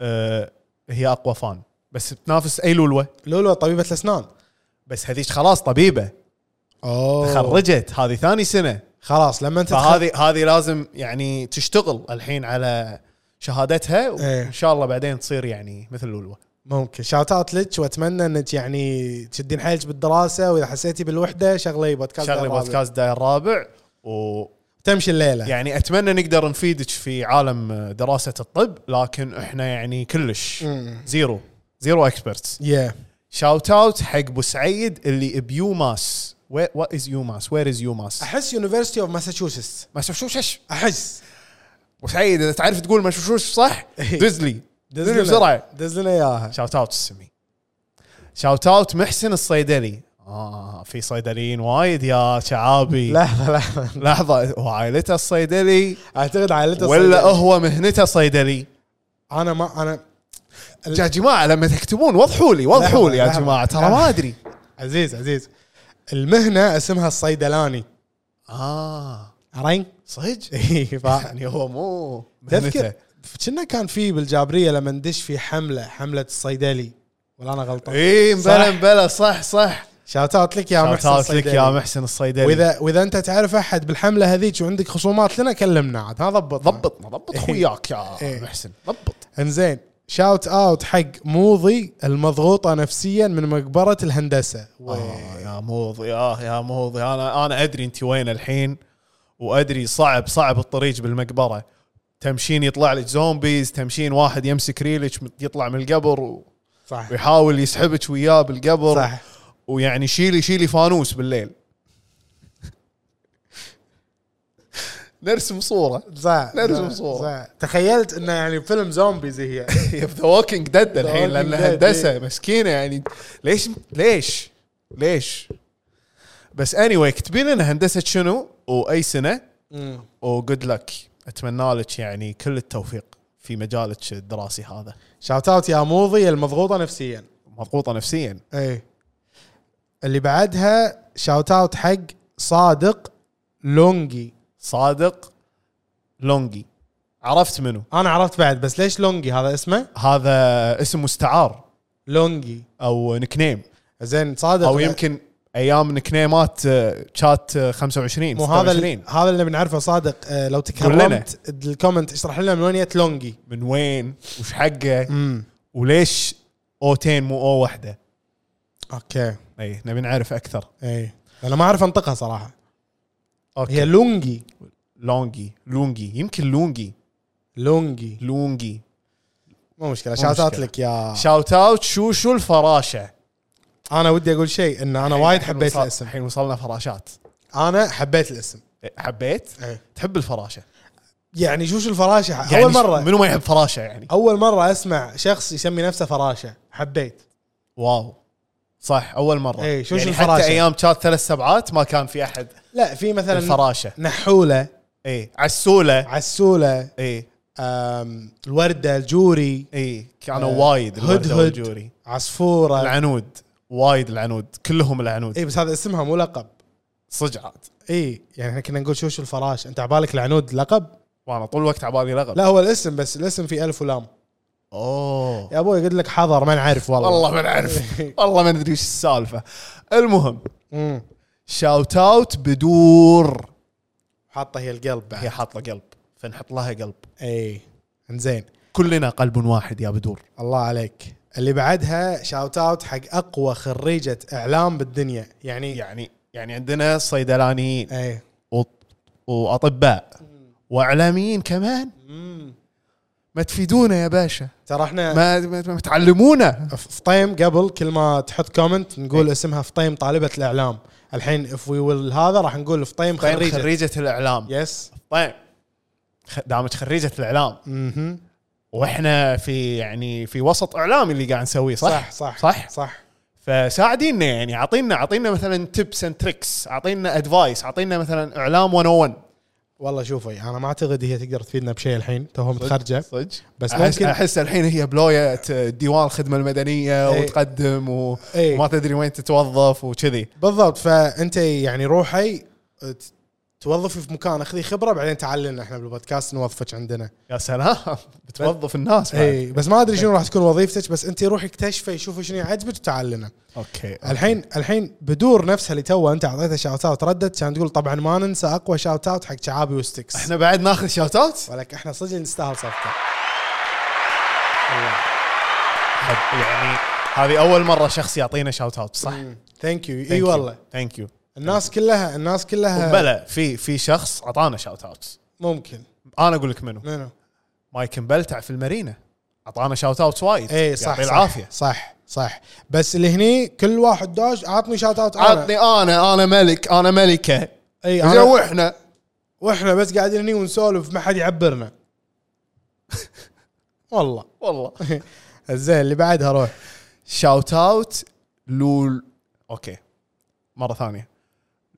Speaker 4: آه هي اقوى فان بس تنافس اي لولوه
Speaker 2: لولو طبيبه الاسنان
Speaker 4: بس هذيك خلاص طبيبه
Speaker 2: اوه
Speaker 4: تخرجت هذه ثاني سنه
Speaker 2: خلاص لما انت تخرج-
Speaker 4: فهذه هذه لازم يعني تشتغل الحين على شهادتها
Speaker 2: إيه.
Speaker 4: وان شاء الله بعدين تصير يعني مثل لولوه
Speaker 2: ممكن شاوت اوت لك واتمنى انك يعني تشدين حيلك بالدراسه واذا حسيتي بالوحده شغلي بودكاست
Speaker 4: شغلي
Speaker 2: الرابع.
Speaker 4: بودكاست داير الرابع و
Speaker 2: تمشي الليله
Speaker 4: يعني اتمنى نقدر نفيدك في عالم دراسه الطب لكن احنا يعني كلش زيرو زيرو اكسبرتس
Speaker 2: يا
Speaker 4: شاوت اوت حق ابو سعيد اللي بيوماس وات از يوماس وير از يوماس
Speaker 2: احس يونيفرستي اوف ماساتشوستس
Speaker 4: ما شوف شوش
Speaker 2: احس
Speaker 4: ابو سعيد اذا تعرف تقول ما شوف شوش صح
Speaker 2: إيه.
Speaker 4: دز لي دز لي
Speaker 2: لنا-
Speaker 4: بسرعه
Speaker 2: دز لنا اياها
Speaker 4: شاوت اوت السمي شاوت اوت محسن الصيدلي اه في صيدليين وايد يا شعابي
Speaker 2: لحظه لحظه
Speaker 4: لحظه هو عائلته الصيدلي
Speaker 2: اعتقد عائلته
Speaker 4: ولا
Speaker 2: الصيدلية.
Speaker 4: هو مهنته صيدلي
Speaker 2: انا ما انا
Speaker 4: يا جماعه لما تكتبون وضحوا لي وضحوا لي يا
Speaker 2: لحظة،
Speaker 4: جماعه ترى
Speaker 2: لحظة.
Speaker 4: ما ادري
Speaker 2: عزيز عزيز المهنه اسمها الصيدلاني
Speaker 4: اه
Speaker 2: عرين؟
Speaker 4: صج
Speaker 2: اي ف-
Speaker 4: يعني هو مو
Speaker 2: تذكر
Speaker 4: مهنته.
Speaker 2: كنا كان في بالجابريه لما ندش في حمله حمله الصيدلي ولا انا غلطان؟
Speaker 4: اي
Speaker 2: صح.
Speaker 4: مبلا مبلا إيه، صح صح
Speaker 2: شاوت اوت لك يا محسن
Speaker 4: شوت لك
Speaker 2: الصيدلي.
Speaker 4: يا محسن الصيدلي
Speaker 2: واذا واذا انت تعرف احد بالحمله هذيك وعندك خصومات لنا كلمنا عاد ها ضبط
Speaker 4: ضبطنا ضبط
Speaker 2: إيه.
Speaker 4: خوياك يا
Speaker 2: إيه.
Speaker 4: محسن ضبط
Speaker 2: انزين شاوت اوت حق موضي المضغوطه نفسيا من مقبره الهندسه
Speaker 4: آه، يا موضي اه يا موضي انا انا ادري انت وين الحين وادري صعب صعب الطريق بالمقبره تمشين يطلع لك زومبيز تمشين واحد يمسك ريلك يطلع من القبر و-
Speaker 2: صح
Speaker 4: ويحاول يسحبك وياه بالقبر
Speaker 2: صح
Speaker 4: ويعني شيلي شيلي فانوس بالليل نرسم صوره
Speaker 2: صح
Speaker 4: نرسم صورة.
Speaker 2: صح. تخيلت انه يعني فيلم زومبيز هي
Speaker 4: هي ذا ووكينج ديد الحين
Speaker 2: Walking
Speaker 4: لان
Speaker 2: Dead،
Speaker 4: هندسه
Speaker 2: إيه.
Speaker 4: مسكينه يعني ليش ليش ليش بس اني anyway, كتبي لنا هندسه شنو Oh, واي سنه وجود لك اتمنى لك يعني كل التوفيق في مجالك الدراسي هذا
Speaker 2: شاوت اوت يا موضي المضغوطه نفسيا
Speaker 4: مضغوطه نفسيا
Speaker 2: اي إيه. اللي بعدها شاوت اوت حق صادق لونجي
Speaker 4: صادق لونجي عرفت منو
Speaker 2: انا عرفت بعد بس ليش لونجي هذا اسمه
Speaker 4: هذا اسم مستعار
Speaker 2: لونجي
Speaker 4: او نكنيم
Speaker 2: زين صادق
Speaker 4: او
Speaker 2: لا-
Speaker 4: يمكن ايام نكنيمات آه، شات آه، 25
Speaker 2: مو هذا ال-
Speaker 4: 26.
Speaker 2: هذا اللي بنعرفه صادق آه، لو تكرمت الكومنت اشرح لنا من وين جت لونجي
Speaker 4: من وين وش حقه وليش اوتين مو او واحده
Speaker 2: اوكي
Speaker 4: اي نبي نعرف اكثر
Speaker 2: اي انا ما اعرف انطقها صراحه
Speaker 4: اوكي
Speaker 2: هي لونجي
Speaker 4: لونجي لونجي يمكن لونجي
Speaker 2: لونجي
Speaker 4: لونجي
Speaker 2: مو مشكله
Speaker 4: مو
Speaker 2: شاتات
Speaker 4: مشكلة.
Speaker 2: لك يا
Speaker 4: شاوت اوت شو شو الفراشه
Speaker 2: انا ودي اقول شيء ان انا وايد
Speaker 4: الحين
Speaker 2: حبيت
Speaker 4: وصل-
Speaker 2: الاسم
Speaker 4: الحين وصلنا فراشات
Speaker 2: انا حبيت الاسم
Speaker 4: إيه، حبيت
Speaker 2: إيه.
Speaker 4: تحب الفراشه
Speaker 2: يعني شوش الفراشه
Speaker 4: يعني
Speaker 2: اول مره
Speaker 4: منو ما يحب فراشه يعني
Speaker 2: اول مره اسمع شخص يسمي نفسه فراشه حبيت
Speaker 4: واو صح اول مره
Speaker 2: إيه، شو شو
Speaker 4: يعني
Speaker 2: الفراشة؟
Speaker 4: حتى ايام شات ثلاث سبعات ما كان في احد
Speaker 2: لا في مثلا
Speaker 4: الفراشه
Speaker 2: نحوله
Speaker 4: اي إيه. عسوله
Speaker 2: عسوله
Speaker 4: اي
Speaker 2: أم، الورده الجوري
Speaker 4: اي كانوا وايد
Speaker 2: هدهد.
Speaker 4: الجوري
Speaker 2: عصفوره
Speaker 4: العنود وايد العنود كلهم العنود
Speaker 2: اي إيه، بس هذا اسمها مو لقب
Speaker 4: صجعات
Speaker 2: اي يعني احنا كنا نقول شوش الفراش انت عبالك العنود لقب
Speaker 4: وانا طول الوقت عبالي لغب
Speaker 2: لا هو الاسم بس الاسم فيه الف ولام
Speaker 4: اوه
Speaker 2: يا ابوي قلت لك حضر ما نعرف والله
Speaker 4: والله ما نعرف والله ما ندري وش السالفه المهم
Speaker 2: مم.
Speaker 4: شاوت اوت بدور
Speaker 2: حاطه هي القلب بعد
Speaker 4: هي حاطه قلب فنحط لها قلب
Speaker 2: اي انزين
Speaker 4: كلنا قلب واحد يا بدور
Speaker 2: الله عليك اللي بعدها شاوت اوت حق اقوى خريجه اعلام بالدنيا يعني, إيه.
Speaker 4: يعني يعني عندنا صيدلانيين
Speaker 2: اي
Speaker 4: و- واطباء واعلاميين كمان ما تفيدونا يا باشا
Speaker 2: ترى احنا
Speaker 4: ما ما, ما تعلمونا
Speaker 2: فطيم قبل كل ما تحط كومنت نقول
Speaker 4: إيه.
Speaker 2: اسمها فطيم طالبه الاعلام الحين اف وي ويل هذا راح نقول فطيم خريجه خريج.
Speaker 4: خريجه الاعلام
Speaker 2: يس
Speaker 4: طيب خ- دامت خريجة الإعلام واحنا في يعني في وسط إعلامي اللي قاعد نسويه صح؟
Speaker 2: صح
Speaker 4: صح
Speaker 2: صح صح
Speaker 4: فساعدينا يعني أعطينا أعطينا مثلا تيبس اند تريكس أعطينا أدفايس أعطينا مثلا إعلام 101
Speaker 2: والله شوفي انا ما اعتقد هي تقدر تفيدنا بشيء الحين توها متخرجه
Speaker 4: صدق
Speaker 2: بس
Speaker 4: بس أحس,
Speaker 2: ممكن-
Speaker 4: أحس الحين هي بلوية آه، ديوان الخدمة المدنية
Speaker 2: إيه.
Speaker 4: وتقدم و...
Speaker 2: إيه.
Speaker 4: وما تدري وين تتوظف وكذي
Speaker 2: بالضبط فانت يعني روحي ت- توظفي في مكان اخذي خبره بعدين تعلن احنا بالبودكاست نوظفك عندنا
Speaker 4: يا سلام إيه. بتوظف الناس بعد.
Speaker 2: اي بس ما ادري شنو راح تكون وظيفتك بس انت روحي اكتشفي شوفي شنو يعجبك وتعلنه
Speaker 4: أوكي
Speaker 2: الحين الحين بدور نفسها اللي توه انت اعطيتها شاوت اوت ردت كان تقول طبعا ما ننسى اقوى شاوت اوت حق شعابي وستكس
Speaker 4: احنا بعد ناخذ شوت اوت
Speaker 2: ولك احنا صدق نستاهل صفقه
Speaker 4: يعني هذه أول مرة شخص يعطينا شوت اوت صح؟
Speaker 2: ثانك يو اي والله
Speaker 4: ثانك يو
Speaker 2: الناس كلها الناس كلها
Speaker 4: بلا في في شخص اعطانا شاوت اوت
Speaker 2: ممكن
Speaker 4: انا اقول لك منو
Speaker 2: منو
Speaker 4: مايك مبلتع في المارينا اعطانا شاوت اوت وايد
Speaker 2: اي صح
Speaker 4: يعطيه
Speaker 2: صح
Speaker 4: العافيه
Speaker 2: صح صح بس اللي هني كل واحد داش عطني شاوت اوت
Speaker 4: عطني انا انا ملك انا ملكه
Speaker 2: اي
Speaker 4: زين
Speaker 2: انا
Speaker 4: واحنا
Speaker 2: واحنا بس قاعدين هني ونسولف ما حد يعبرنا والله
Speaker 4: والله
Speaker 2: زين اللي بعدها روح
Speaker 4: شاوت اوت لول اوكي مره ثانيه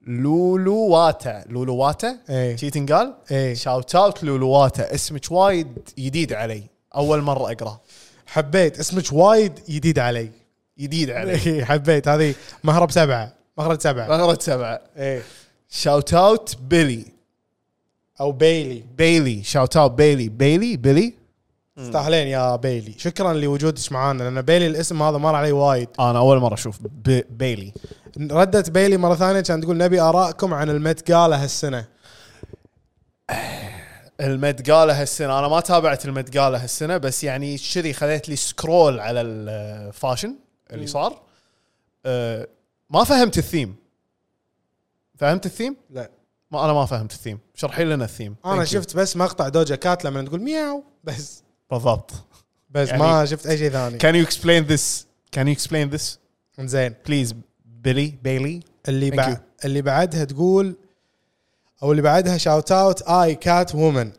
Speaker 4: لولو واتا لولو واتا
Speaker 2: إي.
Speaker 4: شي تنقال
Speaker 2: إي.
Speaker 4: شاوت اوت لولو واتا اسمك وايد جديد علي اول مره اقراه
Speaker 2: حبيت اسمك وايد جديد علي
Speaker 4: جديد علي
Speaker 2: إي، إيه، حبيت هذه مهرب سبعه مخرج سبعه
Speaker 4: فقرة سبعة
Speaker 2: ايه
Speaker 4: شاوت اوت بيلي
Speaker 2: او بيلي
Speaker 4: بيلي شاوت اوت بيلي بيلي بيلي
Speaker 2: تستاهلين يا بيلي شكرا لوجودك معانا لان بيلي الاسم هذا مر علي وايد
Speaker 4: انا اول مرة اشوف بي- بيلي
Speaker 2: ردت بيلي مره ثانيه كان تقول نبي ارائكم عن المت جالا هالسنه
Speaker 4: المدقالة هالسنة أنا ما تابعت المدقالة هالسنة بس يعني شذي خذيت لي سكرول على الفاشن اللي صار أه، ما فهمت الثيم فهمت الثيم؟
Speaker 2: لا
Speaker 4: ما أنا ما فهمت الثيم شرحي لنا الثيم
Speaker 2: انا
Speaker 4: Thank you.
Speaker 2: شفت بس مقطع دوجا كات لما تقول مياو بس
Speaker 4: بالضبط
Speaker 2: بس
Speaker 4: يعني-
Speaker 2: ما شفت اي شيء ثاني
Speaker 4: Can you explain this? Can you explain this?
Speaker 2: زين
Speaker 4: Please بيلي بيلي
Speaker 2: اللي
Speaker 4: Thank
Speaker 2: بع...
Speaker 4: you.
Speaker 2: اللي بعدها تقول او اللي بعدها شاوت اوت اي كات وومن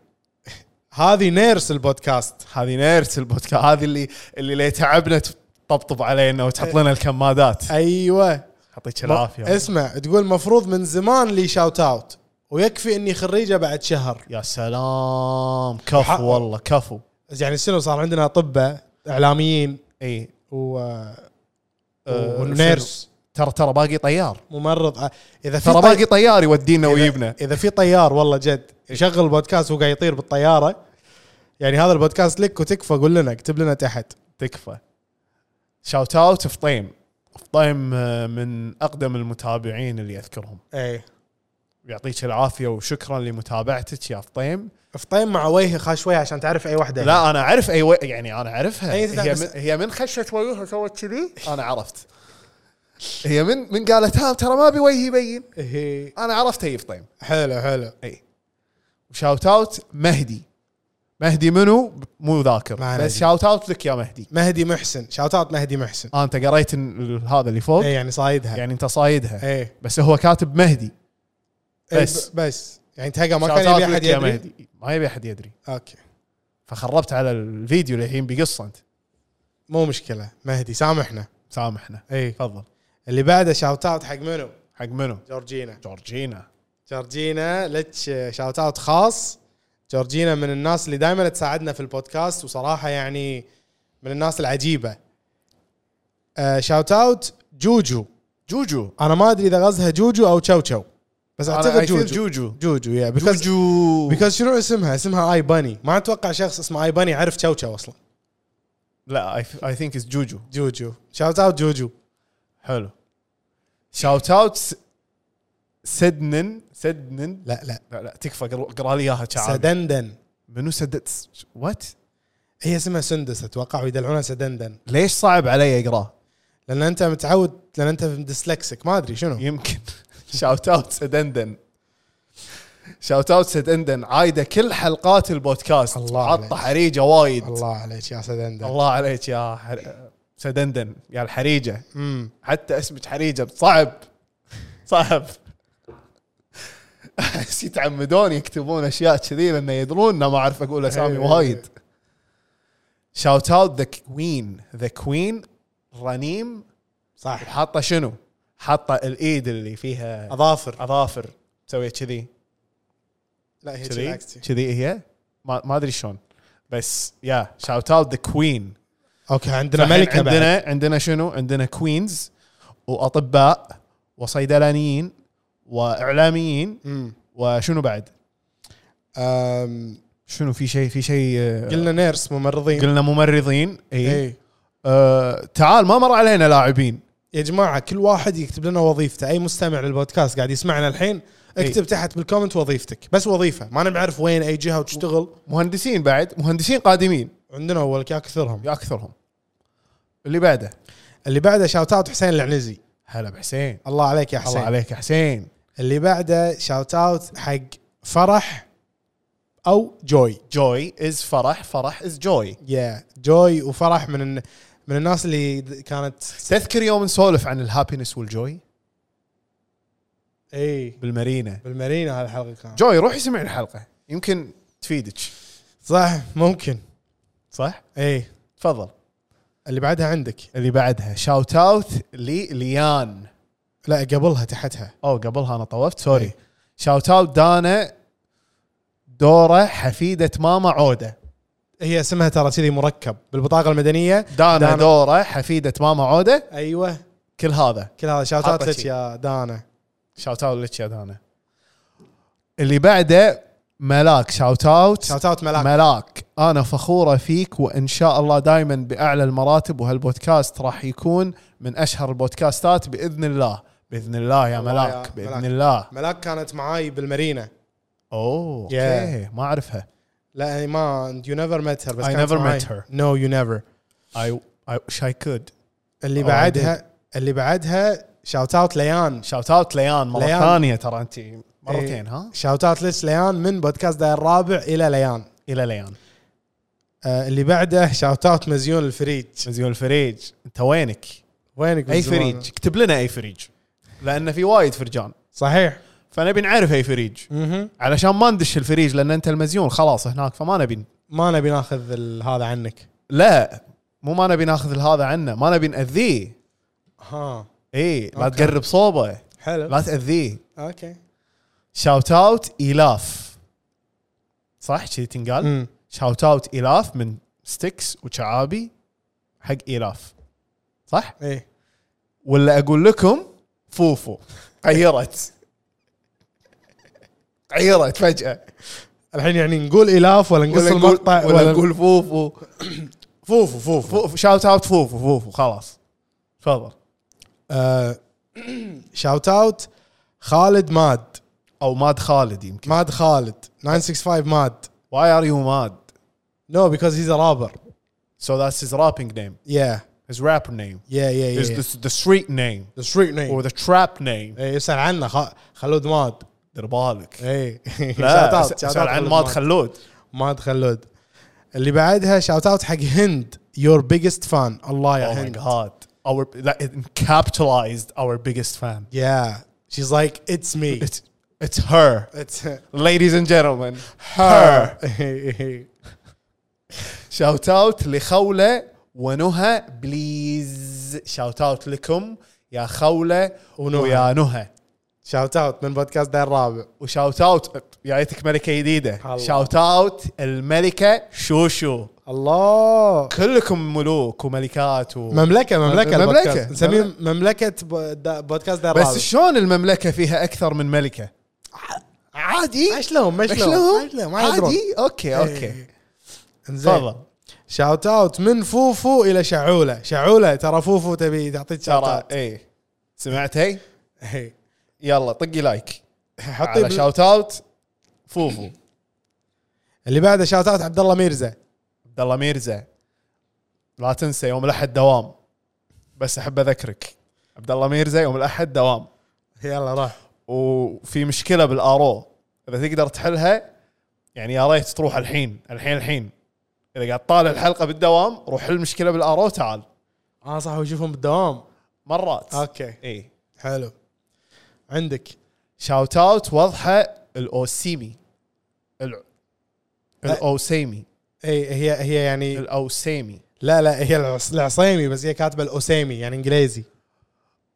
Speaker 2: هذه نيرس البودكاست
Speaker 4: هذه نيرت البودكاست هذه اللي اللي تعبنا تطبطب علينا وتحط لنا الكمادات
Speaker 2: ايوه
Speaker 4: يعطيك العافية
Speaker 2: اسمع تقول مفروض من زمان لي شاوت اوت ويكفي اني خريجه بعد شهر
Speaker 4: يا سلام كفو والله كفو
Speaker 2: يعني شنو صار عندنا اطباء اعلاميين
Speaker 4: اي
Speaker 2: و...
Speaker 4: آه، أه،
Speaker 2: ونيرس
Speaker 4: ترى ترى باقي طيار
Speaker 2: ممرض أ- اذا في
Speaker 4: ترى
Speaker 2: طي-
Speaker 4: باقي طيار يودينا ويجيبنا
Speaker 2: اذا في طيار والله جد يشغل البودكاست وهو قاعد يطير بالطياره يعني هذا البودكاست لك وتكفى قول لنا اكتب لنا تحت
Speaker 4: تكفى شاوت اوت فطيم فطيم آه، من اقدم المتابعين اللي اذكرهم
Speaker 2: اي
Speaker 4: يعطيك العافيه وشكرا لمتابعتك يا فطيم
Speaker 2: فطيم مع وجهي خاش شوي عشان تعرف اي واحده
Speaker 4: لا انا اعرف اي وي... يعني انا اعرفها
Speaker 2: إيه. أي إيه.
Speaker 4: هي
Speaker 2: تتعب-
Speaker 4: من... هي من خشت وجهها سوت كذي انا عرفت هي من من قالت ها ترى ما ابي وجهي يبين
Speaker 2: هي
Speaker 4: انا عرفت هي طيب. فطيم
Speaker 2: إيه. حلو حلو
Speaker 4: اي وشاوت اوت مهدي مهدي منو مو
Speaker 2: ما
Speaker 4: ذاكر
Speaker 2: أنا
Speaker 4: بس
Speaker 2: أدري.
Speaker 4: شاوت اوت لك يا مهدي
Speaker 2: مهدي محسن شاوت اوت مهدي محسن
Speaker 4: آه، انت قريت ال- هذا اللي فوق
Speaker 2: اي يعني صايدها
Speaker 4: يعني انت صايدها
Speaker 2: اي
Speaker 4: بس هو كاتب مهدي
Speaker 2: إي،
Speaker 4: بس.
Speaker 2: ب- بس يعني تهقى ما
Speaker 4: Shout
Speaker 2: كان
Speaker 4: out
Speaker 2: يبي احد
Speaker 4: لك يا
Speaker 2: يدري
Speaker 4: مهدي. ما يبي احد يدري
Speaker 2: اوكي
Speaker 4: فخربت على الفيديو الحين بقصه انت
Speaker 2: مو مشكله مهدي سامحنا
Speaker 4: سامحنا
Speaker 2: اي
Speaker 4: تفضل
Speaker 2: اللي بعده شاوت اوت حق منو؟
Speaker 4: حق منو
Speaker 2: جورجينا
Speaker 4: جورجينا
Speaker 2: جورجينا لك شاوت اوت خاص جورجينا من الناس اللي دائما تساعدنا في البودكاست وصراحه يعني من الناس العجيبه شاوت اوت جوجو
Speaker 4: جوجو
Speaker 2: انا ما ادري اذا غزها جوجو او تشوتشو بس
Speaker 4: أنا
Speaker 2: اعتقد
Speaker 4: I feel
Speaker 2: جوجو
Speaker 4: جوجو.
Speaker 2: جوجو يا بيكوز
Speaker 4: جوجو
Speaker 2: بيكوز شنو اسمها؟ اسمها اي باني ما اتوقع شخص اسمه اي باني يعرف تشوتشو اصلا
Speaker 4: لا اي ثينك از جوجو
Speaker 2: جوجو شاوت اوت جوجو
Speaker 4: حلو شاوت اوت سدنن سدنن
Speaker 2: لا لا
Speaker 4: لا لا تكفى قر- اقرا لي اياها شعار
Speaker 2: سدندن
Speaker 4: منو سدد وات
Speaker 2: هي اسمها سندس اتوقع ويدلعونها سدندن
Speaker 4: ليش صعب علي اقراه
Speaker 2: لان انت متعود لان انت ديسلكسك ما ادري شنو
Speaker 4: يمكن شاوت اوت سدندن شاوت اوت سدندن عايده كل حلقات البودكاست
Speaker 2: الله عليك.
Speaker 4: عطى حريجه وايد الله,
Speaker 2: الله عليك يا سدندن
Speaker 4: الله عليك يا حر... سدندن يا الحريجه حتى اسمك حريجه صعب صعب احس يتعمدون يكتبون اشياء كذي لان يدرون إن ما اعرف اقول اسامي
Speaker 2: إيه.
Speaker 4: وايد شاوت اوت ذا كوين ذا كوين رنيم
Speaker 2: صح
Speaker 4: حاطه شنو؟ حاطه الايد اللي فيها
Speaker 2: اظافر
Speaker 4: اظافر سويت كذي
Speaker 2: لا هي
Speaker 4: كذي
Speaker 2: بالعكس.
Speaker 4: كذي هي ما ما ادري شلون بس يا شاوت اوت ذا كوين
Speaker 2: اوكي عندنا ملكه بعد
Speaker 4: عندنا عندنا شنو؟ عندنا كوينز واطباء وصيدلانيين واعلاميين وشنو بعد؟
Speaker 2: أم،
Speaker 4: شنو في شيء في شيء آه،
Speaker 2: قلنا نيرس ممرضين
Speaker 4: قلنا ممرضين اي
Speaker 2: اي
Speaker 4: أه تعال ما مر علينا لاعبين
Speaker 2: يا جماعه كل واحد يكتب لنا وظيفته اي مستمع للبودكاست قاعد يسمعنا الحين اكتب تحت بالكومنت وظيفتك بس وظيفه ما انا بعرف وين اي جهه وتشتغل
Speaker 4: مهندسين بعد مهندسين قادمين
Speaker 2: عندنا اولك يا كثرهم
Speaker 4: يا اكثرهم اللي بعده
Speaker 2: اللي بعده شاوت اوت حسين العنزي
Speaker 4: هلا بحسين
Speaker 2: الله عليك يا حسين
Speaker 4: الله عليك يا حسين
Speaker 2: اللي بعده شاوت اوت حق فرح او جوي
Speaker 4: جوي از فرح فرح از جوي
Speaker 2: يا جوي وفرح من الن- من الناس اللي د- كانت
Speaker 4: تذكر يوم نسولف عن الهابينس والجوي
Speaker 2: اي
Speaker 4: بالمارينا
Speaker 2: بالمارينا هالحلقه كانت
Speaker 4: جوي روح يسمع الحلقه يمكن تفيدك
Speaker 2: صح ممكن
Speaker 4: صح
Speaker 2: اي
Speaker 4: تفضل
Speaker 2: اللي بعدها عندك
Speaker 4: اللي بعدها شاوت اوت لليان
Speaker 2: لا قبلها إيه. تحتها
Speaker 4: او قبلها انا طوفت سوري شاوت اوت دانا دوره حفيده ماما عوده
Speaker 2: هي اسمها ترى كذي مركب بالبطاقه المدنيه
Speaker 4: دانا,
Speaker 2: دانا.
Speaker 4: دوره حفيده ماما عوده
Speaker 2: ايوه
Speaker 4: كل هذا
Speaker 2: كل هذا شاوت اوت
Speaker 4: حاطة
Speaker 2: لك
Speaker 4: شي.
Speaker 2: يا دانا
Speaker 4: شاوت اوت لك يا دانا اللي بعده ملاك شاوت اوت
Speaker 2: شاوت اوت ملاك
Speaker 4: ملاك انا فخوره فيك وان شاء الله دائما باعلى المراتب وهالبودكاست راح يكون من اشهر البودكاستات باذن الله باذن الله يا
Speaker 2: الله يا
Speaker 4: ملاك باذن
Speaker 2: ملاك.
Speaker 4: الله
Speaker 2: ملاك كانت معاي بالمارينا
Speaker 4: اوه اوكي
Speaker 2: Yeah.
Speaker 4: ما اعرفها
Speaker 2: لا يعني ما يو نيفر ميت هير بس
Speaker 4: I
Speaker 2: كانت
Speaker 4: never
Speaker 2: معاي.
Speaker 4: met her.
Speaker 2: نو يو نيفر
Speaker 4: I, I wish I could
Speaker 2: اللي
Speaker 4: Oh, I
Speaker 2: بعدها اللي بعدها شاوت اوت ليان
Speaker 4: شاوت اوت ليان مره
Speaker 2: ليان. إيه.
Speaker 4: ثانيه ترى انت مرتين ها
Speaker 2: شاوت اوت لس ليان من بودكاست داير الرابع الى ليان
Speaker 4: الى ليان
Speaker 2: آه اللي بعده شاوت اوت مزيون الفريج
Speaker 4: مزيون الفريج انت وينك؟
Speaker 2: وينك
Speaker 4: اي
Speaker 2: من زمان؟
Speaker 4: فريج اكتب لنا اي فريج لان في وايد فرجان
Speaker 2: صحيح
Speaker 4: فنبي نعرف اي فريج
Speaker 2: مهم.
Speaker 4: علشان ما ندش الفريج لان انت المزيون خلاص هناك فما نبي
Speaker 2: ما نبي ناخذ ال- هذا عنك
Speaker 4: لا مو ما نبي ناخذ هذا عنه ما نبي ناذيه
Speaker 2: ها
Speaker 4: اي لا
Speaker 2: أوكي.
Speaker 4: تقرب صوبه
Speaker 2: حلو
Speaker 4: لا تاذيه
Speaker 2: اوكي
Speaker 4: شاوت اوت الاف صح كذي تنقال
Speaker 2: مم.
Speaker 4: شاوت اوت الاف من ستيكس وشعابي حق الاف صح
Speaker 2: ايه
Speaker 4: ولا اقول لكم فوفو غيرت غيرت فجاه
Speaker 2: الحين يعني نقول الاف ولا نقص
Speaker 4: ولا نقول
Speaker 2: المقطع
Speaker 4: ولا نقول فوفو
Speaker 2: فوفو فوفو
Speaker 4: فوفو شاوت اوت فوفو فوفو خلاص تفضل
Speaker 2: شاوت اوت خالد ماد
Speaker 4: او ماد خالد يمكن
Speaker 2: ماد خالد 965 ماد
Speaker 4: واي ار يو ماد
Speaker 2: نو بيكوز هيز ا رابر
Speaker 4: سو ذاتس هيز رابينج نيم
Speaker 2: يا
Speaker 4: هيز رابر نيم
Speaker 2: يا يا
Speaker 4: is
Speaker 2: يا
Speaker 4: the, the street name
Speaker 2: ذا ستريت
Speaker 4: or
Speaker 2: نيم
Speaker 4: the trap name
Speaker 2: اسال عنه خ- خلود ماد
Speaker 4: دير بالك
Speaker 2: اي
Speaker 4: لا اسال عن ماد خلود
Speaker 2: ماد خلود اللي بعدها شاوت اوت حق هند يور بيجست فان الله يا
Speaker 4: oh my
Speaker 2: هند
Speaker 4: god our that it capitalized our biggest fan
Speaker 2: يا شيز لايك اتس مي
Speaker 4: it's it's her
Speaker 2: اتس
Speaker 4: ladies and gentlemen
Speaker 2: هير
Speaker 4: شاوت اوت لخوله ونهى بليز شاوت اوت لكم يا خوله
Speaker 2: ونهى.
Speaker 4: ويا نهى
Speaker 2: شاوت اوت من بودكاست دار الرابع
Speaker 4: وشاوت اوت يا ريتك ملكه جديده
Speaker 2: الله.
Speaker 4: شاوت اوت الملكه شوشو
Speaker 2: الله
Speaker 4: كلكم ملوك وملكات و...
Speaker 2: مملكه مملكه
Speaker 4: مملكة.
Speaker 2: البودكاست. نسميه مملكه ب- دا- بودكاست دار الرابع
Speaker 4: بس شلون المملكه فيها اكثر من ملكه؟ عادي
Speaker 2: ايش لهم ايش
Speaker 4: ايش
Speaker 2: لهم
Speaker 4: لهم؟
Speaker 2: ايش لهم
Speaker 4: عادي اوكي اوكي
Speaker 2: إيه. تفضل
Speaker 4: تفضل
Speaker 2: شاوت اوت من فوفو الى شعوله شعوله ترى فوفو تبي تعطيك شاوت
Speaker 4: ترى إيه.
Speaker 2: اوت
Speaker 4: اي سمعتي؟
Speaker 2: إيه.
Speaker 4: يلا طقي لايك
Speaker 2: حطي
Speaker 4: على
Speaker 2: بال-
Speaker 4: شاوت اوت فوفو
Speaker 2: اللي بعده شاوت اوت عبد الله ميرزا
Speaker 4: عبد الله ميرزا لا تنسى يوم الاحد دوام بس احب اذكرك عبد الله ميرزا يوم الاحد دوام
Speaker 2: يلا راح
Speaker 4: وفي مشكله بالارو اذا تقدر تحلها يعني يا ريت تروح الحين الحين الحين اذا قاعد طالع الحلقه بالدوام روح حل المشكله بالارو تعال
Speaker 2: اه صح ويشوفهم بالدوام
Speaker 4: مرات
Speaker 2: اوكي
Speaker 4: اي
Speaker 2: حلو عندك
Speaker 4: شاوت اوت واضحه الاوسيمي الع- الاوسيمي
Speaker 2: اي إيه، هي هي يعني
Speaker 4: الاوسيمي
Speaker 2: لا لا هي العص- العصيمي بس هي كاتبه الاوسيمي يعني انجليزي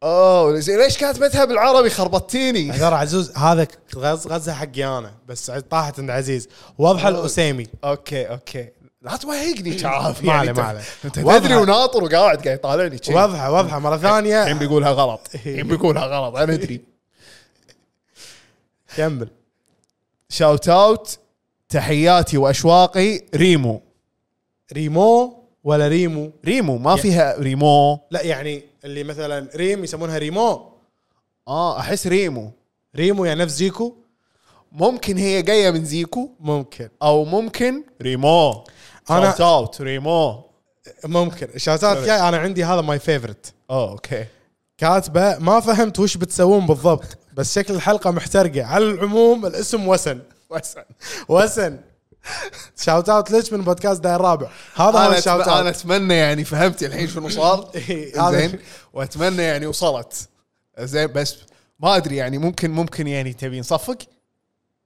Speaker 4: اوه ليش كاتبتها بالعربي خربطتيني
Speaker 2: غير عزوز هذا غز غزه حقي انا بس طاحت عند عزيز واضحه الاوسيمي
Speaker 4: اوكي اوكي لا توهقني تعاف
Speaker 2: ما عليه،
Speaker 4: أنت-
Speaker 2: ما عليه.
Speaker 4: انت
Speaker 2: واضحة.
Speaker 4: تدري وناطر وقاعد قاعد يطالعني شي. يعني
Speaker 2: واضحه واضحه مره
Speaker 4: الحين
Speaker 2: ثانيه
Speaker 4: بيقولها غلط الحين بيقولها غلط انا ادري
Speaker 2: كمل
Speaker 4: شاوت اوت تحياتي واشواقي ريمو
Speaker 2: ريمو ولا ريمو
Speaker 4: ريمو ما فيها ريمو
Speaker 2: لا يعني اللي مثلا ريم يسمونها ريمو
Speaker 4: اه احس ريمو
Speaker 2: ريمو يعني نفس زيكو
Speaker 4: ممكن هي جايه من زيكو
Speaker 2: ممكن
Speaker 4: او ممكن ريمو
Speaker 2: أنا-
Speaker 4: شاوت اوت ريمو
Speaker 2: ممكن شاتات جاي انا عندي هذا ماي فيفرت
Speaker 4: اه اوكي
Speaker 2: كاتبه ما فهمت وش بتسوون بالضبط بس شكل الحلقه محترقه على العموم الاسم وسن
Speaker 4: وسن.
Speaker 2: وسن شاوت اوت ليش من بودكاست داير الرابع هذا هو
Speaker 4: انا
Speaker 2: الشاوت
Speaker 4: أتم- انا
Speaker 2: اوت
Speaker 4: اتمنى يعني فهمتي الحين شنو صار
Speaker 2: إيه، هذا-
Speaker 4: زين واتمنى يعني وصلت زين بس ما ادري يعني ممكن ممكن يعني تبي نصفق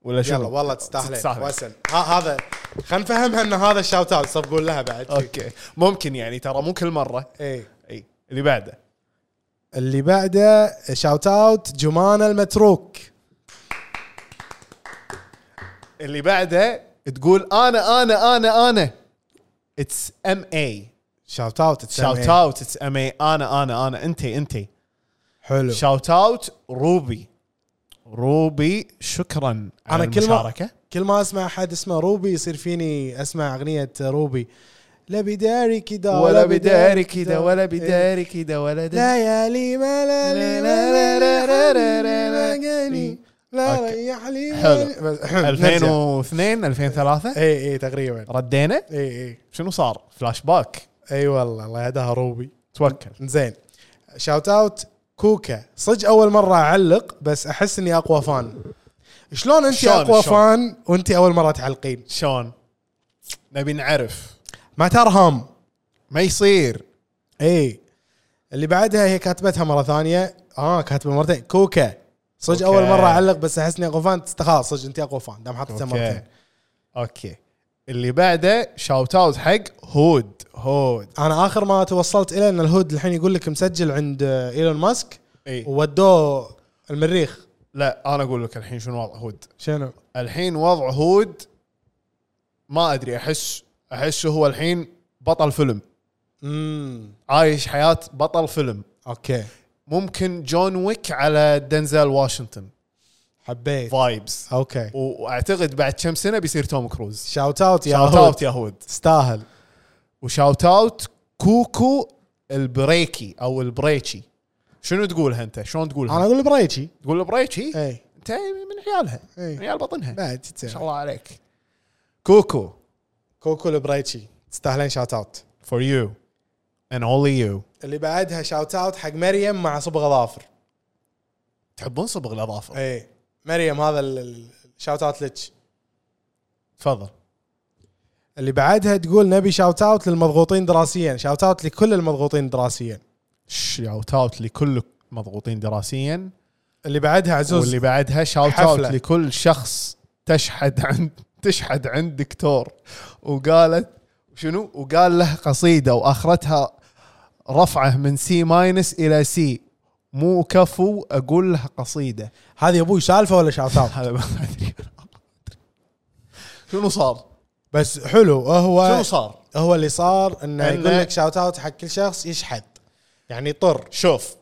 Speaker 4: ولا شنو
Speaker 2: يلا والله تستاهلين
Speaker 4: تستاهلين.
Speaker 2: وسن ها- هذا خلينا نفهمها ان هذا الشاوت اوت صار قول لها بعد
Speaker 4: اوكي ممكن يعني ترى مو كل مره
Speaker 2: ايه
Speaker 4: اي اللي بعده
Speaker 2: اللي بعده شاوت اوت جمانة المتروك
Speaker 4: اللي بعده تقول انا انا انا انا اتس ام اي
Speaker 2: شاوت اوت
Speaker 4: شاوت اوت اتس ام اي انا انا انا انت انت
Speaker 2: حلو
Speaker 4: شاوت اوت روبي روبي شكرا على
Speaker 2: انا كل ما
Speaker 4: المشاركه
Speaker 2: كل ما اسمع احد اسمه روبي يصير فيني اسمع اغنيه روبي لا بداري كده إيه.
Speaker 4: ولا بداري كده إيه. ولا بداري كده ولا دا-
Speaker 2: ليالي ما لالي ما لالي لا
Speaker 4: أوكي.
Speaker 2: ريح لي
Speaker 4: حلو. إيه. 2002 2003
Speaker 2: اي اي تقريبا
Speaker 4: ردينا
Speaker 2: اي اي
Speaker 4: شنو صار فلاش باك
Speaker 2: اي والله الله يهداها روبي
Speaker 4: توكل
Speaker 2: زين شاوت اوت كوكا صدق اول مره اعلق بس احس اني اقوى فان شلون انت
Speaker 4: شلون-
Speaker 2: اقوى
Speaker 4: شلون؟
Speaker 2: فان وانت اول مره تعلقين
Speaker 4: شلون نبي نعرف
Speaker 2: ما ترهم
Speaker 4: ما يصير
Speaker 2: اي اللي بعدها هي كاتبتها مره ثانيه اه كاتبه مرتين كوكا صدق
Speaker 4: كوكا.
Speaker 2: اول مره اعلق بس احس اني اقوى فان تست- خلاص صدق انت اقوى فان دام حطيتها مرتين
Speaker 4: اوكي اوكي اللي بعده شاوت اوت حق هود هود
Speaker 2: انا اخر ما توصلت الى ان الهود الحين يقول لك مسجل عند آه، ايلون ماسك
Speaker 4: اي
Speaker 2: وودوه المريخ
Speaker 4: لا انا اقول لك الحين شنو وضع هود
Speaker 2: شنو؟
Speaker 4: الحين وضع هود ما ادري احس احس هو الحين بطل فيلم
Speaker 2: امم
Speaker 4: عايش حياه بطل فيلم
Speaker 2: اوكي
Speaker 4: ممكن جون ويك على دنزل واشنطن
Speaker 2: حبيت
Speaker 4: فايبس
Speaker 2: اوكي
Speaker 4: واعتقد بعد كم سنه بيصير توم كروز
Speaker 2: شاوت اوت يا
Speaker 4: شاوت اوت
Speaker 2: هود
Speaker 4: يا هود
Speaker 2: تستاهل
Speaker 4: وشاوت اوت كوكو البريكي او البريتشي شنو تقولها انت؟ شلون
Speaker 2: انا
Speaker 4: تقولها؟
Speaker 2: اقول بريتشي
Speaker 4: تقول البريتشي؟
Speaker 2: اي
Speaker 4: انت من عيالها
Speaker 2: إي.
Speaker 4: من عيال بطنها ما
Speaker 2: إيه. بعد
Speaker 4: شاء الله عليك كوكو
Speaker 2: كوكو البريتشي تستاهلين شاوت اوت
Speaker 4: فور يو and only you
Speaker 2: اللي بعدها شاوت اوت حق مريم مع صبغه ظافر
Speaker 4: تحبون صبغ الاظافر؟
Speaker 2: اي مريم هذا ال- ال- الشاوت اوت لك
Speaker 4: تفضل
Speaker 2: اللي بعدها تقول نبي شاوت اوت للمضغوطين دراسيا شاوت اوت لكل المضغوطين دراسيا
Speaker 4: شاوت اوت لكل مضغوطين دراسيا
Speaker 2: اللي بعدها عزوز
Speaker 4: واللي بعدها شاوت اوت
Speaker 2: حفلة.
Speaker 4: لكل شخص تشحد عند تشحد عند دكتور وقالت شنو وقال له قصيده واخرتها رفعه من سي ماينس الى سي مو كفو اقول له قصيده
Speaker 2: هذه ابوي سالفه ولا شاوت اوت
Speaker 4: هذا ما ادري شنو صار؟
Speaker 2: بس حلو هو
Speaker 4: شنو صار؟
Speaker 2: هو اللي صار انه
Speaker 4: إنه-
Speaker 2: يقول لك شاوت اوت حق كل شخص يشحد يعني يطر
Speaker 4: شوف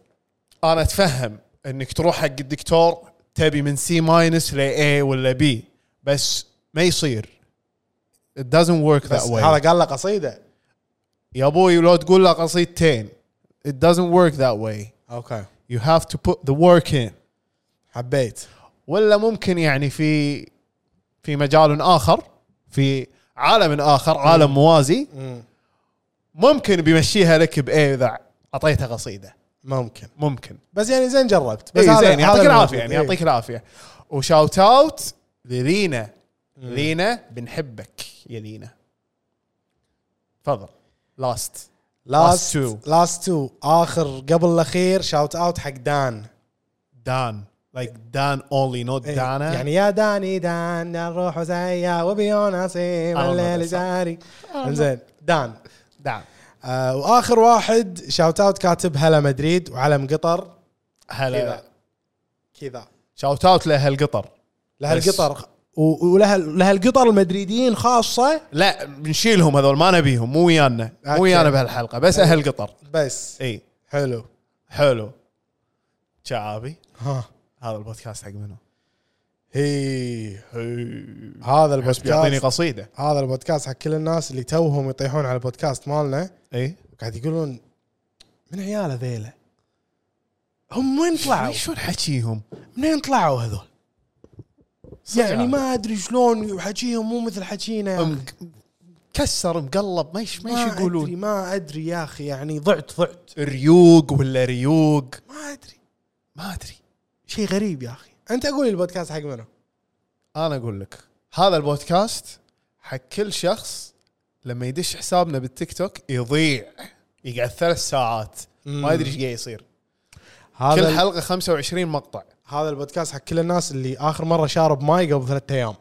Speaker 4: انا اتفهم انك تروح حق الدكتور تبي من سي ماينس ل اي ولا بي بس ما يصير It doesn't work that
Speaker 2: بس
Speaker 4: way
Speaker 2: هذا قال له قصيده
Speaker 4: يا ابوي لو تقول له قصيدتين it doesn't work that way
Speaker 2: اوكي
Speaker 4: you have to put the work in
Speaker 2: حبيت
Speaker 4: ولا ممكن يعني في في مجال اخر في عالم اخر عالم موازي ممكن بيمشيها لك بايه اذا اعطيتها قصيده
Speaker 2: ممكن
Speaker 4: ممكن
Speaker 2: بس يعني زين جربت بس
Speaker 4: بس
Speaker 2: هذا-
Speaker 4: زين
Speaker 2: هذا
Speaker 4: يعطيك العافيه
Speaker 2: الموجود.
Speaker 4: يعني
Speaker 2: إيه.
Speaker 4: يعطيك العافيه وشاوت اوت للينا لينا بنحبك يا لينا تفضل لاست
Speaker 2: لاست
Speaker 4: Last two.
Speaker 2: لاست تو اخر قبل الاخير شاوت اوت حق دان
Speaker 4: دان لايك دان اونلي نوت
Speaker 2: إيه،
Speaker 4: دانا
Speaker 2: يعني يا داني دان الروح وزيا وبيونا سيم
Speaker 4: know
Speaker 2: الليل
Speaker 4: that song.
Speaker 2: جاري
Speaker 4: آه،
Speaker 2: انزين دان
Speaker 4: دان
Speaker 2: آه واخر واحد شاوت اوت كاتب هلا مدريد وعلم قطر
Speaker 4: هلا
Speaker 2: كذا كذا
Speaker 4: شاوت اوت لاهل قطر بس.
Speaker 2: لهالقطر ولها لهالقطر المدريديين خاصه
Speaker 4: لا بنشيلهم هذول ما نبيهم مو ويانا
Speaker 2: أوكي.
Speaker 4: مو ويانا بهالحلقه بس اهل قطر
Speaker 2: بس
Speaker 4: اي
Speaker 2: حلو
Speaker 4: حلو شعابي
Speaker 2: ها
Speaker 4: هذا البودكاست حق منو؟
Speaker 2: هي
Speaker 4: هي.
Speaker 2: هذا
Speaker 4: بس يعني بيعطيني
Speaker 2: البودكاست
Speaker 4: قصيده
Speaker 2: هذا البودكاست حق كل الناس اللي توهم يطيحون على البودكاست مالنا
Speaker 4: اي
Speaker 2: قاعد يقولون من عياله ذيله هم وين طلعوا؟
Speaker 4: شو نحكيهم؟
Speaker 2: منين طلعوا هذول؟ يعني ما ادري شلون حكيهم مو مثل حكينا يا أخي.
Speaker 4: كسر مقلب ما ايش ما ايش
Speaker 2: ما ادري
Speaker 4: يقولون
Speaker 2: ما ادري يا اخي يعني ضعت ضعت
Speaker 4: ريوق ولا ريوق
Speaker 2: ما ادري
Speaker 4: ما ادري
Speaker 2: شيء غريب يا اخي انت اقول لي البودكاست حق منو؟
Speaker 4: انا اقول لك هذا البودكاست حق كل شخص لما يدش حسابنا بالتيك توك يضيع يقعد ثلاث ساعات ما يدري ايش قاعد يصير كل
Speaker 2: هذا
Speaker 4: حلقه 25 مقطع
Speaker 2: هذا البودكاست حق كل الناس اللي اخر مره شارب ماي قبل ثلاثة ايام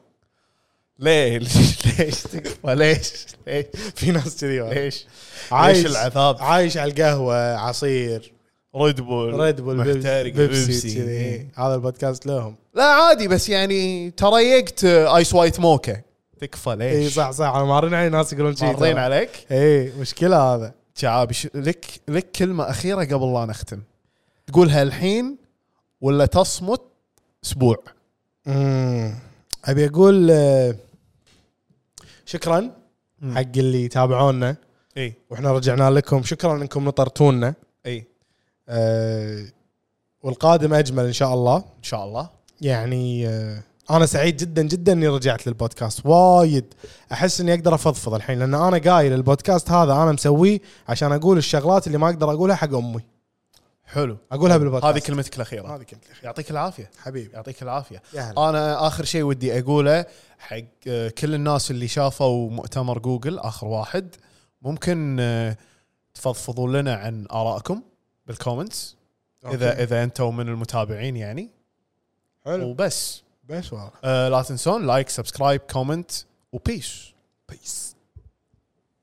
Speaker 4: ليش ليش تكفى ليش ليش
Speaker 2: في ناس كذي والله.
Speaker 4: ليش
Speaker 2: عايش
Speaker 4: ليش العذاب
Speaker 2: عايش على القهوه عصير
Speaker 4: ريد بول
Speaker 2: ريد بول
Speaker 4: محترق
Speaker 2: بيبسي, بيبسي. كذي.
Speaker 4: بيبسي إيه.
Speaker 2: هذا البودكاست لهم
Speaker 4: لا عادي بس يعني تريقت آه، ايس وايت موكا تكفى
Speaker 2: اي
Speaker 4: ليش؟
Speaker 2: إيه، صح صح انا مارين علي ناس يقولون شي
Speaker 4: مارين
Speaker 2: ترى.
Speaker 4: عليك؟
Speaker 2: اي مشكله هذا
Speaker 4: شعابي شو- لك لك كلمه اخيره قبل لا نختم تقولها الحين ولا تصمت اسبوع
Speaker 2: أمم، ابي اقول آه، شكرا حق اللي تابعونا
Speaker 4: اي
Speaker 2: واحنا رجعنا لكم شكرا انكم نطرتونا
Speaker 4: اي
Speaker 2: آه، والقادم اجمل ان شاء الله
Speaker 4: ان شاء الله
Speaker 2: يعني آه، انا سعيد جدا جدا اني رجعت للبودكاست وايد احس اني اقدر افضفض الحين لان انا قايل البودكاست هذا انا مسويه عشان اقول الشغلات اللي ما اقدر اقولها حق امي
Speaker 4: حلو
Speaker 2: اقولها بالبودكاست
Speaker 4: هذه كلمتك الاخيره
Speaker 2: هذه كلمتي
Speaker 4: يعطيك العافيه
Speaker 2: حبيبي
Speaker 4: يعطيك العافيه
Speaker 2: يا هلا.
Speaker 4: انا اخر شيء ودي اقوله حق آه، كل الناس اللي شافوا مؤتمر جوجل اخر واحد ممكن آه، تفضفضوا لنا عن ارائكم بالكومنتس اذا اذا انتم من المتابعين يعني
Speaker 2: حلو
Speaker 4: وبس
Speaker 2: بس والله
Speaker 4: آه، لا تنسون لايك سبسكرايب كومنت وبيس
Speaker 2: بيس